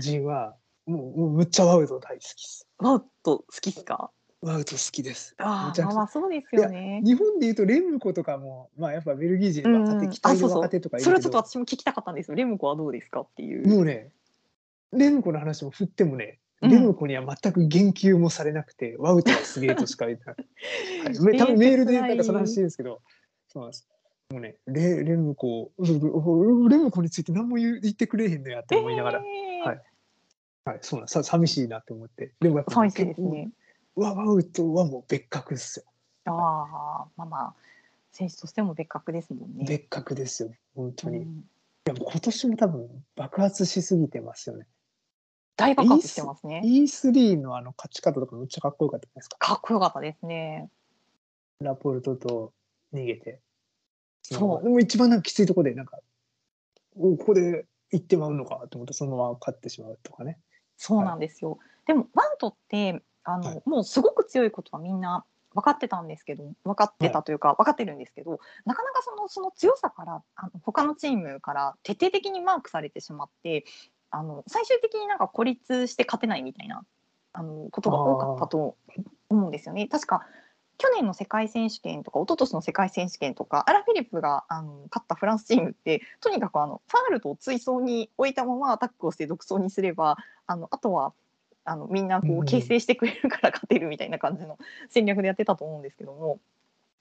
人はもうもうむっちゃワウト大好きです。
ワウト好きっすか
ワウト好きです。
あ
めちゃくち
ー
ゃ
まあまあそうですよね
日本でいうとレムコとかも、まあ、やっぱベルギー人
うん
若手、期
あ
待の
そうそう
若手とかいる
そ
けど
れはちょっと私も聞きたかったんですよレムコはどうですかっていう
もうねレムコの話も振ってもね、
うん
レムコには全く言及もされなくてワウトはすげえとしか言 ってない、はい、め多分メールでなんかその話してるんですけどそうなんですもうねレレムコうんレムコについて何も言う言ってくれへんのやって思いながら、
えー
はいはい、そうなんさ寂しいなって思ってでもやっぱ
寂しいですね
ワワウトはもう別格っすよ
ああまあまあ選手としても別格ですもんね
別格ですよ本当に、
う
い
ん
やもう今年も多分爆発しすぎてますよね
大爆発してますね。
E3 のあの勝ち方とかめっちゃかっこよかったじゃないですか。
かっこよかったですね。
ラポルトと逃げて。
そう
でも一番なんかきついとこで、なんか、おここで行ってまうのかと思って、そのまま勝ってしまうとかね。
そうなんですよ。でもワントってあの、
はい
もうすごく強いことはみんな分かってたんですけど、分かってたというか、分かってるんですけど、なかなかそのその強さからあの他のチームから徹底的にマークされてしまって、あの最終的になんか孤立して勝てないみたいなあのことが多かったと思うんですよね。確か去年の世界選手権とか一昨年の世界選手権とかアラ・フィリップがあの勝ったフランスチームってとにかくあのファールトを追走に置いたままアタックをして独走にすればあのあとはあのみんなこ
う
うん形成してくれるから勝てるみたいな感じの戦略でやってたと思うんですけども。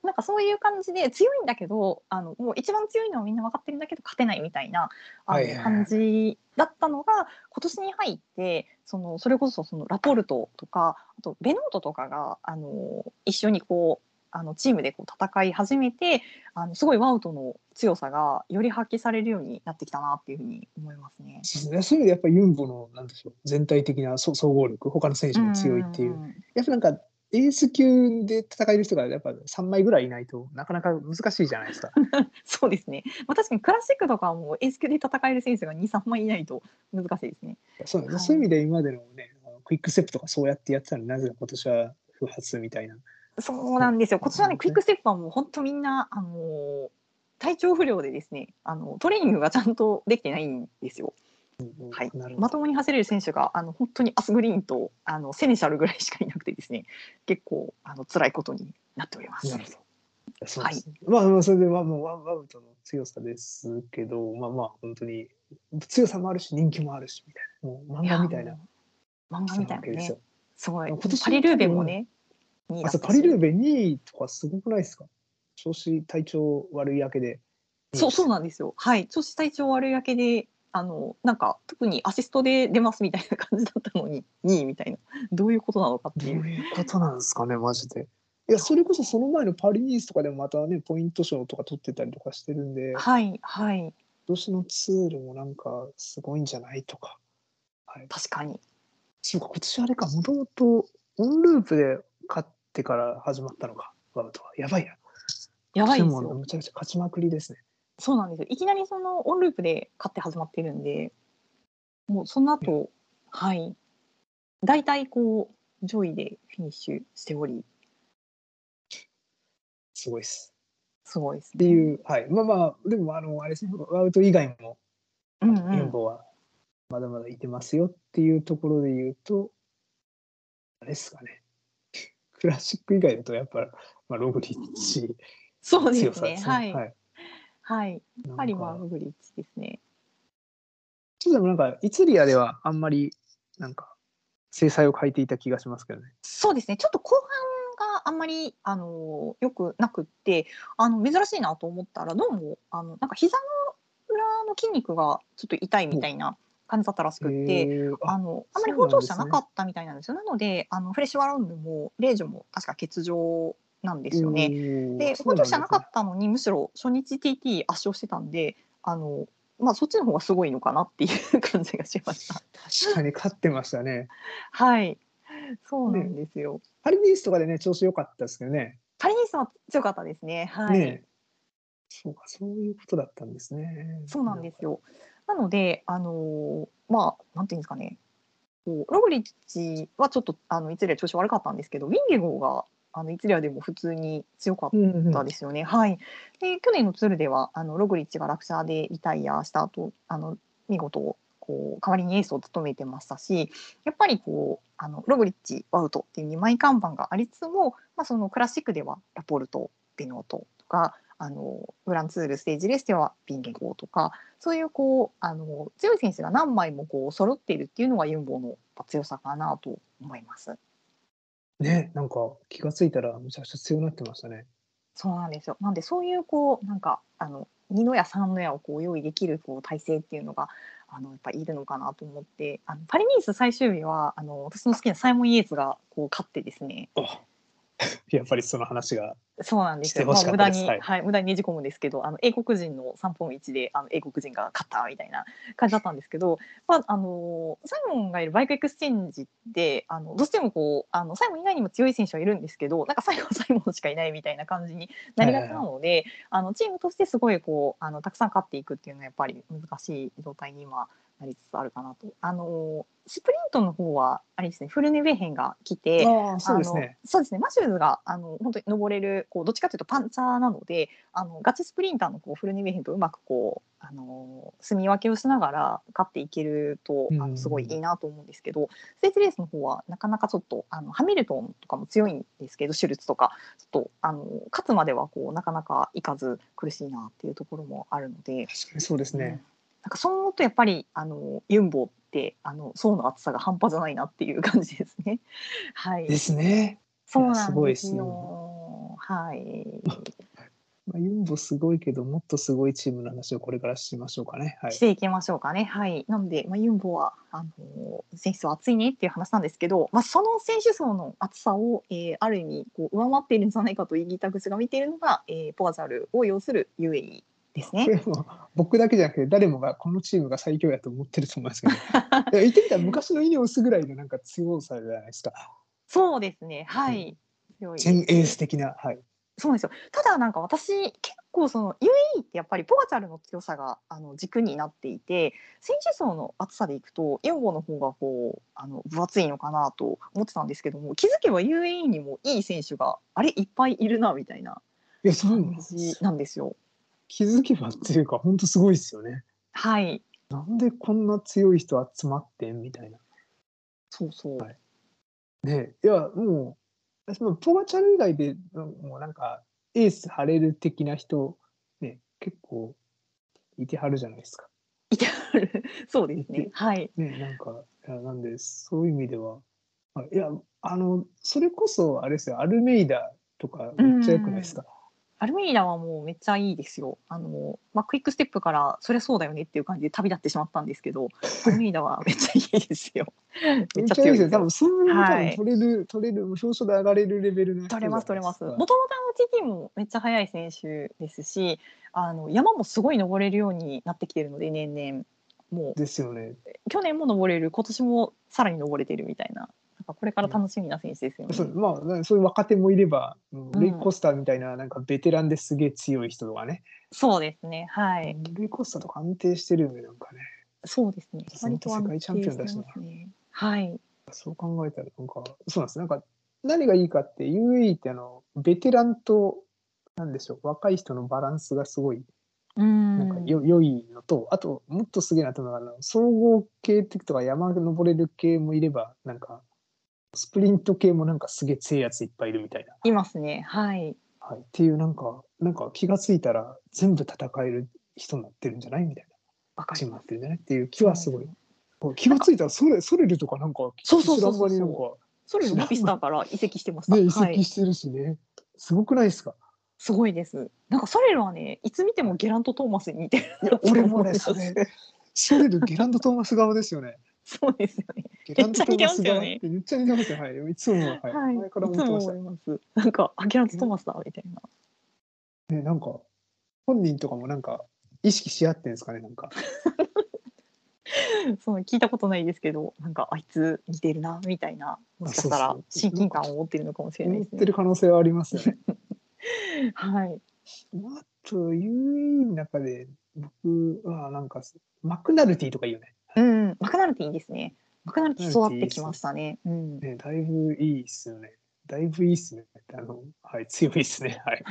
なんかそういう感じで強いんだけどあのもう一番強いのはみんな分かってるんだけど勝てないみたいなあ
はいはい
の
はい
感じだったのが今年に入ってそのそれこそそのラポルトとかあとベノートとかがあの一緒にこうあのチームでこう戦い始めてあのすごいワウトの強さがより発揮されるようになってきたなっていうふうに思いますね。
そうですねそういう意味でやっぱユンボの、なんでしょう、全体的なそ総合力、他の選手も強いっていう。
ん
やっぱなんか、エース級で戦える人がやっぱ3枚ぐらいいないとなかなか難しいじゃないですか。
そうですね、まあ、確かにクラシックとかはもうエース級で戦える選手が23枚いないと難しいですね。
そうなんで
はい
すそういう意味で今までのね、あのクイックステップとかそうやってやってたのになぜか今年は不発みたいな。
そうなんですよ。今年は
そ
ね、
うですね
クイックステップはもう本当みんな、あのー体調不良でですね、あのトレーニングがちゃんとできてないんですよ。はい
なるほど
まともに走れる選手があの本当にアスグリーンとあのセネシャルぐらいしかいなくてですね、結構あの辛いことになっております。
なるほど。そうですねまあまあそれではもうワンワウトの強さですけど、まあまあ本当に強さもあるし人気もあるしみたいな、もう漫画みたいな
や。漫画みたいな
です
ね
よ。。
すごい。
今年
パリルーベもね、2位だ
あ
った
そう
し
パリルーベ2位とかすごくないですか。調子体調悪い明けで。
そうそうなんですよ。はい、調子体調悪いだけで、あのなんか特にアシストで出ますみたいな感じだったのに2位みたいな、どういうことなのかって
どう
いう。
いうことなんですかねマジで。いやそれこそその前のパリニースとかでもまたねポイント賞とか取ってたりとかしてるんで、
はいはい
今年のツールもなんかすごいんじゃないとか。はい。
確かに
そうか、今年あれか、もともとオンループで勝ってから始まったのか、ワウトは。やばいな。
やばいです
でも
よ
むちゃくちゃ勝ちまくりですね。
そうなんですよいきなりそのオンループで勝って始まってるんでもうその後はい大体こう上位でフィニッシュしており
すごいです。
すごいです
って
ね。
いう、はい。まあまあ、でも、あの、あれですね、ワウト以外も、
うんう
ユン
ん、
ボはまだまだいてますよっていうところで言うと、あれですかね。 クラシック以外だとやっぱ、まあ、ログリッチ
そうで
強
す
さで
ね。
すね。
はい。
はい
はい。
なん
パリは
か
ログリッチですね。
ちょっとでもなんか、イツリアではあんまり、なんか、制裁を変えていた気がしますけどね。
そうですね。ちょっと後半があんまりあの良くなくって、あの珍しいなと思ったらどうもあのなんか膝の裏の筋肉がちょっと痛いみたいな感じだったらしくって。
へー
あ
あ
のあんまり
そうな
本
ん
調
ですね
子じゃなかったみたいなんですよ。なのであのフレッシュワラウンドもレージョも確か欠場なんですよね。
おー
で
そう
本
なん
調
すね
子じゃなかったのにむしろ初日 TT 圧勝してたんであの、まあ、そっちの方がすごいのかなっていう感じがし ました。
確かに勝ってましたね。
はいそうなんですよ。
パリニースとかでね、調子良かったですけどね。
パリニースは強かったですね。はい、
ねえそうか、そういうことだったんですね。
そうなんですよ。なので、あのーまあ、なんていうんですかね。こうログリッチはちょっと、あの、いつりは調子悪かったんですけど、ウィンゲゴーが。あの、いつりはでも普通に強かっ
うんうん。
たですよね。はい。で、去年のツールでは、あの、ログリッチが落車でリタイアした後、あの、見事。こう代わりにエースを務めてましたしやっぱりこうあのログリッチワウトっていう2枚看板がありつつも、まあ、そのクラシックではラポルトベノートとかあのグランツールステージレースではビンゲゴーとかそういうこうあの強い選手が何枚もこう揃っているっていうのがユンボの強さかなと思います。
ね、なんか気がついたら、めちゃくちゃ強くなってましたね。
そうなんですよ。なんでそういうこうなんかあの二の矢三の矢をこう用意できるこう体制っていうのがあのやっぱいるのかなと思って、あのパリニース最終日はあの私の好きなサイモンイエースがこう勝ってですね。
あ やっぱりその話が。
そうなんですよ。
してほしか
無
った
駄
です
に、
は
はいい、無駄にねじ込むんですけど、あの英国人の三本一で、あの英国人が勝ったみたいな感じだったんですけど。まあ、あのサイモンがいるバイクエクスチェンジって、あのどうしてもこう、あのサイモン以外にも強い選手はいるんですけど。なんか最後はサイモンしかいないみたいな感じになりがちなので、あのチームとしてすごいこう、あのたくさん勝っていくっていうのはやっぱり難しい状態に今。なりつつあるかなと、あのスプリントの方はあれですね、フルネベーヘンが来て、
ああ、そうですね。
あのそうですね。マシューズがあの本当に登れるこうどっちかというとパンチャーなので、あのガチスプリンターのこうフルネビヘンとうまくこうあの住み分けをしながら勝っていけると
う
あ
ん
のすごいいいなと思うんですけど、ステージレースの方はなかなかちょっとあのハミルトンとかも強いんですけど、シュルツとかちょっとあの勝つまではこうなかなかいかず苦しいなっていうところもあるので、
確かにそうです
うん
ね。
なんかそう思うとやっぱりあのユンボってあの層の厚さが半端じゃないなっていう感じですね。はい。
ですね。
そうなん
いや
です
すごいっ
よ。はい。
まあ、ユンボすごいけど、もっとすごいチームの話をこれからしましょうかね。はい
し。ていきましょうかね。はい。なので、まあ、ユンボは、あのー選手層厚いねっていう話なんですけど、まあ、その選手層の厚さを、えーある意味、こう、上回っているんじゃないかと言いた口が見ているのが、えーポアザルを要する UAE です
こ
ね。
れも僕だけじゃなくて誰もがこのチームが最強やと思ってると思いますけどいや言ってみたら昔のイネオスぐらいのなんか強さじゃないですか
そうですね。はい。強いです
全エース的なはい
そうなんですよ。ただなんか私結構その UAE ってやっぱりポガチャルの強さがあの軸になっていて選手層の厚さでいくとユンボの方がこうあの分厚いのかなと思ってたんですけども気づけば UAE にもいい選手があれいっぱいいるなみたいない
やそうなん
感
です
じなんですよ。
気づけばっていうか本当すごいですよね
はい
なんでこんな強い人集まってんみたいな
そうそう、
はいねいやもうそのポガチャル以外でもうなんかエース張れる的な人ね結構いてはるじゃないですか
いてあるそうですねはい
ね、なんか、いやなんで、そういう意味では、あいや、あの、それこそ、あれですよ、アルメイダとか、めっちゃ良くないですか。
アルメイラはもうめっちゃいいですよ。あの、まあ、クイックステップからそりゃそうだよねっていう感じで旅立ってしまったんです けど、アルメイラはめっちゃいいですよ。め
め
っ
っ
ちゃ
ちゃいい
強い
です
で
よ。
す
多分、そ
よ。
ういうの多分
はい
取れる、取れる、表彰で上がれるレベルの人
取れます取れます。
じゃ
元
ない
々あの TT もめっちゃ速い選手ですし、あの山もすごい登れるようになってきてるので年々
ですか
も
ですよね。
う去年も登れる、今年もさらに登れてるみたいな。なんかこれから楽しみな選手ですよね。
そうまあ、なんかそういう若手もいれば、うん
うん
レイ・コスターみたいな、なんかベテランですげえ強い人とかね、
そうですね。はい。
レイ・コスターとか安定してるんで、なんかね、
そうですね。
そう世界チャンピオンだしな
割と安定してますね。はい。
そう考えたら、なんか、そうなんです。なんか、何がいいかって、UAE って、あの、ベテランと、なんでしょう、若い人のバランスがすごい
うん。
なんかよ良いのと、あともっとすげえなと思うのがあの総合系ってとか山登れる系もいればなんかスプリント系もなんかすげえ強いやついっぱいいるみたいな、
いますね。はい。
はい、っていうなんかなんか気がついたら全部戦える人になってるんじゃないみたい
わか
なチー
り
ムに
ま
なっ
す。
てるんじゃないっていう気はすごい、
うん
気がついたらソレソレルとかなんか
そうそうそう
知
そ
ら間にな
うん
んか
ソレルモビスターから移籍してました。
ね移
はい
籍。してるしね、すごくないですか
すごいです。なんかソレルはね、いつ見てもゲラントトーマスに似てるなって思い
俺
ます。
もねそ れソレルゲランド・トーマス側ですよね
そうですよね。
ゲランド・トーマス側
めっ
めっちゃ似てますよねはいいつも思うはい、
はい。い
前から
つ
思って
も
ました
思います。なんかあゲラントトーマスだみたいな。
ね、なんか本人とかもなんか意識し合ってんですかねなんか
その聞いたことないですけど、なんかあいつ似てるなみたいな。もしかした
あ
ら
そうそう
親近感を持ってるのかもしれない
言っ
です
て
ね。
る可能性はありますよね。
はい。
まああと UE の中で僕はなんかマクナルティとかいいよね。
うん、マクナルティいいですね。マクナルティ育ってきましたね。うん。
ねだいぶいいっすよね。だいぶいいっすね。あのはい強いっすね。はい。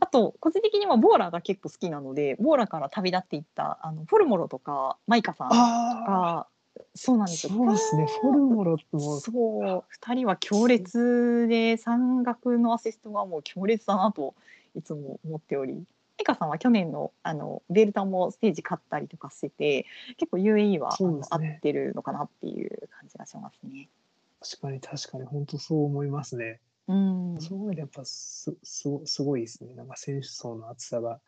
あと個人的にはボーラが結構好きなのでボーラから旅立っていったあのフォルモロとかマイカさん
あ
がそうなん
あ
ですよ。
そうですね。フォルモロとも
そう2人は強烈で山岳のアシストがもう強烈だなといつも思っておりマイカさんは去年のあのベルタもステージ勝ったりとかしてて結構 UAE は、あ
そう
の
です
合
ね
ってるのかなっていう感じがしますね。
確かに確かに本当そう思いますね。
うん、
そういう意味でやっぱすすごすごいですね。なんか選手層の厚さが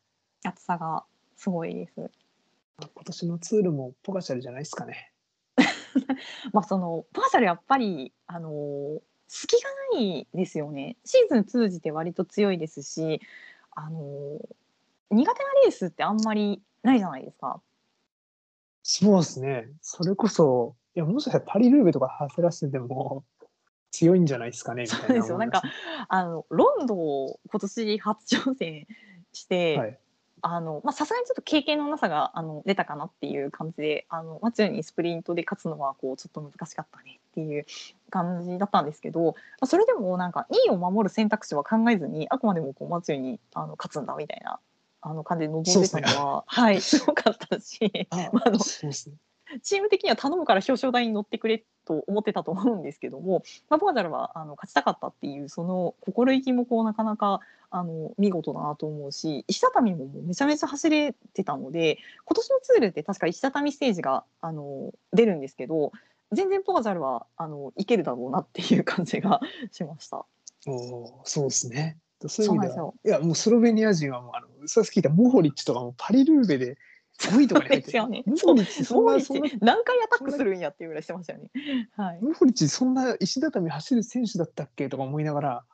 厚さがすごいです。
今年のツールもポカチャルじゃないですかね。
まあそのパーシャルやっぱりあのー隙がないですよね。シーズン通じて割と強いですし、あのー苦手なレースってあんまりないじゃないですか。
そうですね。それこそ、いや、もしかしたらパリルーベとか走らせてても強いんじゃないですかね、みたいな。
そうですよ。なんか、あのロンドンを今年初挑戦して、
はい。
あのまあさすがにちょっと経験のなさがあの出たかなっていう感じであのマチューにスプリントで勝つのはこうちょっと難しかったねっていう感じだったんですけど、まあ、それでもなんか2位を守る選択肢は考えずにあくまでもこうマチューにあの勝つんだみたいなあの感じで臨んでたのは、はいすごかったし
あ
まああの
そうですね。
チーム的には頼むから表彰台に乗ってくれと思ってたと思うんですけども、まあ、ボアダルはあの勝ちたかったっていうその心意気もこうなかなかあの見事だなと思うし石畳ももうめちゃめちゃ走れてたので今年のツールって確か石畳ステージがあの出るんですけど全然ポガザルはあのいけるだろうなっていう感じがしました。
おーそうですね。そういう意味で
そう
は
なん、
いや、もうスロベニア人はもう、あの、さっき聞いたモホリッチとかもパリルーベで5位とかに入っ
そう
て
ですよね
モホリッチ、そん
もう
な、
一
そんな、
何回アタックするんやっていうぐらいしてましたよね。はい、
モホリッチ、そんな石畳走る選手だったっけとか思いながら、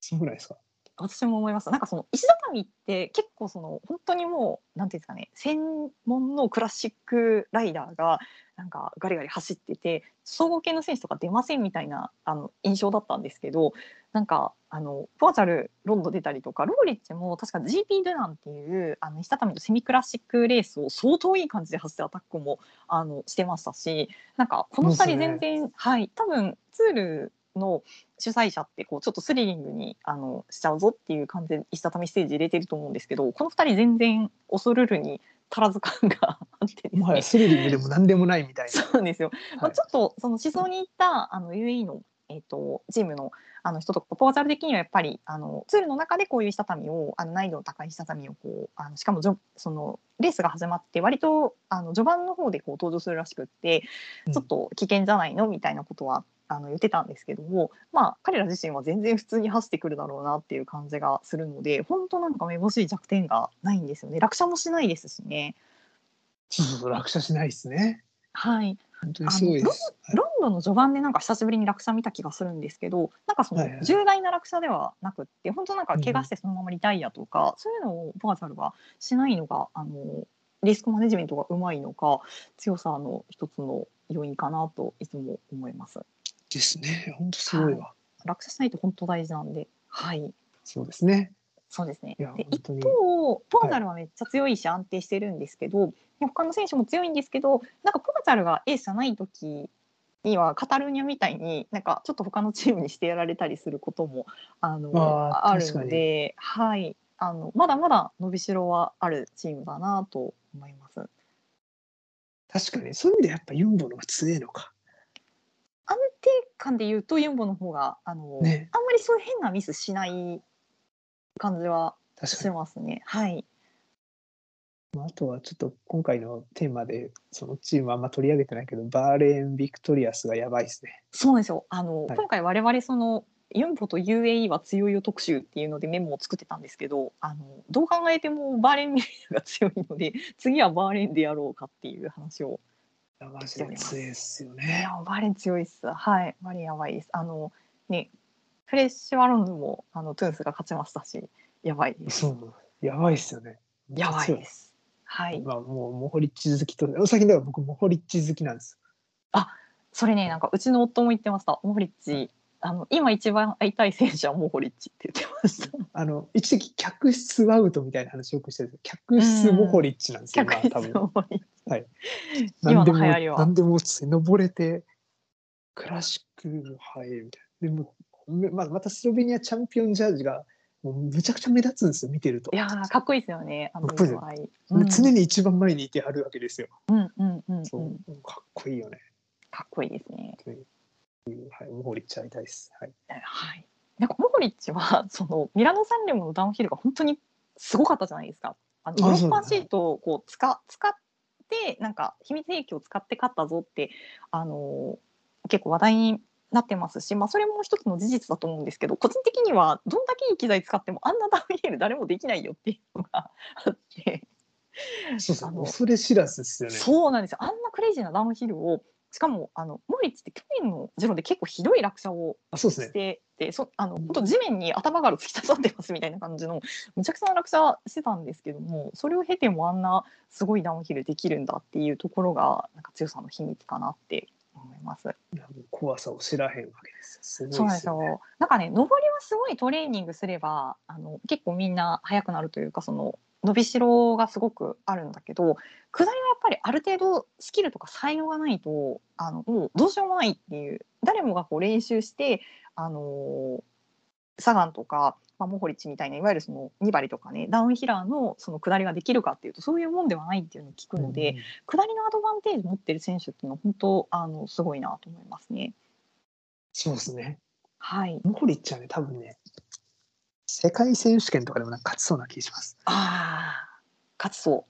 そうぐらいですか。
私も思いますなんかその石畳って結構その本当にもうなんていうんですかね専門のクラシックライダーがなんかガリガリ走ってて総合系の選手とか出ませんみたいなあの印象だったんですけどなんかあのポアチャルロンド出たりとかローリッチも確か GP ドゥナンっていうあの石畳のセミクラシックレースを相当いい感じで走ってアタックもあのしてましたしなんかこの2
です
人
ね
全然、はい多分ツールの主催者ってこうちょっとスリリングにあのしちゃうぞっていう感じで石畳ステージ入れてると思うんですけどこの2人全然恐るるに足らず感があってです
もは
ね
やスリリングでも何でもないみたい
そうなんですよ、
な。
ま
は
あ、
い
ちょっとその思想に行ったあの UAE の、えっとチームのあの人とかポーザル的にはやっぱりあのツールの中でこういう石畳をあの難易度の高い石畳をこうあのしかもじょそのレースが始まって割とあの序盤の方でこう登場するらしくって
うん
ちょっと危険じゃないのみたいなことはあの言ってたんですけどもまあ彼ら自身は全然普通に走ってくるだろうなっていう感じがするので本当なんかめぼしい弱点がないんですよね落車もしないですしね。
そうそうそう、落車しないですね。
はい
本当にすごいです。
ロンドンの序盤でなんか久しぶりに落車見た気がするんですけどなんかそ
はいは
の
い
重大な落車ではなくって本当なんか怪我してそのままリタイアとか、そういうのをボアザルはしないのがあのリスクマネジメントがうまいのか強さの一つの要因かなといつも思います
ですね。本当すごいわ。
落車しないと本当大事なんではい
そうですね。
そうですね
いや
で
本
一
当に
方ポガザルはめっちゃ強いし安定してるんですけど、他の選手も強いんですけどなんかポガザルがエースじゃない時にはカタルーニャみたいになんかちょっと他のチームにしてやられたりすることもあの
あ
あ
ー
るので、はい、あのまだまだ伸びしろはあるチームだなと思います。
確かにそういう意味でやっぱユンボの方が強いのか。
安定間で言うとユンボの方があの、
ね
あんまりそういう変なミスしない感じは
確
し
か
ますね。はい。
にあとはちょっと今回のテーマでそのチームあんま取り上げてないけどバーレーン・ビクトリアスがやばいですね。
そうなんですよ。あの、
はい
今回我々そのユンボと UAE は強いよ特集っていうのでメモを作ってたんですけど、あのどう考えてもバーレンミリアが強いので、 次はバーレンでやろうかっていう話を。
いやマジで強いですよね
い。やバーレン強いっす。はい。バーレンやばいです。あのね、フレッシュワロンズもあのトゥンスが勝ちましたし、やばいです。
そうやばいですよね。。
やばいですす。はい。
まあもうモホリッチ好きと最近だから僕モホリッチ好きなんです。
それねなんかうちの夫も言ってましたモホリッチあの今一番会いたい選手はモホリッチって言ってました
あの一時期客室ワウトみたいな話よくしてるんですけど客室モホリッチなんですよ。
客
まあ
室
多分
モホリッチ
何で
今
も
の流行りは
何でも背登れてクラシックの映えみたいな。でもめまあまたスロベニアチャンピオンジャージがもうむちゃくちゃ目立つんですよ見てると。
いやーかっこいいですよねあの
かっこいいです
色合い
常に一番前にいてあるわけですよ。
うんうんうんうん
そうかっこいいよね。
かっこいいですね
はい、モホリッチ会いたいです。はい。
はいなんかモホリッチはそのミラノサンレモのダウンヒルが本当にすごかったじゃないですかあの
あ
ヨ
そ
ー
うだ
ロッパシートをこう使使ってなんか秘密兵器を使って勝ったぞってあのー結構話題になってますし、まあ、それも一つの事実だと思うんですけど個人的にはどんだけいい機材使ってもあんなダウンヒル誰もできないよっていうのがあって。
そうそ
あ
う。
の
恐れ知らずですよね。
そうなんですよあんなクレイジーなダウンヒルをしかもあのモリッチって去年のジロで結構ひどい落車を
あそうです
し
ね。
てて、そあの本当地面に頭から突き刺さってますみたいな感じのむちゃくちゃな落車してたんですけどもそれを経てもあんなすごいダウンヒルできるんだっていうところがなんか強さの秘密かなって思います。
いやもう怖さを知らへんわけですよ。すごい
そうなん
で
ですす
よ、ね。
よ。なんかね、登りはすごいトレーニングすれば、あの結構みんな速くなるというか、その伸びしろがすごくあるんだけど、下りはやっぱりある程度スキルとか才能がないと、あのもうどうしようもないっていう。誰もがこう練習して、あのサガンとか。まあ、モホリッチみたいないわゆるそのニバリとかねダウンヒラーのその下りができるかっていうとそういうもんではないっていうのを聞くので、
うん
下りのアドバンテージ持ってる選手っていうのは本当あのすごいなと思いますね。
そうですね。
はい、
モホリッチはね、多分ね、世界選手権とかでもなんか勝ちそうな気がします。
ああ、勝ちそ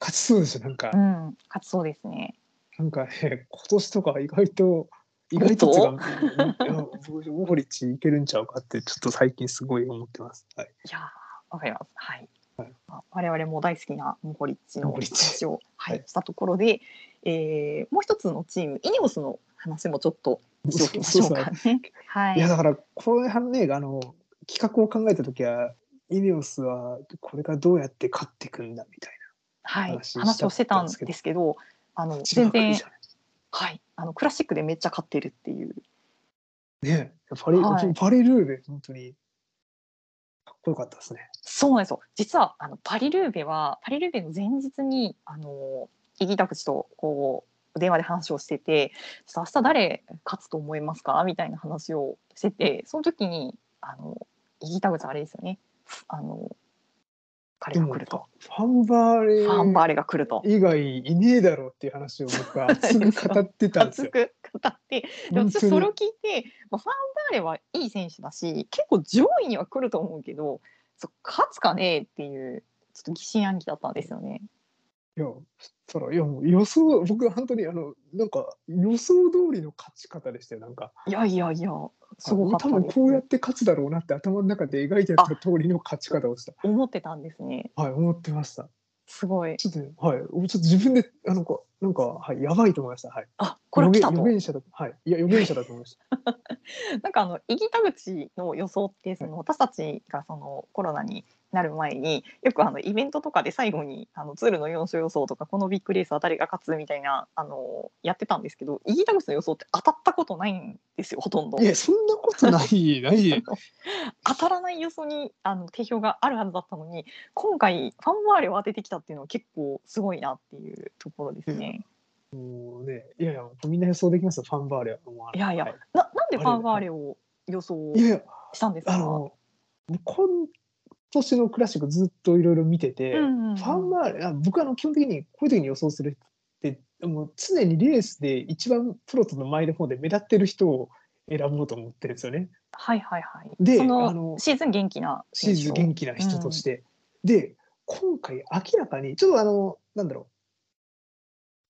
勝ちそうですよ、なんか。
う。うん、勝ちそうですね。
なんかね、今年とか意外と、意外と
本
違う。いや僕モホリッチいけるんちゃうかって、ちょっと最近すごい思ってます。はい。
いやー、わかります。はい。まあ我々も大好きなモホリッチの
モホリッチ
話を、は
はい
い、したところで、えーもう一つのチーム、イニオスの話もちょっとしておきましょう かね。はい
や
い。
だからこれはねあの企画を考えた時はイネオスはこれからどうやって勝っていくんだみたい
はい。
話
話をしてたんですけど、あ
な
の
一番
全
いい
然
じゃ、ない
はい。あのクラシックでめっちゃ勝ってるっていう。
ねパレ、
はい
パレルーベ本当にかっこよかったですね。
そうなんですよ。実はあのパリルーベはパリルーベの前日にあのイギタクチとこう電話で話をしてて、ちょっと明日誰勝つと思いますかみたいな話をしてて、その時にあのイギタクチあれですよね。あの彼
で
が
も
来
フ
ると、
ァンバーレ
ファンバーレが来ると。
以外いねえだろうっていう話を僕は熱く語ってたんです
熱
よ。
く語ってで
本当
私それ
に
を聞いて、まあ、ファンバーレはいい選手だし結構上位には来ると思うけどそう勝つかねえっていうちょっと疑心暗鬼だったんですよね。
いやそらいやもう予想僕は本当にあのなんか予想通りの勝ち方でしたよなんか
いやいやいや、すごかった
あ多分
です
こうやって勝つだろうなって頭の中で描いてた通りの勝ち方をした。
思ってたんですね。
はい、思ってました。
すごい。
ちょっとね、はい、ちょっと自分で、あの、こうなんか、はい、やばいと思いました。はい。
あ、これ来た
予
と。
言予言者だ。はい、いや、予言者だと思いま した。
なんかあの、イギタ口の予想って、その私たちがそのコロナに。なる前によくあのイベントとかで最後にあのツールの4勝予想とかこのビッグレースは誰が勝つみたいなあのやってたんですけどイギタ口の予想って当たったことないんですよほとんど
いや、そんなことない、ない。
当たらない予想にあの定評があるはずだったのに今回ファンバーレを当ててきたっていうのは結構すごいなっていうところですね。
もうね、いやいや、みんな予想できますよ、ファンバーレは。もう
いやいや
は
ななんでファンバーレを予想
いやいや、
したんです
あ
か。
の、今年のクラシックずっといろいろ見てて、
うんうん
ファンバーレ、あ僕あの、基本的にこういう時に予想する人って、もう常にレースで一番プロとの前の方で目立ってる人を選ぼうと思ってるんですよね。
はいはいはい。
で
そ
あの
のシーズン元気な
シ
選
ー
手
ズ
を
元気な人として。で、今回明らかに、ちょっとあの、なんだろう。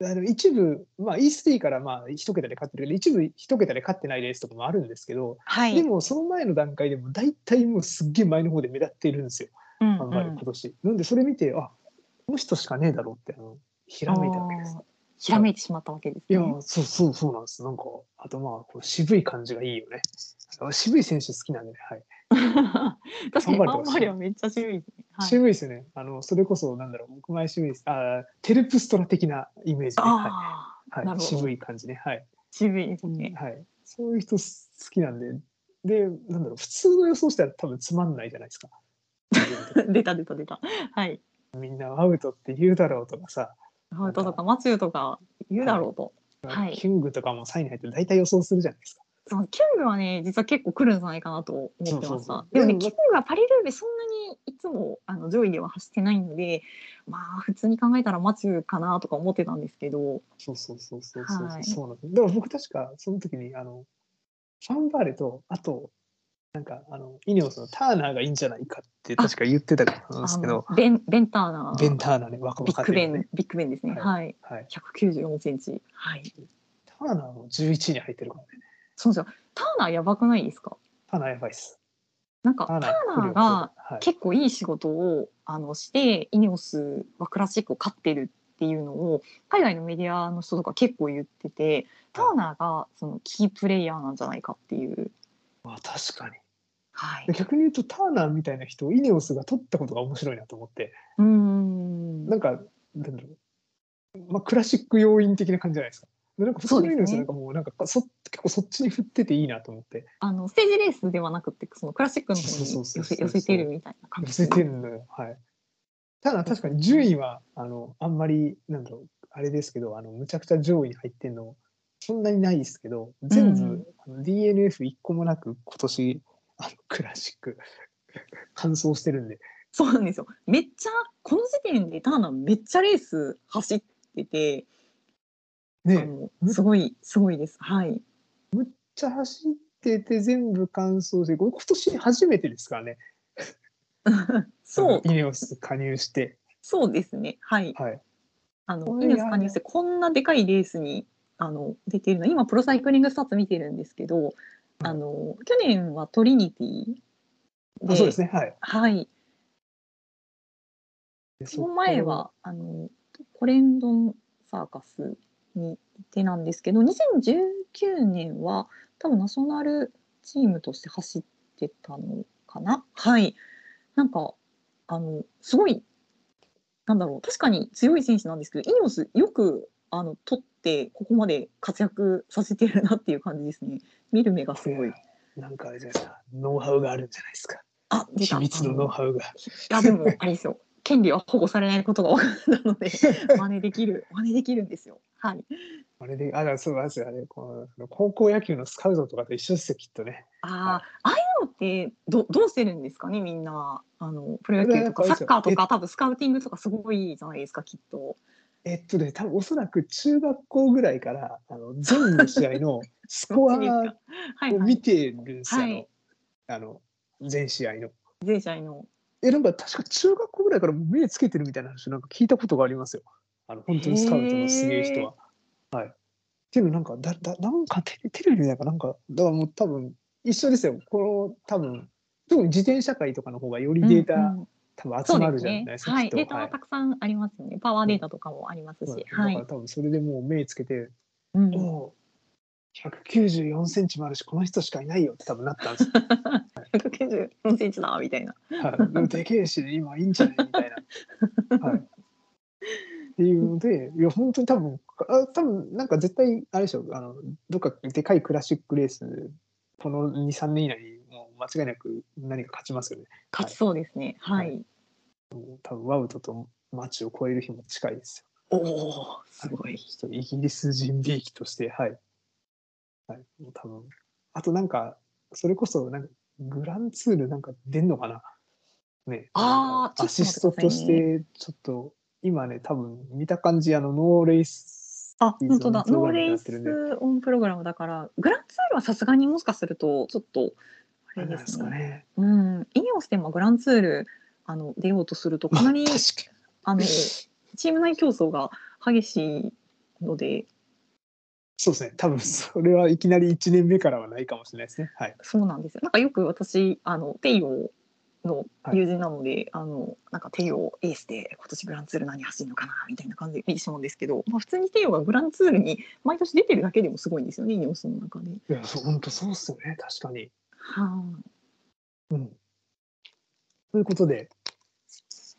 あの一部、まあ、E3 からまあ一桁で勝ってるけど、一部一桁で勝ってないレースとかもあるんですけど、
はい。
でもその前の段階でも大体もうすっげえ前の方で目立っているんですよ、
うん
あんまり今年。なんでそれ見て、あこの人しかねえだろうってあのひらめいたわけです
あ。ーひらめいてしまったわけです
い
ね。
や、そうそうそうなんです。なんか、あとまあ、こう渋い感じがいいよね。あ渋い選手好きなんで、はい。
確かに
頑張ってほ
あん
しい
まりはめっちゃ渋いですね。はい。
渋いですよね。あの、それこそ、なんだろう、僕前渋いです。あーテルプストラ的なイメージね。は
ああ、
い。
な
は
る
い、
ほど
渋い感じね。はい。
渋いですね。
はい。そういう人好きなんで、で、なんだろう、普通の予想したら多分つまんないじゃないです か。
出た出た出た。はい。
みんなアウトって言うだろうとかさ、
ハウトとか松湯とか言うだろうと。はい
キングとかも3位に入って大体予想するじゃないですか。
そのキングはね実は結構来るんじゃないかなと思ってました。
そうそうそう
でも
で
ね
も
キングはパリルーベそんなにいつもあの上位では走ってないのでまあ普通に考えたら松湯かなとか思ってたんですけど
そうそうそうそうそう、
はい
そうなんです。でも僕確かその時にあのファンバーレとあとなんかあのイネオスのターナーがいいんじゃないかって確か言ってたかなんですけど、
あのベンベンターナ
ベンターナーね若
ビッ
々し
グ
い
ベ
よ
ン、
ね。
ビッグベンですね
は
はいい、
はい。
194センチはい
ターナーも11位に入ってるからね。
そうですよターナーやばくないですか
ターナーやばいっす。
なんか
タ
タ
ー
ー
ナー
ナーが
はい、
結構いい仕事をあのしてイネオスはクラシックを勝ってるっていうのを海外のメディアの人とか結構言っててターナーがそのキープレイヤーなんじゃないかっていう、
まあ確かに。
はい
で、逆に言うとターナーみたいな人をイネオスが取ったことが面白いなと思って、
うーん
なんかなんだろう、まあクラシック要因的な感じじゃないですか。でなんか普通のイネオスなんかもうなんかそ結構そっちに振ってていいなと思って。
あのステージレースではなくてそのクラシックの方
そう
に
そうそう
寄
そ
せ
うそう
寄せてるみたいな感
寄
じ
せてるのよ。はい。ただ確かに順位は、あの、あんまり、なんだろう、あれですけど、あの、むちゃくちゃ上位に入ってんの、そんなにないですけど、全部、
うん
あの DNF1 個もなく、今年、あの、クラシック、完走してるんで、
そうなんですよめっちゃこの時点でターナーめっちゃレース走ってて、あ
ね、めっ
のすごいすごいです はい
ちゃ走ってて、全部完走して、これ今年初めてですからね、
そう
イネオス加入して、
そうですねはい
はい。
あ
こ
の、
れ
イネス加入して、こんなでかいレースに、あの、出てるの、今プロサイクリングスタッツ見てるんですけど。あの、去年はトリニティ
あそうですね、はい。
はい、
で
その前、は、あの、コレンドンサーカスにいてなんですけど、2019年は。多分ナショナルチームとして走ってたのかな。はい、なんか、あの、すごい。なんだろう確かに強い選手なんですけどイニオスよくあの取ってここまで活躍させてるなっていう感じですね見る目がすごい
このなんかあれじゃないですか、ノウハウがあるんじゃないですか。
あ出
秘
た
密のノウハウが。
いやでもあれですよ権利は保護されないことが分かったの で真似できる真似できるんですよはい
あれで、あ、だからそうなんですよ、あれ、この高校野球のスカウトとかと一緒ですよ、きっとね。
ああああいうのってどどうしてるんですかねみんなあのプロ野球とか
いやなんかあれです
サ
よ
ッカーと
え
か多分スカウティングとかすごいじゃないですかきっと
えっとね、多分おそらく中学校ぐらいから、あの、全の試合 のスコア
どっちです
を
かはい、はい、
見てるんですよ、
はい
あの、あの、全試合の。
全試合の
え、なんか確か中学校ぐらいからもう目つけてるみたいな話、なんか聞いたことがありますよ。あの、本当にスカウトのすげえ人は。
へー
はい。っていうの、なんか、だ、だ、なんかテレ、テレビなんか、なんか、だからもう多分、一緒ですよ。この、多分、特に自転車界とかの方がよりデータ、
うんうん
多分
そ
集
う
ま
で
る
す
じゃない
ね
ですか。
はい
きっと
データ
は
はいたくさんありますよねパワーデータとかもありますし、
は
はいい
だから多分それでもう目つけて、
うん、
もう194センチもあるし、この人しかいないよって多分なったんですよ
194センチだみたいな
はいでもでけえし、今いいんじゃないみたい な。はい。っていうので、いや、本当に多分、あ多分なんか絶対、あれでしょ、あの、どっかでかいクラシックレース、この2、3年以内に、もう間違いなく何か勝ちますよね。
勝ちそうですねはい、
多分、ワウトとマチを超える日も近いですよ。
おおすごい、
ちょっとイギリス人びいきとして、はい。はい、もう多分。あとなんか、それこそ、なんか、グランツールなんか出んのかなね。
あー
なんかア
ちょ
シ
っ
スト
と待ってくださいね
として、ちょっと、今ね、多分見た感じ、あの、ノーレース
あ、
シーズン
本当だ。
オンプログ
ノー
ラムに
レ
な
ー
ってるね
スオンプログラムだから、グランツールはさすがにもしかすると、ちょっと、あれ
なん
で
です
す
か
ね。
ね。
うん。イニオスでもグランツール、あの、出ようとすると、か なり、
確か
あの、
に。
チ
そ
ーム内競争が激しいので、
うですね。多分それはいきなり1年目からはないかもしれないですね。はい。
そうなんですよ。なんかよく私、あの、テイオの友人なので、あの、なんかテイオエースで今年グランツール何走るのかな、みたいな感じで見てしまうんですけど、まあ普通にテイオがグランツールに毎年出てるだけでもすごいんですよね、イニオスの中で。
いや、そう本当そうっすよね。確かに。
はい、
うん。ということで、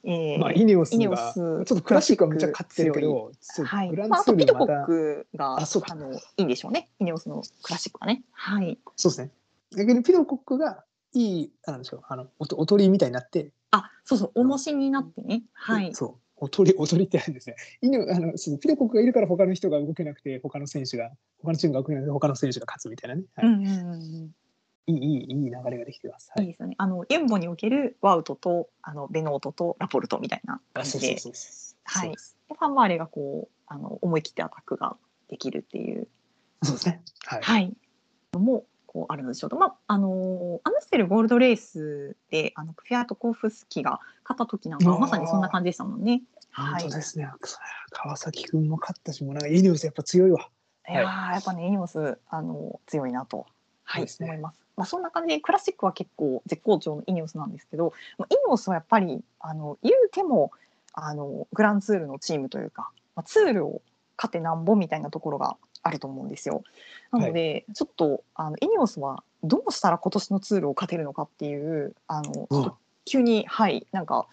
えー
まあ、イネオス
イネオ
が、
ス
ちょっとクラシックはめっちゃ勝ってるけど、そう
はい。
グラン
まあ、あ
ツ
と
ール
ピト
が
コ
ま
ッ
た、
クが、
あそうか
の、いいんでしょうね。イネオスのクラシックはね。はい。
そうですね。逆にピノコックがいい、あなんでしょう、あの、おとおとりみたいになって、
あ、そうそう、重しになってね。はい。
そう。おとり、おとりってあれですね。イネあの、そうピノコックがいるから他の人が動けなくて、他の選手が、他のチームが動けなくて、他の選手が勝つみたいなね。は
う
い
んうんうんうん。
いい、いい、いい流れができてます。はい
いい。ですよね。あのユンボにおけるワウトとあのベノートとラポルトみたいな感
あそ
じ
うそう
で、
そうそう。
はい
そうです
でファンマーレがこうあの思い切ってアタックができるっていう、
そうですね。はい。
はい、のもこうあるのでしょうと、まああのアムステルゴールドレースであのフィアトコフスキが勝った時なんかはまさにそんな感じでしたもんね。は
本
い、
当ですね。そう川崎くんも勝ったし、もうなんかイネオスやっぱ強いわ。
いやーやっぱね、イニオスあの強いなと、は
そう
い
ですね
思います。まあ、そんな感じでクラシックは結構絶好調のイニオスなんですけど、まあ、イニオスはやっぱりあの言うてもあのグランツールのチームというか、まあ、ツールを勝てなんぼみたいなところがあると思うんですよ。なので、ちょっとあのイニオスはどうしたら今年のツールを勝てるのかっていうあのちょっと急に、はいなんか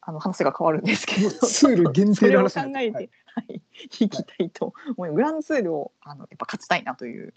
あの話が変わるんですけど。
ツール限
そ
定
れ
の
を
話
考
になっ
え
たはい
て、はい、いきたいと思います。グランツールをあのやっぱ勝ちたいなという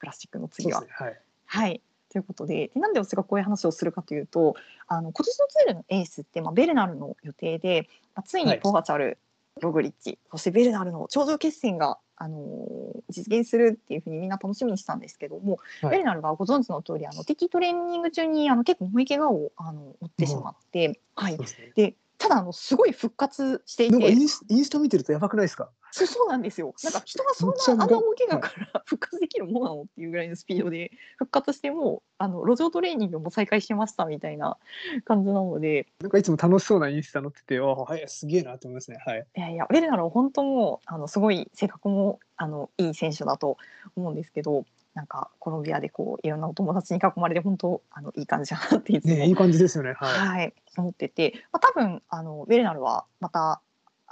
プラスチックの次
そ
は
う。ですね。はい。
はいということででなんで私がこういう話をするかというとあの今年のツールのエースって、まあ、ベルナルの予定で、まあ、つい
は
に
い
ポガチャル、ログリッチそしてベルナルの頂上決戦が、あのー実現するっていうふうにみんな楽しみにしたんですけども、
はい
ベルナルがご存知の通りあの敵トレーニング中にあの結構重い怪我をあの負ってしまって、はい
そう、ですね。
でただあのすごい復活してい
なんかイ
て。
ンスインスタ見てるとやばくないですか。
そうそうなんですよ。なんか人がそん
めっちゃ
なあんな大怪
は
我
い
から復活できるものなのっていうぐらいのスピードで復活してもうあの路上トレーニングも再開しましたみたいな感じなので
なんかいつも楽しそうなインスタ載ってて、あはいすげえなと思いますね。はい。
いやいやベルナロは本当もうあのすごい性格もあのいい選手だと思うんですけどなんかコロンビアでこういろんなお友達に囲まれて本当あのいい感じだなっていつも
ねいい感じですよね。
はい、
は
思ってて、まあ、多分あのベルナルはまた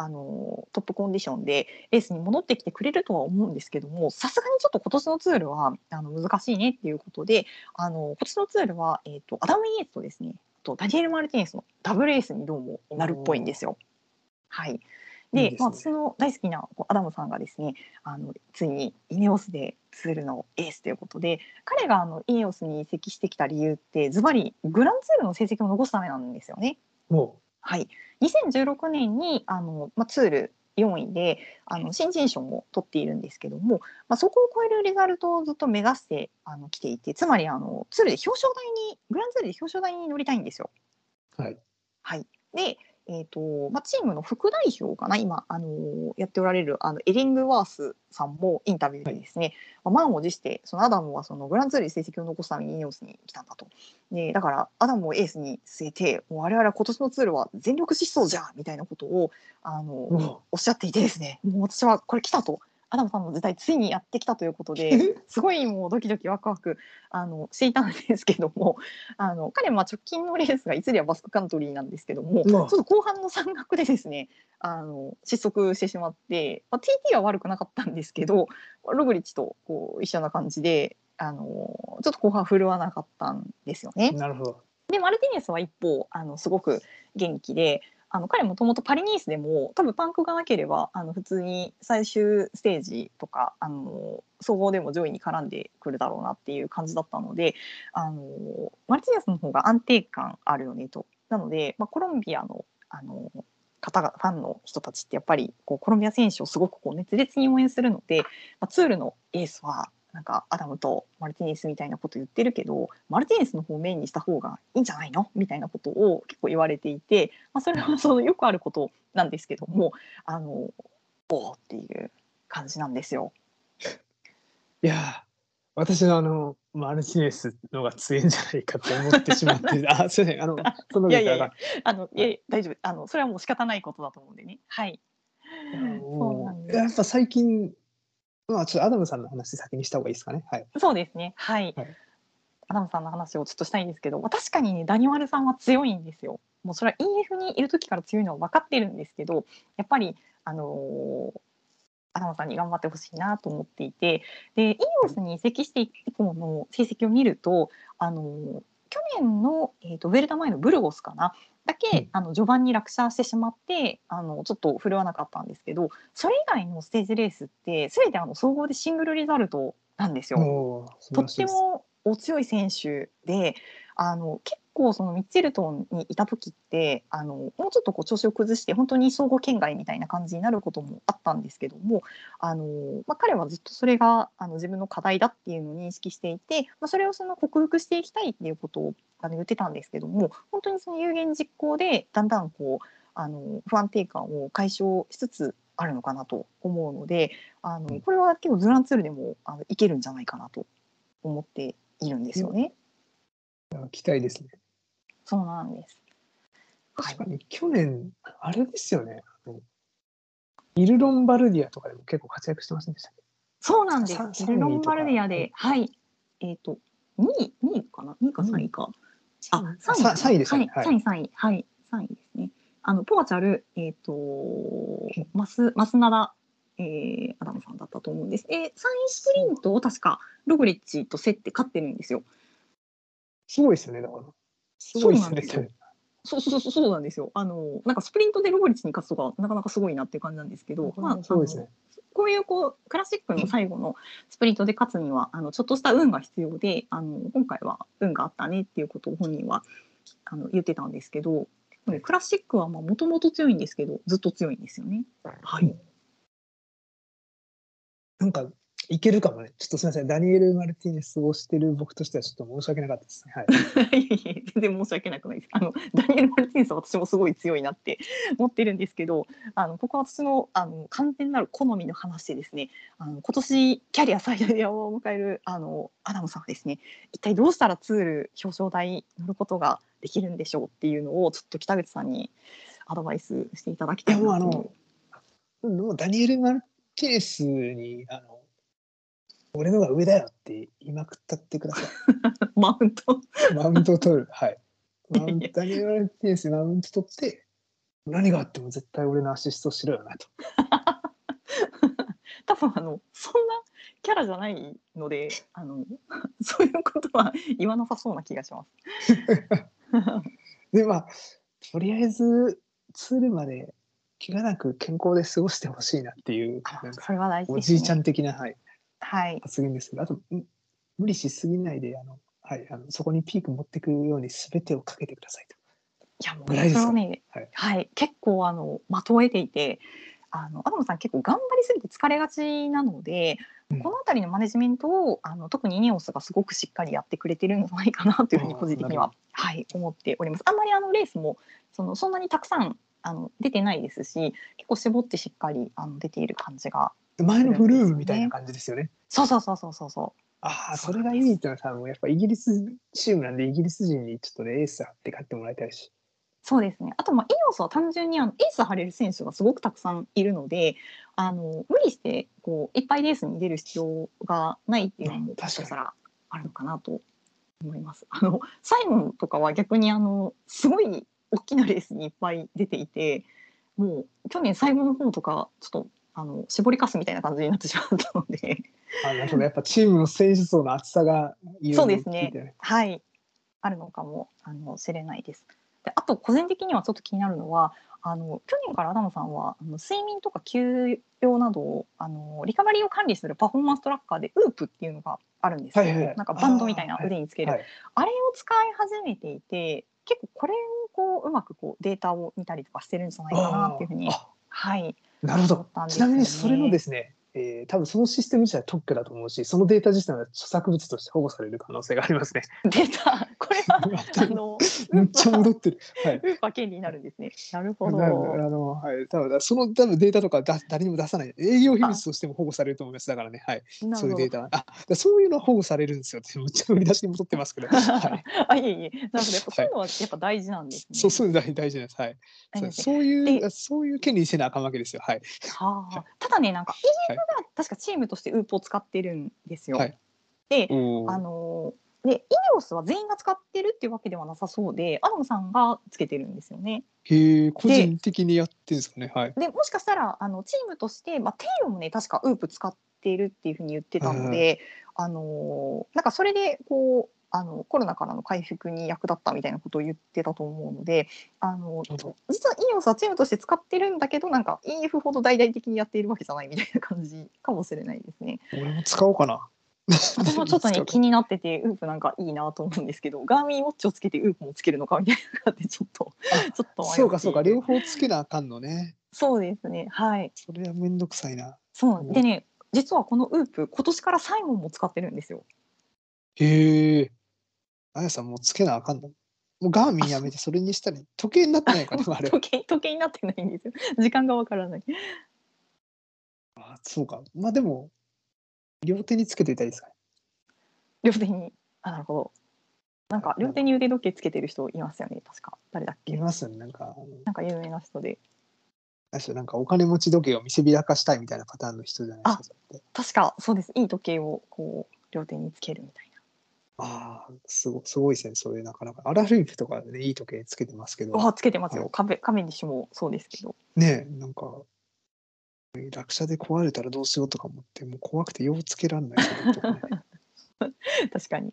あのトップコンディションでレースに戻ってきてくれるとは思うんですけどもさすがにちょっと今年のツールはあの難しいねっていうことであの今年のツールは、えー、とアダム・イエーツとですねあとダニエル・マルティネスのダブルエースにどうもなるっぽいんですよ。はいで
いいですね
まあ、私の大好きなこうアダムさんがですねあのついにイネオスでツールのエースということで彼があのイネオスに移籍してきた理由ってズバリグランツールの成績を残すためなんですよね。
い。も
はい、2016年にあの、まあ、ツール4位であの新人賞も取っているんですけども、まあ、そこを超えるリザルトをずっと目指してあの来ていてつまりあのツールで表彰台にグランツールで表彰台に乗りたいんですよ。
はい
はい、で、えーとまあ、チームの副代表かな今、あのやっておられるあのエリングワースさんもインタビューでですね、まあ満を持してそのアダムはそのグランツールで成績を残すためにイニオスに来たんだと。でだからアダムをエースに据えてもう我々は今年のツールは全力疾走じゃんみたいなことをあの、
うも
おっしゃっていてですねもう私はこれ来たとアダムさんの時代ついにやってきたということ
う。
ですごいもうドキドキワクワクあのしていたんですけどもあの彼まあ直近のレースがいつりはバスクカントリーなんですけども
う
ちょ
わ
っと後半の山岳でですねあの失速してしまって、まあ、TT は悪くなかったんですけどログリッチとこう一緒な感じであのちょっと後半振るわなかったんですよね。
なるほど。
でマルティネスは一方あのすごく元気であの彼もともとパリニースでも多分パンクがなければあの普通に最終ステージとかあの総合でも上位に絡んでくるだろうなっていう感じだったのであのマルティネスの方が安定感あるよねと。なので、まあ、コロンビアのあの方がファンの人たちってやっぱりこうコロンビア選手をすごくこう熱烈に応援するので、まあ、ツールのエースはなんかアダムとマルティネスみたいなこと言ってるけどマルティネスの方をメインにした方がいいんじゃないのみたいなことを結構言われていて、まあ、それはそのよくあることなんですけどもあのおーっていう感じなんですよ。
いやー私のあのマルティネスのが強いんじゃないかと思ってしまって あすいませんあのその
いやいやいやあのいえ大丈夫あのそれはもう仕方ないことだと思うんでね。はい。そうな
も
んで
う
す
やっぱ最近まあちょっとアダムさんの話先にした方がいいですかねはい
そうですね。はい。
はい
アダムさんの話をちょっとしたいんですけど、まあ確かにね、ダニワルさんは強いんですよ。もうそれは EF にいる時から強いのは分かってるんですけど、やっぱり、あのーアダムさんに頑張ってほしいなと思っていて、で、イオスに移籍して以降の成績を見ると、あのー去年の、えー、とウェルダ前のブルゴスかな、だけ、
うん
あの序盤に落車してしまってあの、ちょっと振るわなかったんですけど、それ以外のステージレースって、すべてあの総合でシングルリザルトなんですよ。
もう素晴
と
ら
っ
しい
て
です
もお強い選手であの結構そのミッチェルトンにいた時ってあのもうちょっとこう調子を崩して本当に総合圏外みたいな感じになることもあったんですけどもあの、まあ、彼はずっとそれがあの自分の課題だっていうのを認識していて、まあ、それをその克服していきたいっていうことをあの言ってたんですけども本当にその有言実行でだんだんこうあの不安定感を解消しつつあるのかなと思うのであのこれは結構ズランツールでもあのいけるんじゃないかなと思っているんですよね。
期待ですね
そうなんです。はい
確かに去年あれですよねあのイルロンバルディアとかでも結構活躍してませんでしたっけ
そうなんです
さ。
ヘルロンバルディア
三位
で、はい。えっ、と、2位、2位かな ?2 位か3位か。あ、3位か
さ
な。
三位でしたね
はい、
は
3位、3位。はい、3位ですね。あの、ポワチャル、えっ、と、マス、マスナダ、えー、アダムさんだったと思うんです。えー、3位スプリントを確か、ログリッチと競って勝ってるんですよ。
すごいですよねだからすごいですよね
そうなんでそうそうそうそうなんですよ。あの、なんかスプリントでログリッチに勝つとか、なかなかすごいなっていう感じなんですけど、まあ、
すごいですね
こういうこうクラシックの最後のスプリントで勝つにはあのちょっとした運が必要であの今回は運があったねっていうことを本人はあの言ってたんですけど
はい
クラシックはもともと強いんですけどずっと強いんですよね。はい、
なんかいけるかもねちょっとすみませんダニエル・マルティネスをしてる僕としてはちょっと申し訳なかったですねはい
いえいえ全然申し訳なくないです。あのダニエル・マルティネスは私もすごい強いなって思ってるんですけどあのここは私のあの完全なる好みの話でですねあの今年キャリア最大を迎えるあのアダムさんはですね一体どうしたらツール表彰台に乗ることができるんでしょうっていうのをちょっと北口さんにアドバイスしていただき
い
たい
や
な
もうあ
と
の、もうダニエル・マルティネスに、あの、俺のが上だよって言いまくったってくださ
マウント
い。マウントを取る。はい。マウン
いやいや
ダニエル・マルティネスにマウント取って、何があっても絶対俺のアシストしろよなと。
多分あのそんなキャラじゃないのであの そういうことは言わなさそうな気が します。
で、まあ、とりあえず、ツールまで怪我なく健康で過ごしてほしいなっていう、
あ
なんか、
それは大事
お
です、ね。
じいちゃん的な、はい、
はい。
発言ですけど、あと、ん無理しすぎないで、あの、はい、あのそこにピーク持ってくように全てをかけてくださいと。
いやもう
ぐらいです
そ
よ
れはね、
は
はいい、結構あの的を得ていて、あのアダムさん結構頑張りすぎて疲れがちなので、
うん
このあたりのマネジメントをあの特にイネオスがすごくしっかりやってくれてるんじゃないかなというふうに
あー
個人的に
な
ははい思っております。あんまりあのレースもそのそんなにたくさんあの出てないですし、結構絞ってしっかりあの出ている感じが、
前のブルームみたいな感じですよね。
そうそうそうそうそうそう。
ああ、それがいいってのはさ、もうやっぱイギリスチームなんで、イギリス人にちょっとね、エース張って勝ってもらいたいし。
そうですね。あとまあイオスは単純にあのエース張れる選手がすごくたくさんいるので、あの無理してこういっぱいレースに出る必要がないっていうの
うん
も
確かに
もししたらあるのかなと思います。あのサイモンとかは逆にあのすごい大きなレースにいっぱい出ていて、もう去年最後の方とかちょっとあの絞りかすみたいな感じになってしまったので、
あなるほど、やっぱチームの選手層の厚さがいろいろ
そうですね
聞いてね。
はい、あるのかもあのしれないです。であと個人的にはちょっと気になるのはあの去年からアダムさんはあの睡眠とか休養などをあのリカバリーを管理するパフォーマンストラッカーでウープっていうのがあるんですけど、
はいはいはい
なんかバンドみたいな
あー
腕につけるあ,、
はい。
れを使い始めていて結構これをこううまくこうデータを見たりとかしてるんじゃないかなっていうふうに
あ
はい
なるほど
思ったん。です
ち
よ
な
ね
みにそれのですね、えー多分そのシステム自体は特許だと思うし、そのデータ自体は著作物として保護される可能性があります ね。
出た。これはあの
めっちゃ戻ってる。 はい。
ウーパー権利になるんですね。なるほ
な
ど。
あのはい、多分その多分データとかだ誰にも出さない営業秘密としても保護されると思いますだからね、はい、
な
そうい
る
う
ほ
デー
ど。
タあだからそういうのは保護されるんですよってめっちゃ売り出しに戻ってますけど、 はい、
あいえいえ。なるほど。やっぱそういうのはやっぱ大事なんですね。
そうそういうの大大事なんです、はい、
あり
そう
がとうございます
そういう
で
そういう権利にせなあかんわけですよはい、
はあ。ただねなんか
は
EF
い
が確かチームとしてウープを使ってるんですよ。
はい
で、
おー
あのでイオオスは全員が使ってるっていうわけではなさそうでアダムさんがつけてるんですよね。
へえ個人的にやってるんですかねはい
でもしかしたらあのチームとして、まあ、テイオもね確かウープ使っているっていうふうに言ってたので、あのーなんかそれでこうあのコロナからの回復に役立ったみたいなことを言ってたと思うのであの
なるほ
実はイオスはチームとして使ってるんだけどなんか EF ほど大々的にやっているわけじゃないみたいな感じかもしれないですね。
俺も使おうかな
私もちょっと
使お
ね
うか
気になっててウープなんか いいなと思うんですけどガーミンウォッチをつけてウープもつけるのかみたいなのがあってちょっと
あ
ちょっと迷っている
そうかそうか両方つけなあかんのね
そうですねはい
それはめんどくさいな
そうなんですでね実はこのウープ今年からサイモンも使ってるんですよ。
へえ。あやさんもうつけなあかんの。もうガーミンやめてそれにしたり、時計になってないからあれは。
時計時計になってないんですよ。時間がわからない。
あそうか。まあでも、両手につけていたいですかね。
両手にあなるほど。なんか両手に腕時計つけてる人いますよね確か誰だっ
い
け
ますよね。なんか、
なんか有名な人で
あなんかお金持ち時計を見せびらかしたいみたいなパターンの人じゃないですか。それって
確かそうですいい時計をこう両手につけるみたい
ああ、すごすごいですね。それなかなか。アラフィフとかね、いい時計つけてますけど
な。、わあつけてます
は
よ。
い
カメカメにしもそうですけど。
ねえ、なんか、落車で壊れたらどうしようとか思って、もう怖くてようつけらんないですねとかね。
確かに。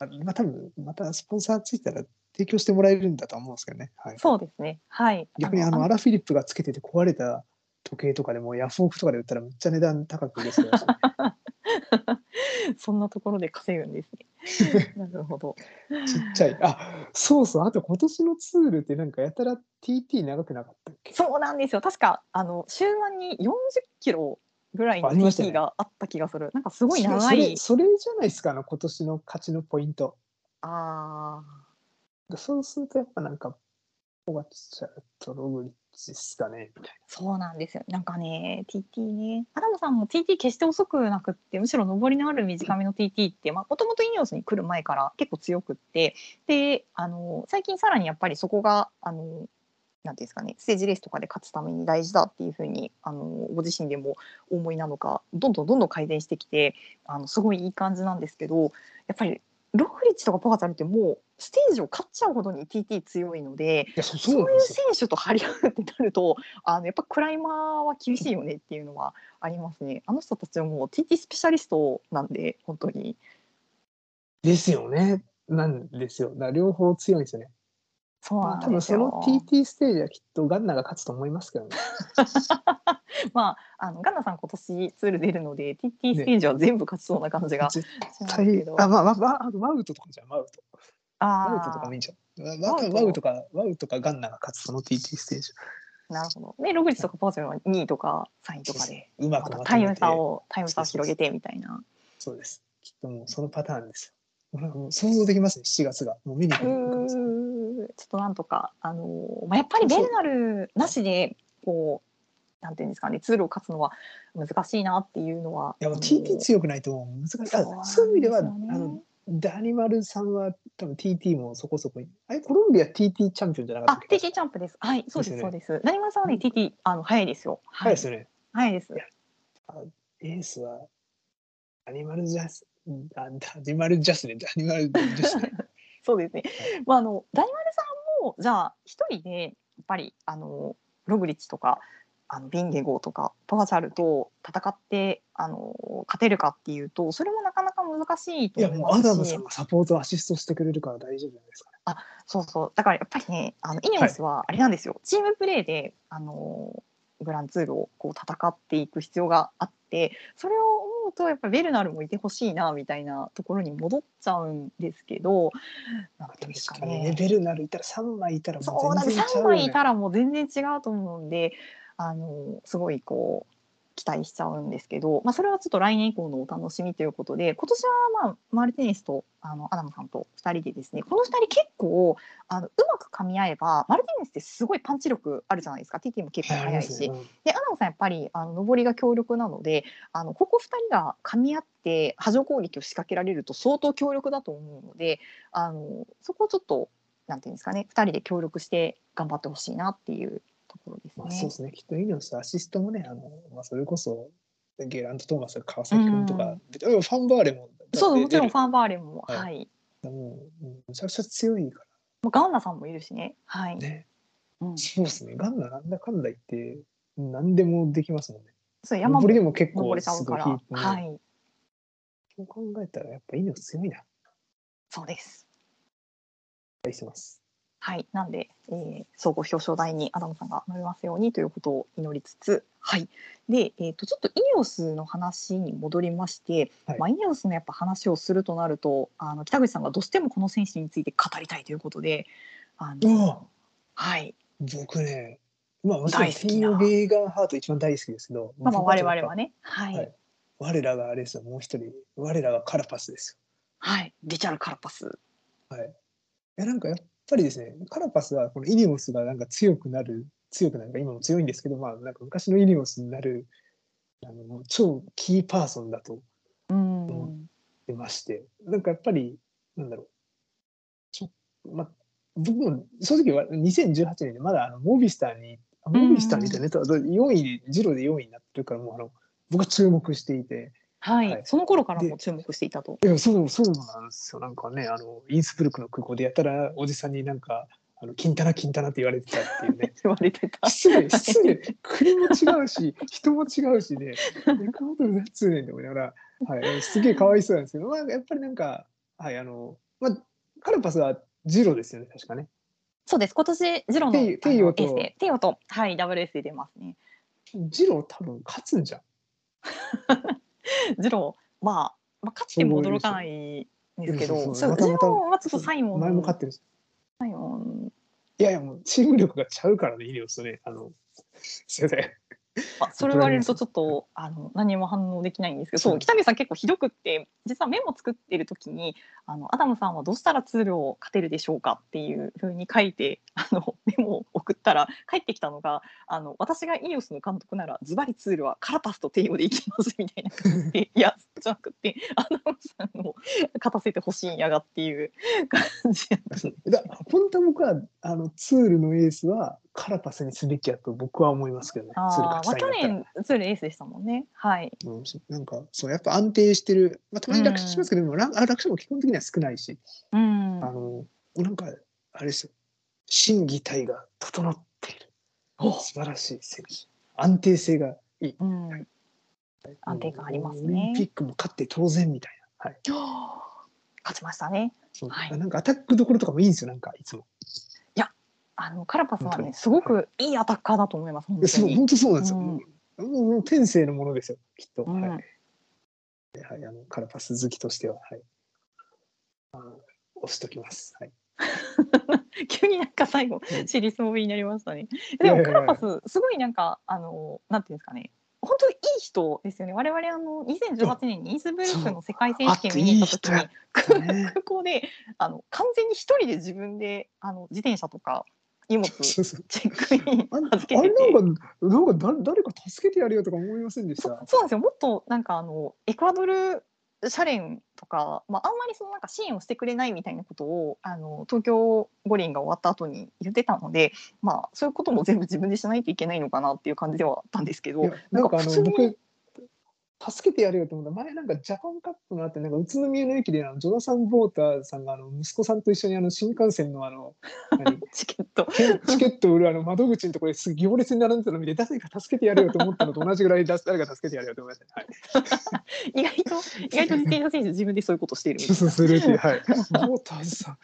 あまあ多分、またスポンサーついたら提供してもらえるんだとは思うんですけどね。はい。
そうですね。はい。
逆にあのアラフィリップがつけてて壊れた時計とかでもヤフオクとかで売ったらめっちゃ値段高く売れ そうだし
そんなところで稼ぐんです ね。なるほど。
ちっちゃいあそうそうあと今年のツールってなんかやたら TT 長くなかったっけ
そうなんですよ。確かあの終盤に40キロぐらいの
ありました
TT
ね
があった気がする。なんかすごい長
そ
い
れ。それそれじゃないですかあの今年の勝ちのポイント
あ
そうするとやっぱなんかポガチャとログリッチですかねみたい
あ、そうなんですよ。なんかね、TT ね。アダムさんも TT 決して遅くなくって、むしろ上りのある短めの TT って、まあもともとイニオスに来る前から結構強くって、で、あの最近さらにやっぱりそこがあの。なんていうんですかね、ステージレースとかで勝つために大事だっていうふうにあのご自身でもお思いなのかどんどんどんどん改善してきてあのすごいいい感じなんですけどやっぱりロフリッチとかポガチャルってもうステージを勝っちゃうほどに TT 強いので
ないやそ
そう
なん
いう
ですよ
選手と張り合うってなるとあのやっぱクライマーは厳しいよねっていうのはありますね。あの人たちはもう TT スペシャリストなんで本当に
ですよねなんですよだから両方強いんですよね
そう
ま
な
あ
ん
多
で
分
す
その
よ。
TT ステージはきっとガンナが勝つと思いますけどね
まああのガンナさん今年ツール出るので TT ステージは全部勝ちそうな感じがし
絶
ますけ
対
ど。
あまあまあまああのマウトとかじゃんマウト
あ
ワウ
ー
トとかもいいんじゃん。
ワ
ワ
ウ
ウ
ト
ワウとか、ワウとかガンナが勝つその TT ステージ。
なるほど。でログリッチとかポーズは2位とか3位とかで。
うま
ま
く
た
まと
タイ
め
ム
て。
差をタイム差を広げてみたいな。
そうです。きっともうそのパターンですよ。もうもう想像できますね、7月が。もう見に行
う
く
ー
の
んちょっとなんとか、あのーまあ、やっぱりベルナルなしでこうなんていうんですかねツールを勝つのは難しいなっていうのはい
やもう
あの
TT
ー
強くないともう難しい。
そうな
あ
んです
そういう意味では、あ
よね
の、ダニマルさんは多分 TT もそこそこに。あれ、コロンビア TT チャンピオンじゃなかっ
あ
たっけ
TT チャンプですはいそう
で
です
す
そ
よ
う
ね
です成丸さんはね TT あの早いですよ
は
はい
ですよね。
早いです
エースは、ダニマルジャス、あダニマルジャスね、ダニマルジャスね。
そうですね。まああの大丸さんもじゃあ一人でやっぱりあのログリッチとかあのビンゲゴーとかパガチャルと戦ってあの勝てるかっていうとそれもなかなか難しい と
いや、
思い
もうアダ
ま
ム
すし
さんがサポートアシストしてくれるから大丈夫じゃないですかね。
そうそうだからやっぱりねあのイニオスはあれなんですよ、チームプレーであのグランツールをこう戦っていく必要があってそれを思うとやっぱりベルナルもいてほしいなみたいなところに戻っちゃうんですけどなんていうんです
確かにね、ベルナルいたら3枚いたらも
そう
う
なんで
全
す
然ちゃ
3
うよ、ね、
枚いたらもう全然違うと思うんであのすごいこう期待しちゃうんですけど、まあ、それはちょっと来年以降のお楽しみということで今年は、まあ、マルティネスとあのアダムさんと2人でですねこの2人結構あのうまく噛み合えばマルティネスってすごいパンチ力あるじゃないですか TT も結構速いし、でアナウンさんやっぱりあの上りが強力なのであのここ2人が噛み合って波状攻撃を仕掛けられると相当強力だと思うのであのそこをちょっとなんていうんですかね2人で協力して頑張ってほしいなっていうところですね。
まあ、そうですね、きっとイニオス、アシストもね、あのまあ、それこそゲラント・トーマス、川崎君とか、でうんファンバーレも、
そうもちろんファ
ン
ンバーレンも、
はい
はい、
もううんめちゃくちゃ強いか
もうガンナさんもいるしね、はい
らね、
うん、
そうですね、ガンナ、なんだかんだ言って、何でもできますもんね。
そう山も
登りでも結
登
構
れちゃう
すご
か
い
ら、
引いてね、
はい、
そう考えたら、やっぱイニオス強いな、期
そうです。
待してます。
はい、なんで、えー総合表彰台にアダムさんが乗りますようにということを祈りつつ、はい、で、えー、とちょっとイニオスの話に戻りまして、
はい
まあ、イニオスのやっぱ話をするとなるとあの北口さんがどうしてもこの選手について語りたいということであの、
うん
はい、
僕ね、まあ、もちろん、
大好
テ
き
ィ
な
ー・ベーガン・ハート一番大好きですけど、
まあ、まあ我々は
ね。
ね、はい
はい我らがあれですよ、もう一人、我らがカラパスですよ。
はい、リチャル・カラパス、
いやなんかやっぱりですねカラパスはこのイニオスがなんか強くなる強くなるか今も強いんですけどまあなんか昔のイニオスになるあのもう超キーパーソンだと思
うん
ってましてなんかやっぱりなんだろうちょまあ僕も正直は2018年でまだあのモビスターにあモビスターにいたネタは4位でジロで4位になってるからもうあの僕は注目していて
はい
はい
その頃からも
で
注目していたと。
いやそうそうなんですよなんかねあのインスブルクの空港でやたらおじさんになんかあの金棚金棚って言われてたっていうね
言われてた。
失 礼失礼国も違うし人も違うしね猫本のやつねんって思いながら、はい、すげえかわいそうなんですけど、まあ、やっぱりなんかはいあの、まあ、カルパスはジロですよね確かね
そうです。今年ジロの
テイテイオと
あのエースでテイオとはいダブルエースで出ますね。
ジロ多分勝つんじゃん
ジローまあ、まあ、勝っても驚かないんですけど、
そうそう
そう
また
ジ
ま
ロ
た
ーはちょっとサイモン
前も勝ってるし
サイモン、
いやいやもうチーム力がちゃうからねイニオスとねあのすいません
まあ、それ言われるとちょっとあの何も反応できないんですけど、そう北見さん結構ひどくって実はメモ作ってる時にあのアダムさんはどうしたら通量を勝てるでしょうかっていうふうに書いてあのメモを送ったら返ってきたのがあの私がイニオスの監督ならズバリツールはカラパスと帝王でいきますみたいな感 じでいやじゃなくてアダムさんを勝たせてほしいんやがっていう感じやった
だ本当は僕はあのツールのエースはカラパスにすべきやと僕は思いますけどねツール
あ
勝
ー、ま
ち
あ、
た
去
いんだったら
年ツールエースでしたもんね。はい。
うん、なんかそうやっぱ安定してる、まあ、たまに楽勝しますけど、でも楽楽勝も基本的には少ないし、
うん。
あのなんかあれですよ心技体が整っている素晴らしい選手安定性がいい
うん。安定感ありますね
オリンピックも勝って当然みたいな、はい
勝ちましたね。
そう
はい
なんかアタックどころとかもいいんですよなんかいつも
あのカラパスは
本当
ね、
に
すごくいいアタッカーだと思います。本
いやそ
当
う
に。
本当そうなんですよ、
うん
もうもうもう天性のものですよきっと、
うん
はいではい、あのカラパス好きとしては、はい、あの押しときます、はい、
急になんか最後
うん
シリスモビになりましたね。
い
で
やい
も
やいや
カラパスすごいなんかあのなんていうんですかね。本当にいい人ですよね。我々あの2018年にイースブルクの世界選手権見に行った時
そうあっいい人や
に空
ったね
港であの完全に一人で自分であの自転車とか荷物チ
そうそう
ェックイン
あ
預けてて。
あれなんか、なんかだ誰か助けてやるよとか思いませんでし
そ
た。
そうなんですよもっとなんかあのエクアドル社連とか、まあ、あんまりそのなんか支援をしてくれないみたいなことをあの東京五輪が終わった後に言ってたので、まあ、そういうことも全部自分でしないといけないのかなっていう感じではあったんですけ
い
ど
やなんかあ
普
の
通に
僕助けてやるよと思った前なんかジャパンカップのあってなんか宇都宮の駅であのジョナサン・ボーターさんがあの息子さんと一緒にあの新幹線のあの何
チケット
チケットを売るあの窓口のところです行列に並んでたの見て誰か助けてやるよと思ったのと同じぐらいだ誰か助けてやるよと思いました、ね。はい、
意外と意外と自転車選手自分でそういうことしているみたい
そうするっていうはい。ボーターさん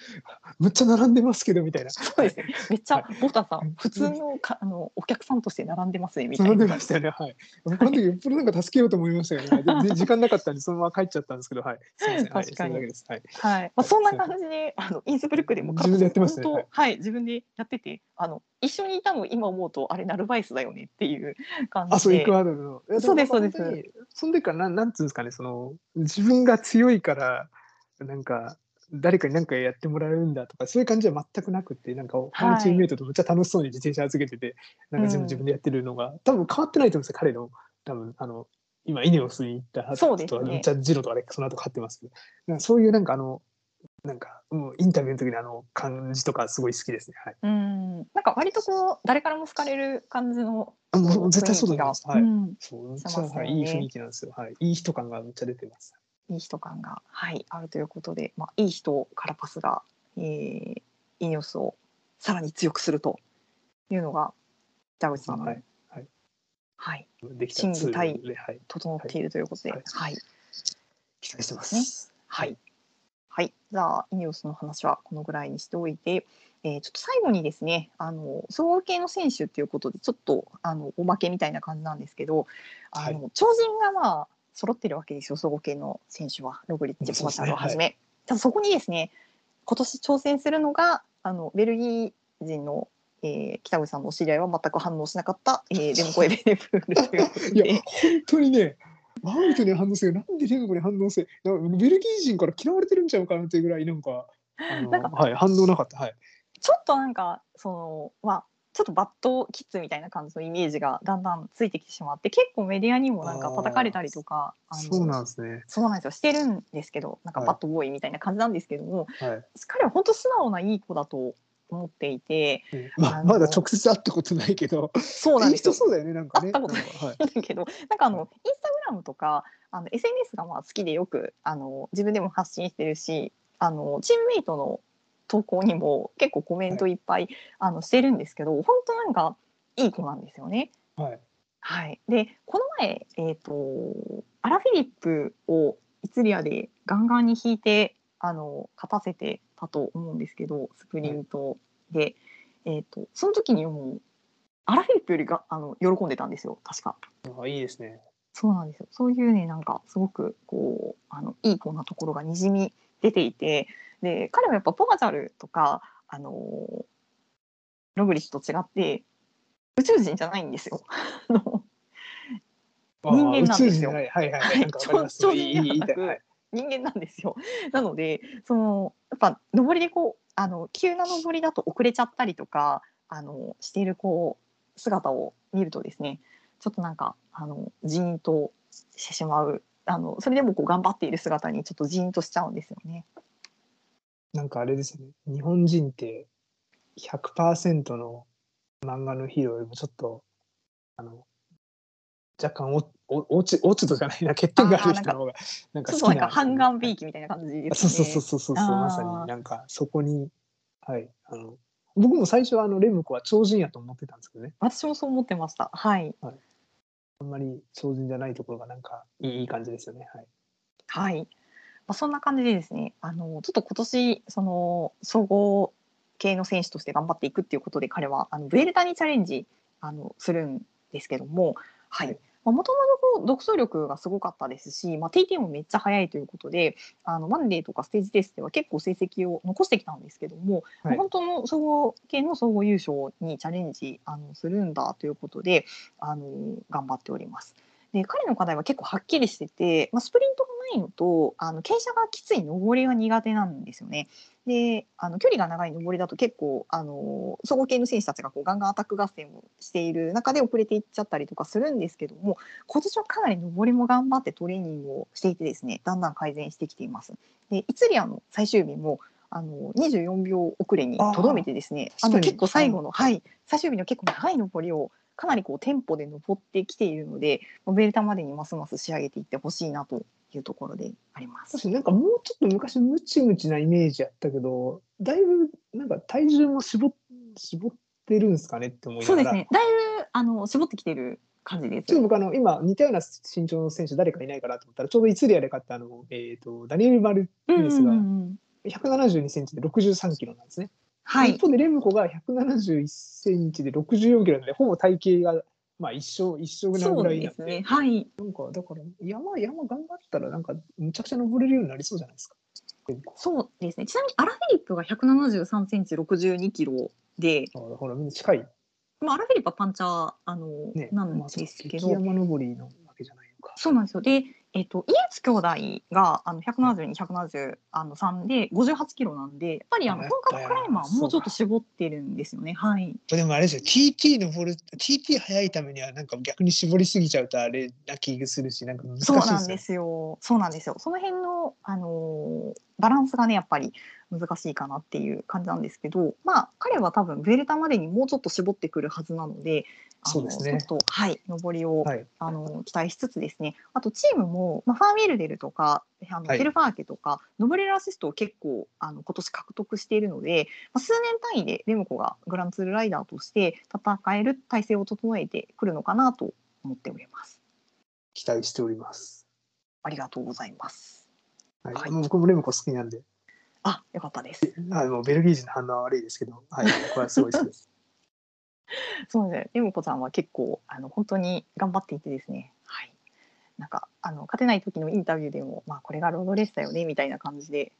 むっちゃ並んでますけどみたいな。
そうですねめっちゃ
は
ボタさん普通のかあのお客さんとして並んでますねみた
並
い
んで
な
ましたよね。はい。あの時よっぽどなんか助けようと思いましたけど、ね、でで時間なかったんでそのまま帰っちゃったんですけどはいすいませんはい
確
そ
か
れ
に
だけですはい
はい、まあ、そんな感じで、 あのインスブルックでも
自分でやってますね
本当
は
はいい、自分でやってて、あの一緒にいたのを今思うとあれナルバイスだよねっていう感じで。
あそうエクアドルのいや
そうです
もなんか
そうで
本
す
当にその時からなんなんつうんですかねその自分が強いからなんか誰かに何かやってもらうんだとかそういう感じは全くなくってなんか他のチームメイトとめっちゃ楽しそうに自転車預けてて、なんか全部
うん
自分でやってるのが多分変わってないと思うんですよ彼の多分あの今イネオスに行った
そうです
ち
ね
ょっとめっちゃジロとあれその後勝ってますけどなんかそういうなんかあのなんかもうインタビューの時のあの感じとかすごい好きですねはい
うん、なんか割とこう誰からも好かれる感じの。
あもう絶対そうだと思います
雰囲気が
はい
うん
そうめっ
してま
ちゃ、
すよね
はい、いい雰囲気なんですよはいいい人感がめっちゃ出てます
いい人感が、はい、あるということで、まあ、いい人からパスが、えー、イニオスをさらに強くするというのが北口さんの、
は
はいい
できたら
心技体
ツールで、はい、
整っているということで、
はい
はい
期待してま
ね
す。
はい。はい、じゃあ、イニオスの話はこのぐらいにしておいて、えーちょっと最後にですね、あの総合系の選手っていうことで、ちょっとあのおまけみたいな感じなんですけど、あの超人がまあ揃ってるわけですよ、総合系の選手は、ログリッチ、ポワタルをはじめ。ただそこにですね、今年挑戦するのが、あのベルギー人の、えー北口さんのお知り合いは全く反応しなかった、えー、レムコ・ エベネプールということ
いや
で、
本当にね、マウントに反応せよ、なんでレムコに反応せよ、なんかベルギー人から嫌われてるんちゃうかなっていうぐらいなんか、あの
なんか
はい反応なかった。はい。
ちょっとなんかそのまあちょっとバッドキッズみたいな感じのイメージがだんだんついてきてしまって結構メディアにもなんか叩かれたりとかあの
そうなんですね。
そうなんですよしてるんですけどなんか
はい
バッドボーイみたいな感じなんですけども、
はい。
彼は本当素直ないい子だと思っていて
ねま
あ
あ
の
まだ直接会ったことないけど、
そうなん
いい
ですよ
人。そうだよねなんかね。
会ったことない
んかはい。
だ けどなんかあのインスタグラムとかあの SNS がまあ好きでよくあの自分でも発信してるしあのチームメイトの投稿にも結構コメントいっぱい、あのしてるんですけど本当なんかいい子なんですよね。
はい。
はい、でこの前、えー、とアラ・フィリップをイツリアでガンガンに引いてあの勝たせてたと思うんですけどスプリントで、えー、とその時にもうアラ・フィリップよりがあの喜んでたんですよ確か。
あいいですね。
そうなんですよ。そういうね、なんかすごくこう、あのいい子なところがにじみ出ていて、で、彼はやっぱポガチャルとか、あのーロブリッチと違って、宇宙人じゃないんですよ。 あの
あー
人間なん
宇宙
ですよ
人じゃないはいはいは
はい
い。なんかわかります。
超超
いい
人
いい
ではなく
はい
人間なんですよ。 なので、その、やっぱ登りでこう、あの、急な登りだと遅れちゃったりとか、あの、しているこう、姿を見るとですね、ちょっとなんか、あの、ジーンとしてしまう。あの、それでもこう頑張っている姿にちょっとジーンとしちゃうんですよね。
なんかあれですね。日本人って100%の漫画のヒーローよりもちょっとあの若干おお落ち落ち度じゃないな欠点がある人の方がなんか
ちょ
好
っ
きな
となんか、ハンガンビーキみたいな感じです
そう
ね。
そうそうそうそうそう
あー
まさになんかそこにはいあの僕も最初はあのレムコは超人やと思ってたんですけどね
私もそう思ってました。はい。
あんまり超人じゃないところがなんかいいいい感じですよねはい
はい。まあ、そんな感じでですね、あのちょっと今年その総合系の選手として頑張っていくっていうことで彼はあのブエルタにチャレンジあのするんですけども、は
はい
い。まあもともとこう独走力がすごかったですし、まあ、TT もめっちゃ速いということで、あのマンデーとかステージテストでは結構成績を残してきたんですけども、
はい
本当の総合系の総合優勝にチャレンジあのするんだということで、あの頑張っております。で彼の課題は結構はっきりしてて、まあ、スプリントがないのとあの傾斜がきつい上りが苦手なんですよね。であの距離が長い上りだと結構あの総合系の選手たちがこうガンガンアタック合戦をしている中で遅れていっちゃったりとかするんですけども今年はかなり上りも頑張ってトレーニングをしていてですねだんだん改善してきています。でイツリアの最終日もあの24秒遅れにとどめてですね
あー
あの
確かに
結構最後の、はい、最終日の結構長い上りをかなりこうテンポで登ってきているのでベルタまでにますます仕上げていってほしいなというところであります。
確かになんかもうちょっと昔ムチムチなイメージやったけどだいぶなんか体重も絞っ絞ってるんですかねって思いな
そう
が
で
ら
すね。だいぶあの絞ってきてる感じで
ちょっ
す。
と僕あの今似たような身長の選手誰かいないかなと思ったらちょうどイツリアで勝ったあの、えー、とダニエル・マルティネスが
ん、
172センチで63キロなんですね。
は
一
い。
方でレムコが171センチで64キロなのでほぼ体型がまあ一生一生な
そ
ぐ
う
らい
で
なん
す
で
ね。はい。
なんかだから山山頑張ったらなんかむちゃくちゃ登れるようになりそうじゃないですか。
そうですね。ちなみにアラフィリップが173センチ62キロで、
だからほらみんな近い
まあ、アラフィリップはパンチャーあの、
ね。
なん
まあそう
ですけ
激
ど、
山登りのわけじゃないのか。
そうなんですよ。で、えっと、家内兄弟があの172、173で58キロなんで、やっぱりあの
やっ
本
ぱ
格
り
クライマーもうちょっと絞ってるんですよね。はい。
でもあれですよ TT 登る TT 早いためにはなんか逆に絞りすぎちゃうとあれな気がするしなんか難しい
そうなんで
よ。
すよ。そうなんですよ。その辺の、あのーバランスがね、やっぱり難しいかなっていう感じなんですけど、まあ、彼は多分、ベルタまでにもうちょっと絞ってくるはずなので、あの
そうですね
ちょっと、はい、上りを、
はい。
あの期待しつつですね、あとチームも、まあ、ファーウェルデルとか、あの
はい
テルファーケとか、ノブレラアシストを結構あの今年獲得しているので、まあ、数年単位でレムコがグランツールライダーとして戦える体制を整えてくるのかなと思っております。
期待しております。
ありがとうございます。
はい。
はい
もう僕もレムコ好きなんで、
あ、よかったです。
あもうベルギー人の反応は悪いですけど、はい。これはすごい好き です。
そうですね。レムコさんは結構あの本当に頑張っていてですね。はい。なんかあの勝てない時のインタビューでも、まあこれがロードレースだよねみたいな感じで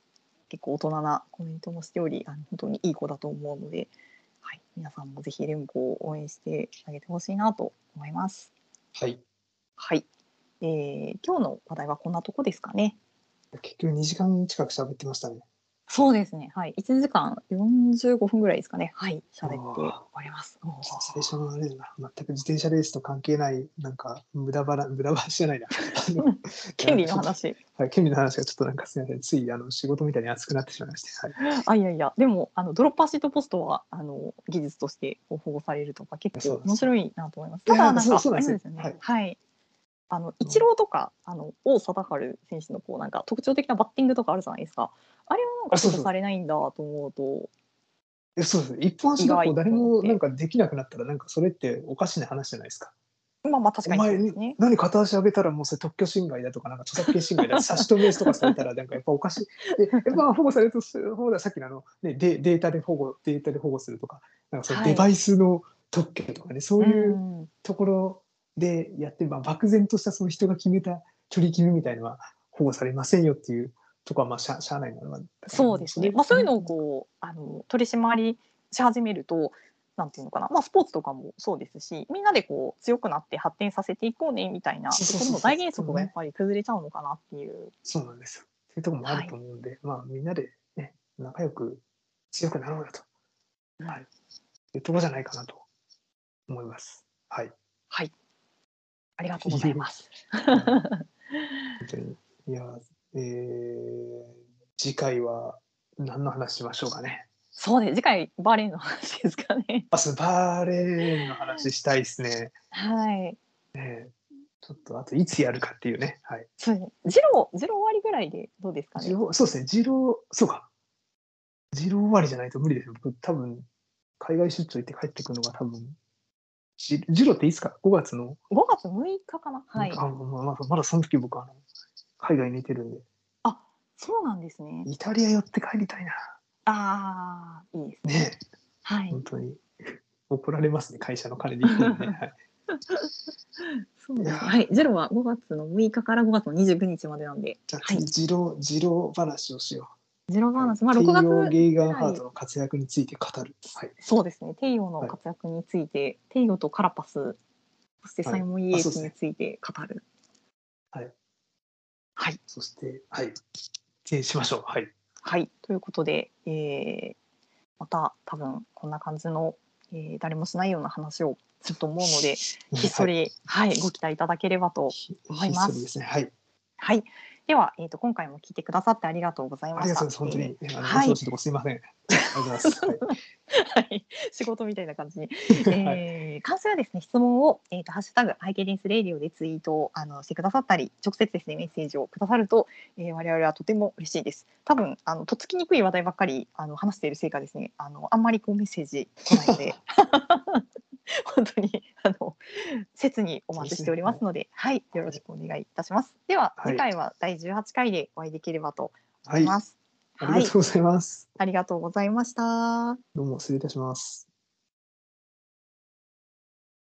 結構大人なコメントもしており、あの本当にいい子だと思うので、はい。皆さんもぜひレムコを応援してあげてほしいなと思います。
はい。
はい。えー、今日の話題はこんなとこですかね。
結局2時間近く喋ってましたね。
そうですね。はい。1時間45分ぐらいですかね。はい。喋って
おー
終わります。おー
自転車のレースな全く自転車レースと関係ないなんか無駄話無駄話じゃないなあの
権利の話。
はい権利の話がちょっとなんかすみませんついあの仕事みたいに熱くなってしまいまして、はい、
あいやいやでもあのドロッパーシートポストはあの技術としてこう保護されるとか結
そう
構
です
面白いなと思います。
いや
ただなん
そう
か
そう
あ
なん
れ
ですよ
ですよね。
は
はいい。あのイチローとかあの王貞治選手のこうなんか特徴的なバッティングとかあるじゃないですか。あれはなん
あ
か
そう
保
そう
護されないんだと思うと
えそうです一本足学校
意外
誰もなんかできなくなったらなんかそれっておかしな話じゃないですか。
まあまあ確か
お
にそう
前
ですね。
何片足上げたらもうそれ特許侵害だとかなんか著作権侵害 だ差し止めとかされたらなんかやっぱおかしい。でやっぱ保護されるとする方ださっきのあの、ね、デデータで保護データで保護するとかなんかその
はい
デバイスの特許とかね、そういうう。
ん、
ところでやって、まあ、漠然としたその人が決めた距離決めみたいのは保護されませんよっていうとこはまあしゃしゃあないのかな
そうですね。まあそういうのをこうあの取り締まりし始めると。なんていうのかな、まあ、スポーツとかもそうですしみんなでこう強くなって発展させていこうねみたいなと
そうそう
こ
そう
ろ
そう
の大原則がやっぱり崩れちゃうのかなっていう
そうなんですよ。そういうところもあると思うんで、まあみんなで、ね、仲良く強くなろうよと、はい、いうところじゃないかなと思います。はい、
はい。ありがとうござ い ます。
いや、えー、次回は何の話しましょうかね。
そうね、次回バーレーンの話ですかね。
あ、スバーレーンの話したいですね。
はい。
ちょっとあといつやるかっていうね。はい。
そうですね。ジロー、ジロー終わりぐらいでどうですか
二
ね。
郎そうですね、二郎、そうか。二郎終わりじゃないと無理ですよ。僕、多分、海外出張行って帰ってくるのが多分、じ二郎っていつか ?5 月の、
5月6日かな。はい
あ。まあまだまだその時僕、あの、海外にいてるんで、
あ、そうなんですね。
イタリア寄って帰りたいな。
ああ、いいですね。
ねえ
はい。
本当に。 怒られますね、会社の金で行くの ね。はい
そうですね。はい。ジローは5月の6日から5月の29日までなんで。
じゃあ
はい
次、二郎、二郎話をしよ
ジロー
う。
話、まあ
テイオ
6
ー
月。
ゲイガンハートの活躍について語る。はい。
そうですね。テイオの活躍について、テイオとカラパス、そしてサイモン・イエースについて語る。
そして、はい。でしましょう。はい。
はい、ということで、えーまた多分こんな感じの、えー誰もしないような話をすると思うので、ひっ そ
はい
り、はい、ご期待いただければと。思いま
ひっそ
す
りですね。はい。
はい、では、えっ、と、今回も聞いてくださってありがとうござい
あ
ま
り
し
が
た。
とうございます。本当に。あの、
はい
忙しいとこすいません。ありがとうございます。はい
はい、仕事みたいな感じ に。
はい
えー、関数はですね、質問を、えっ、と、ハッシュタグ、ハイケデンスレイディオでツイートを、あの、してくださったり、直接ですね、メッセージをくださると、えー、我々はとても嬉しいです。多分、あの、とっつきにくい話題ばっかり、あの、話しているせいかですね、あの、あんまりこうメッセージ来ないので。 本当に、あの、切にお待ちしておりますので、はい、よろしくお願いいたします。では、
はい
次回は第18回でお会いできればと
は
思い
い。
ます。
ありがとうございます。
ありがとうございました。
どうも失礼いたします。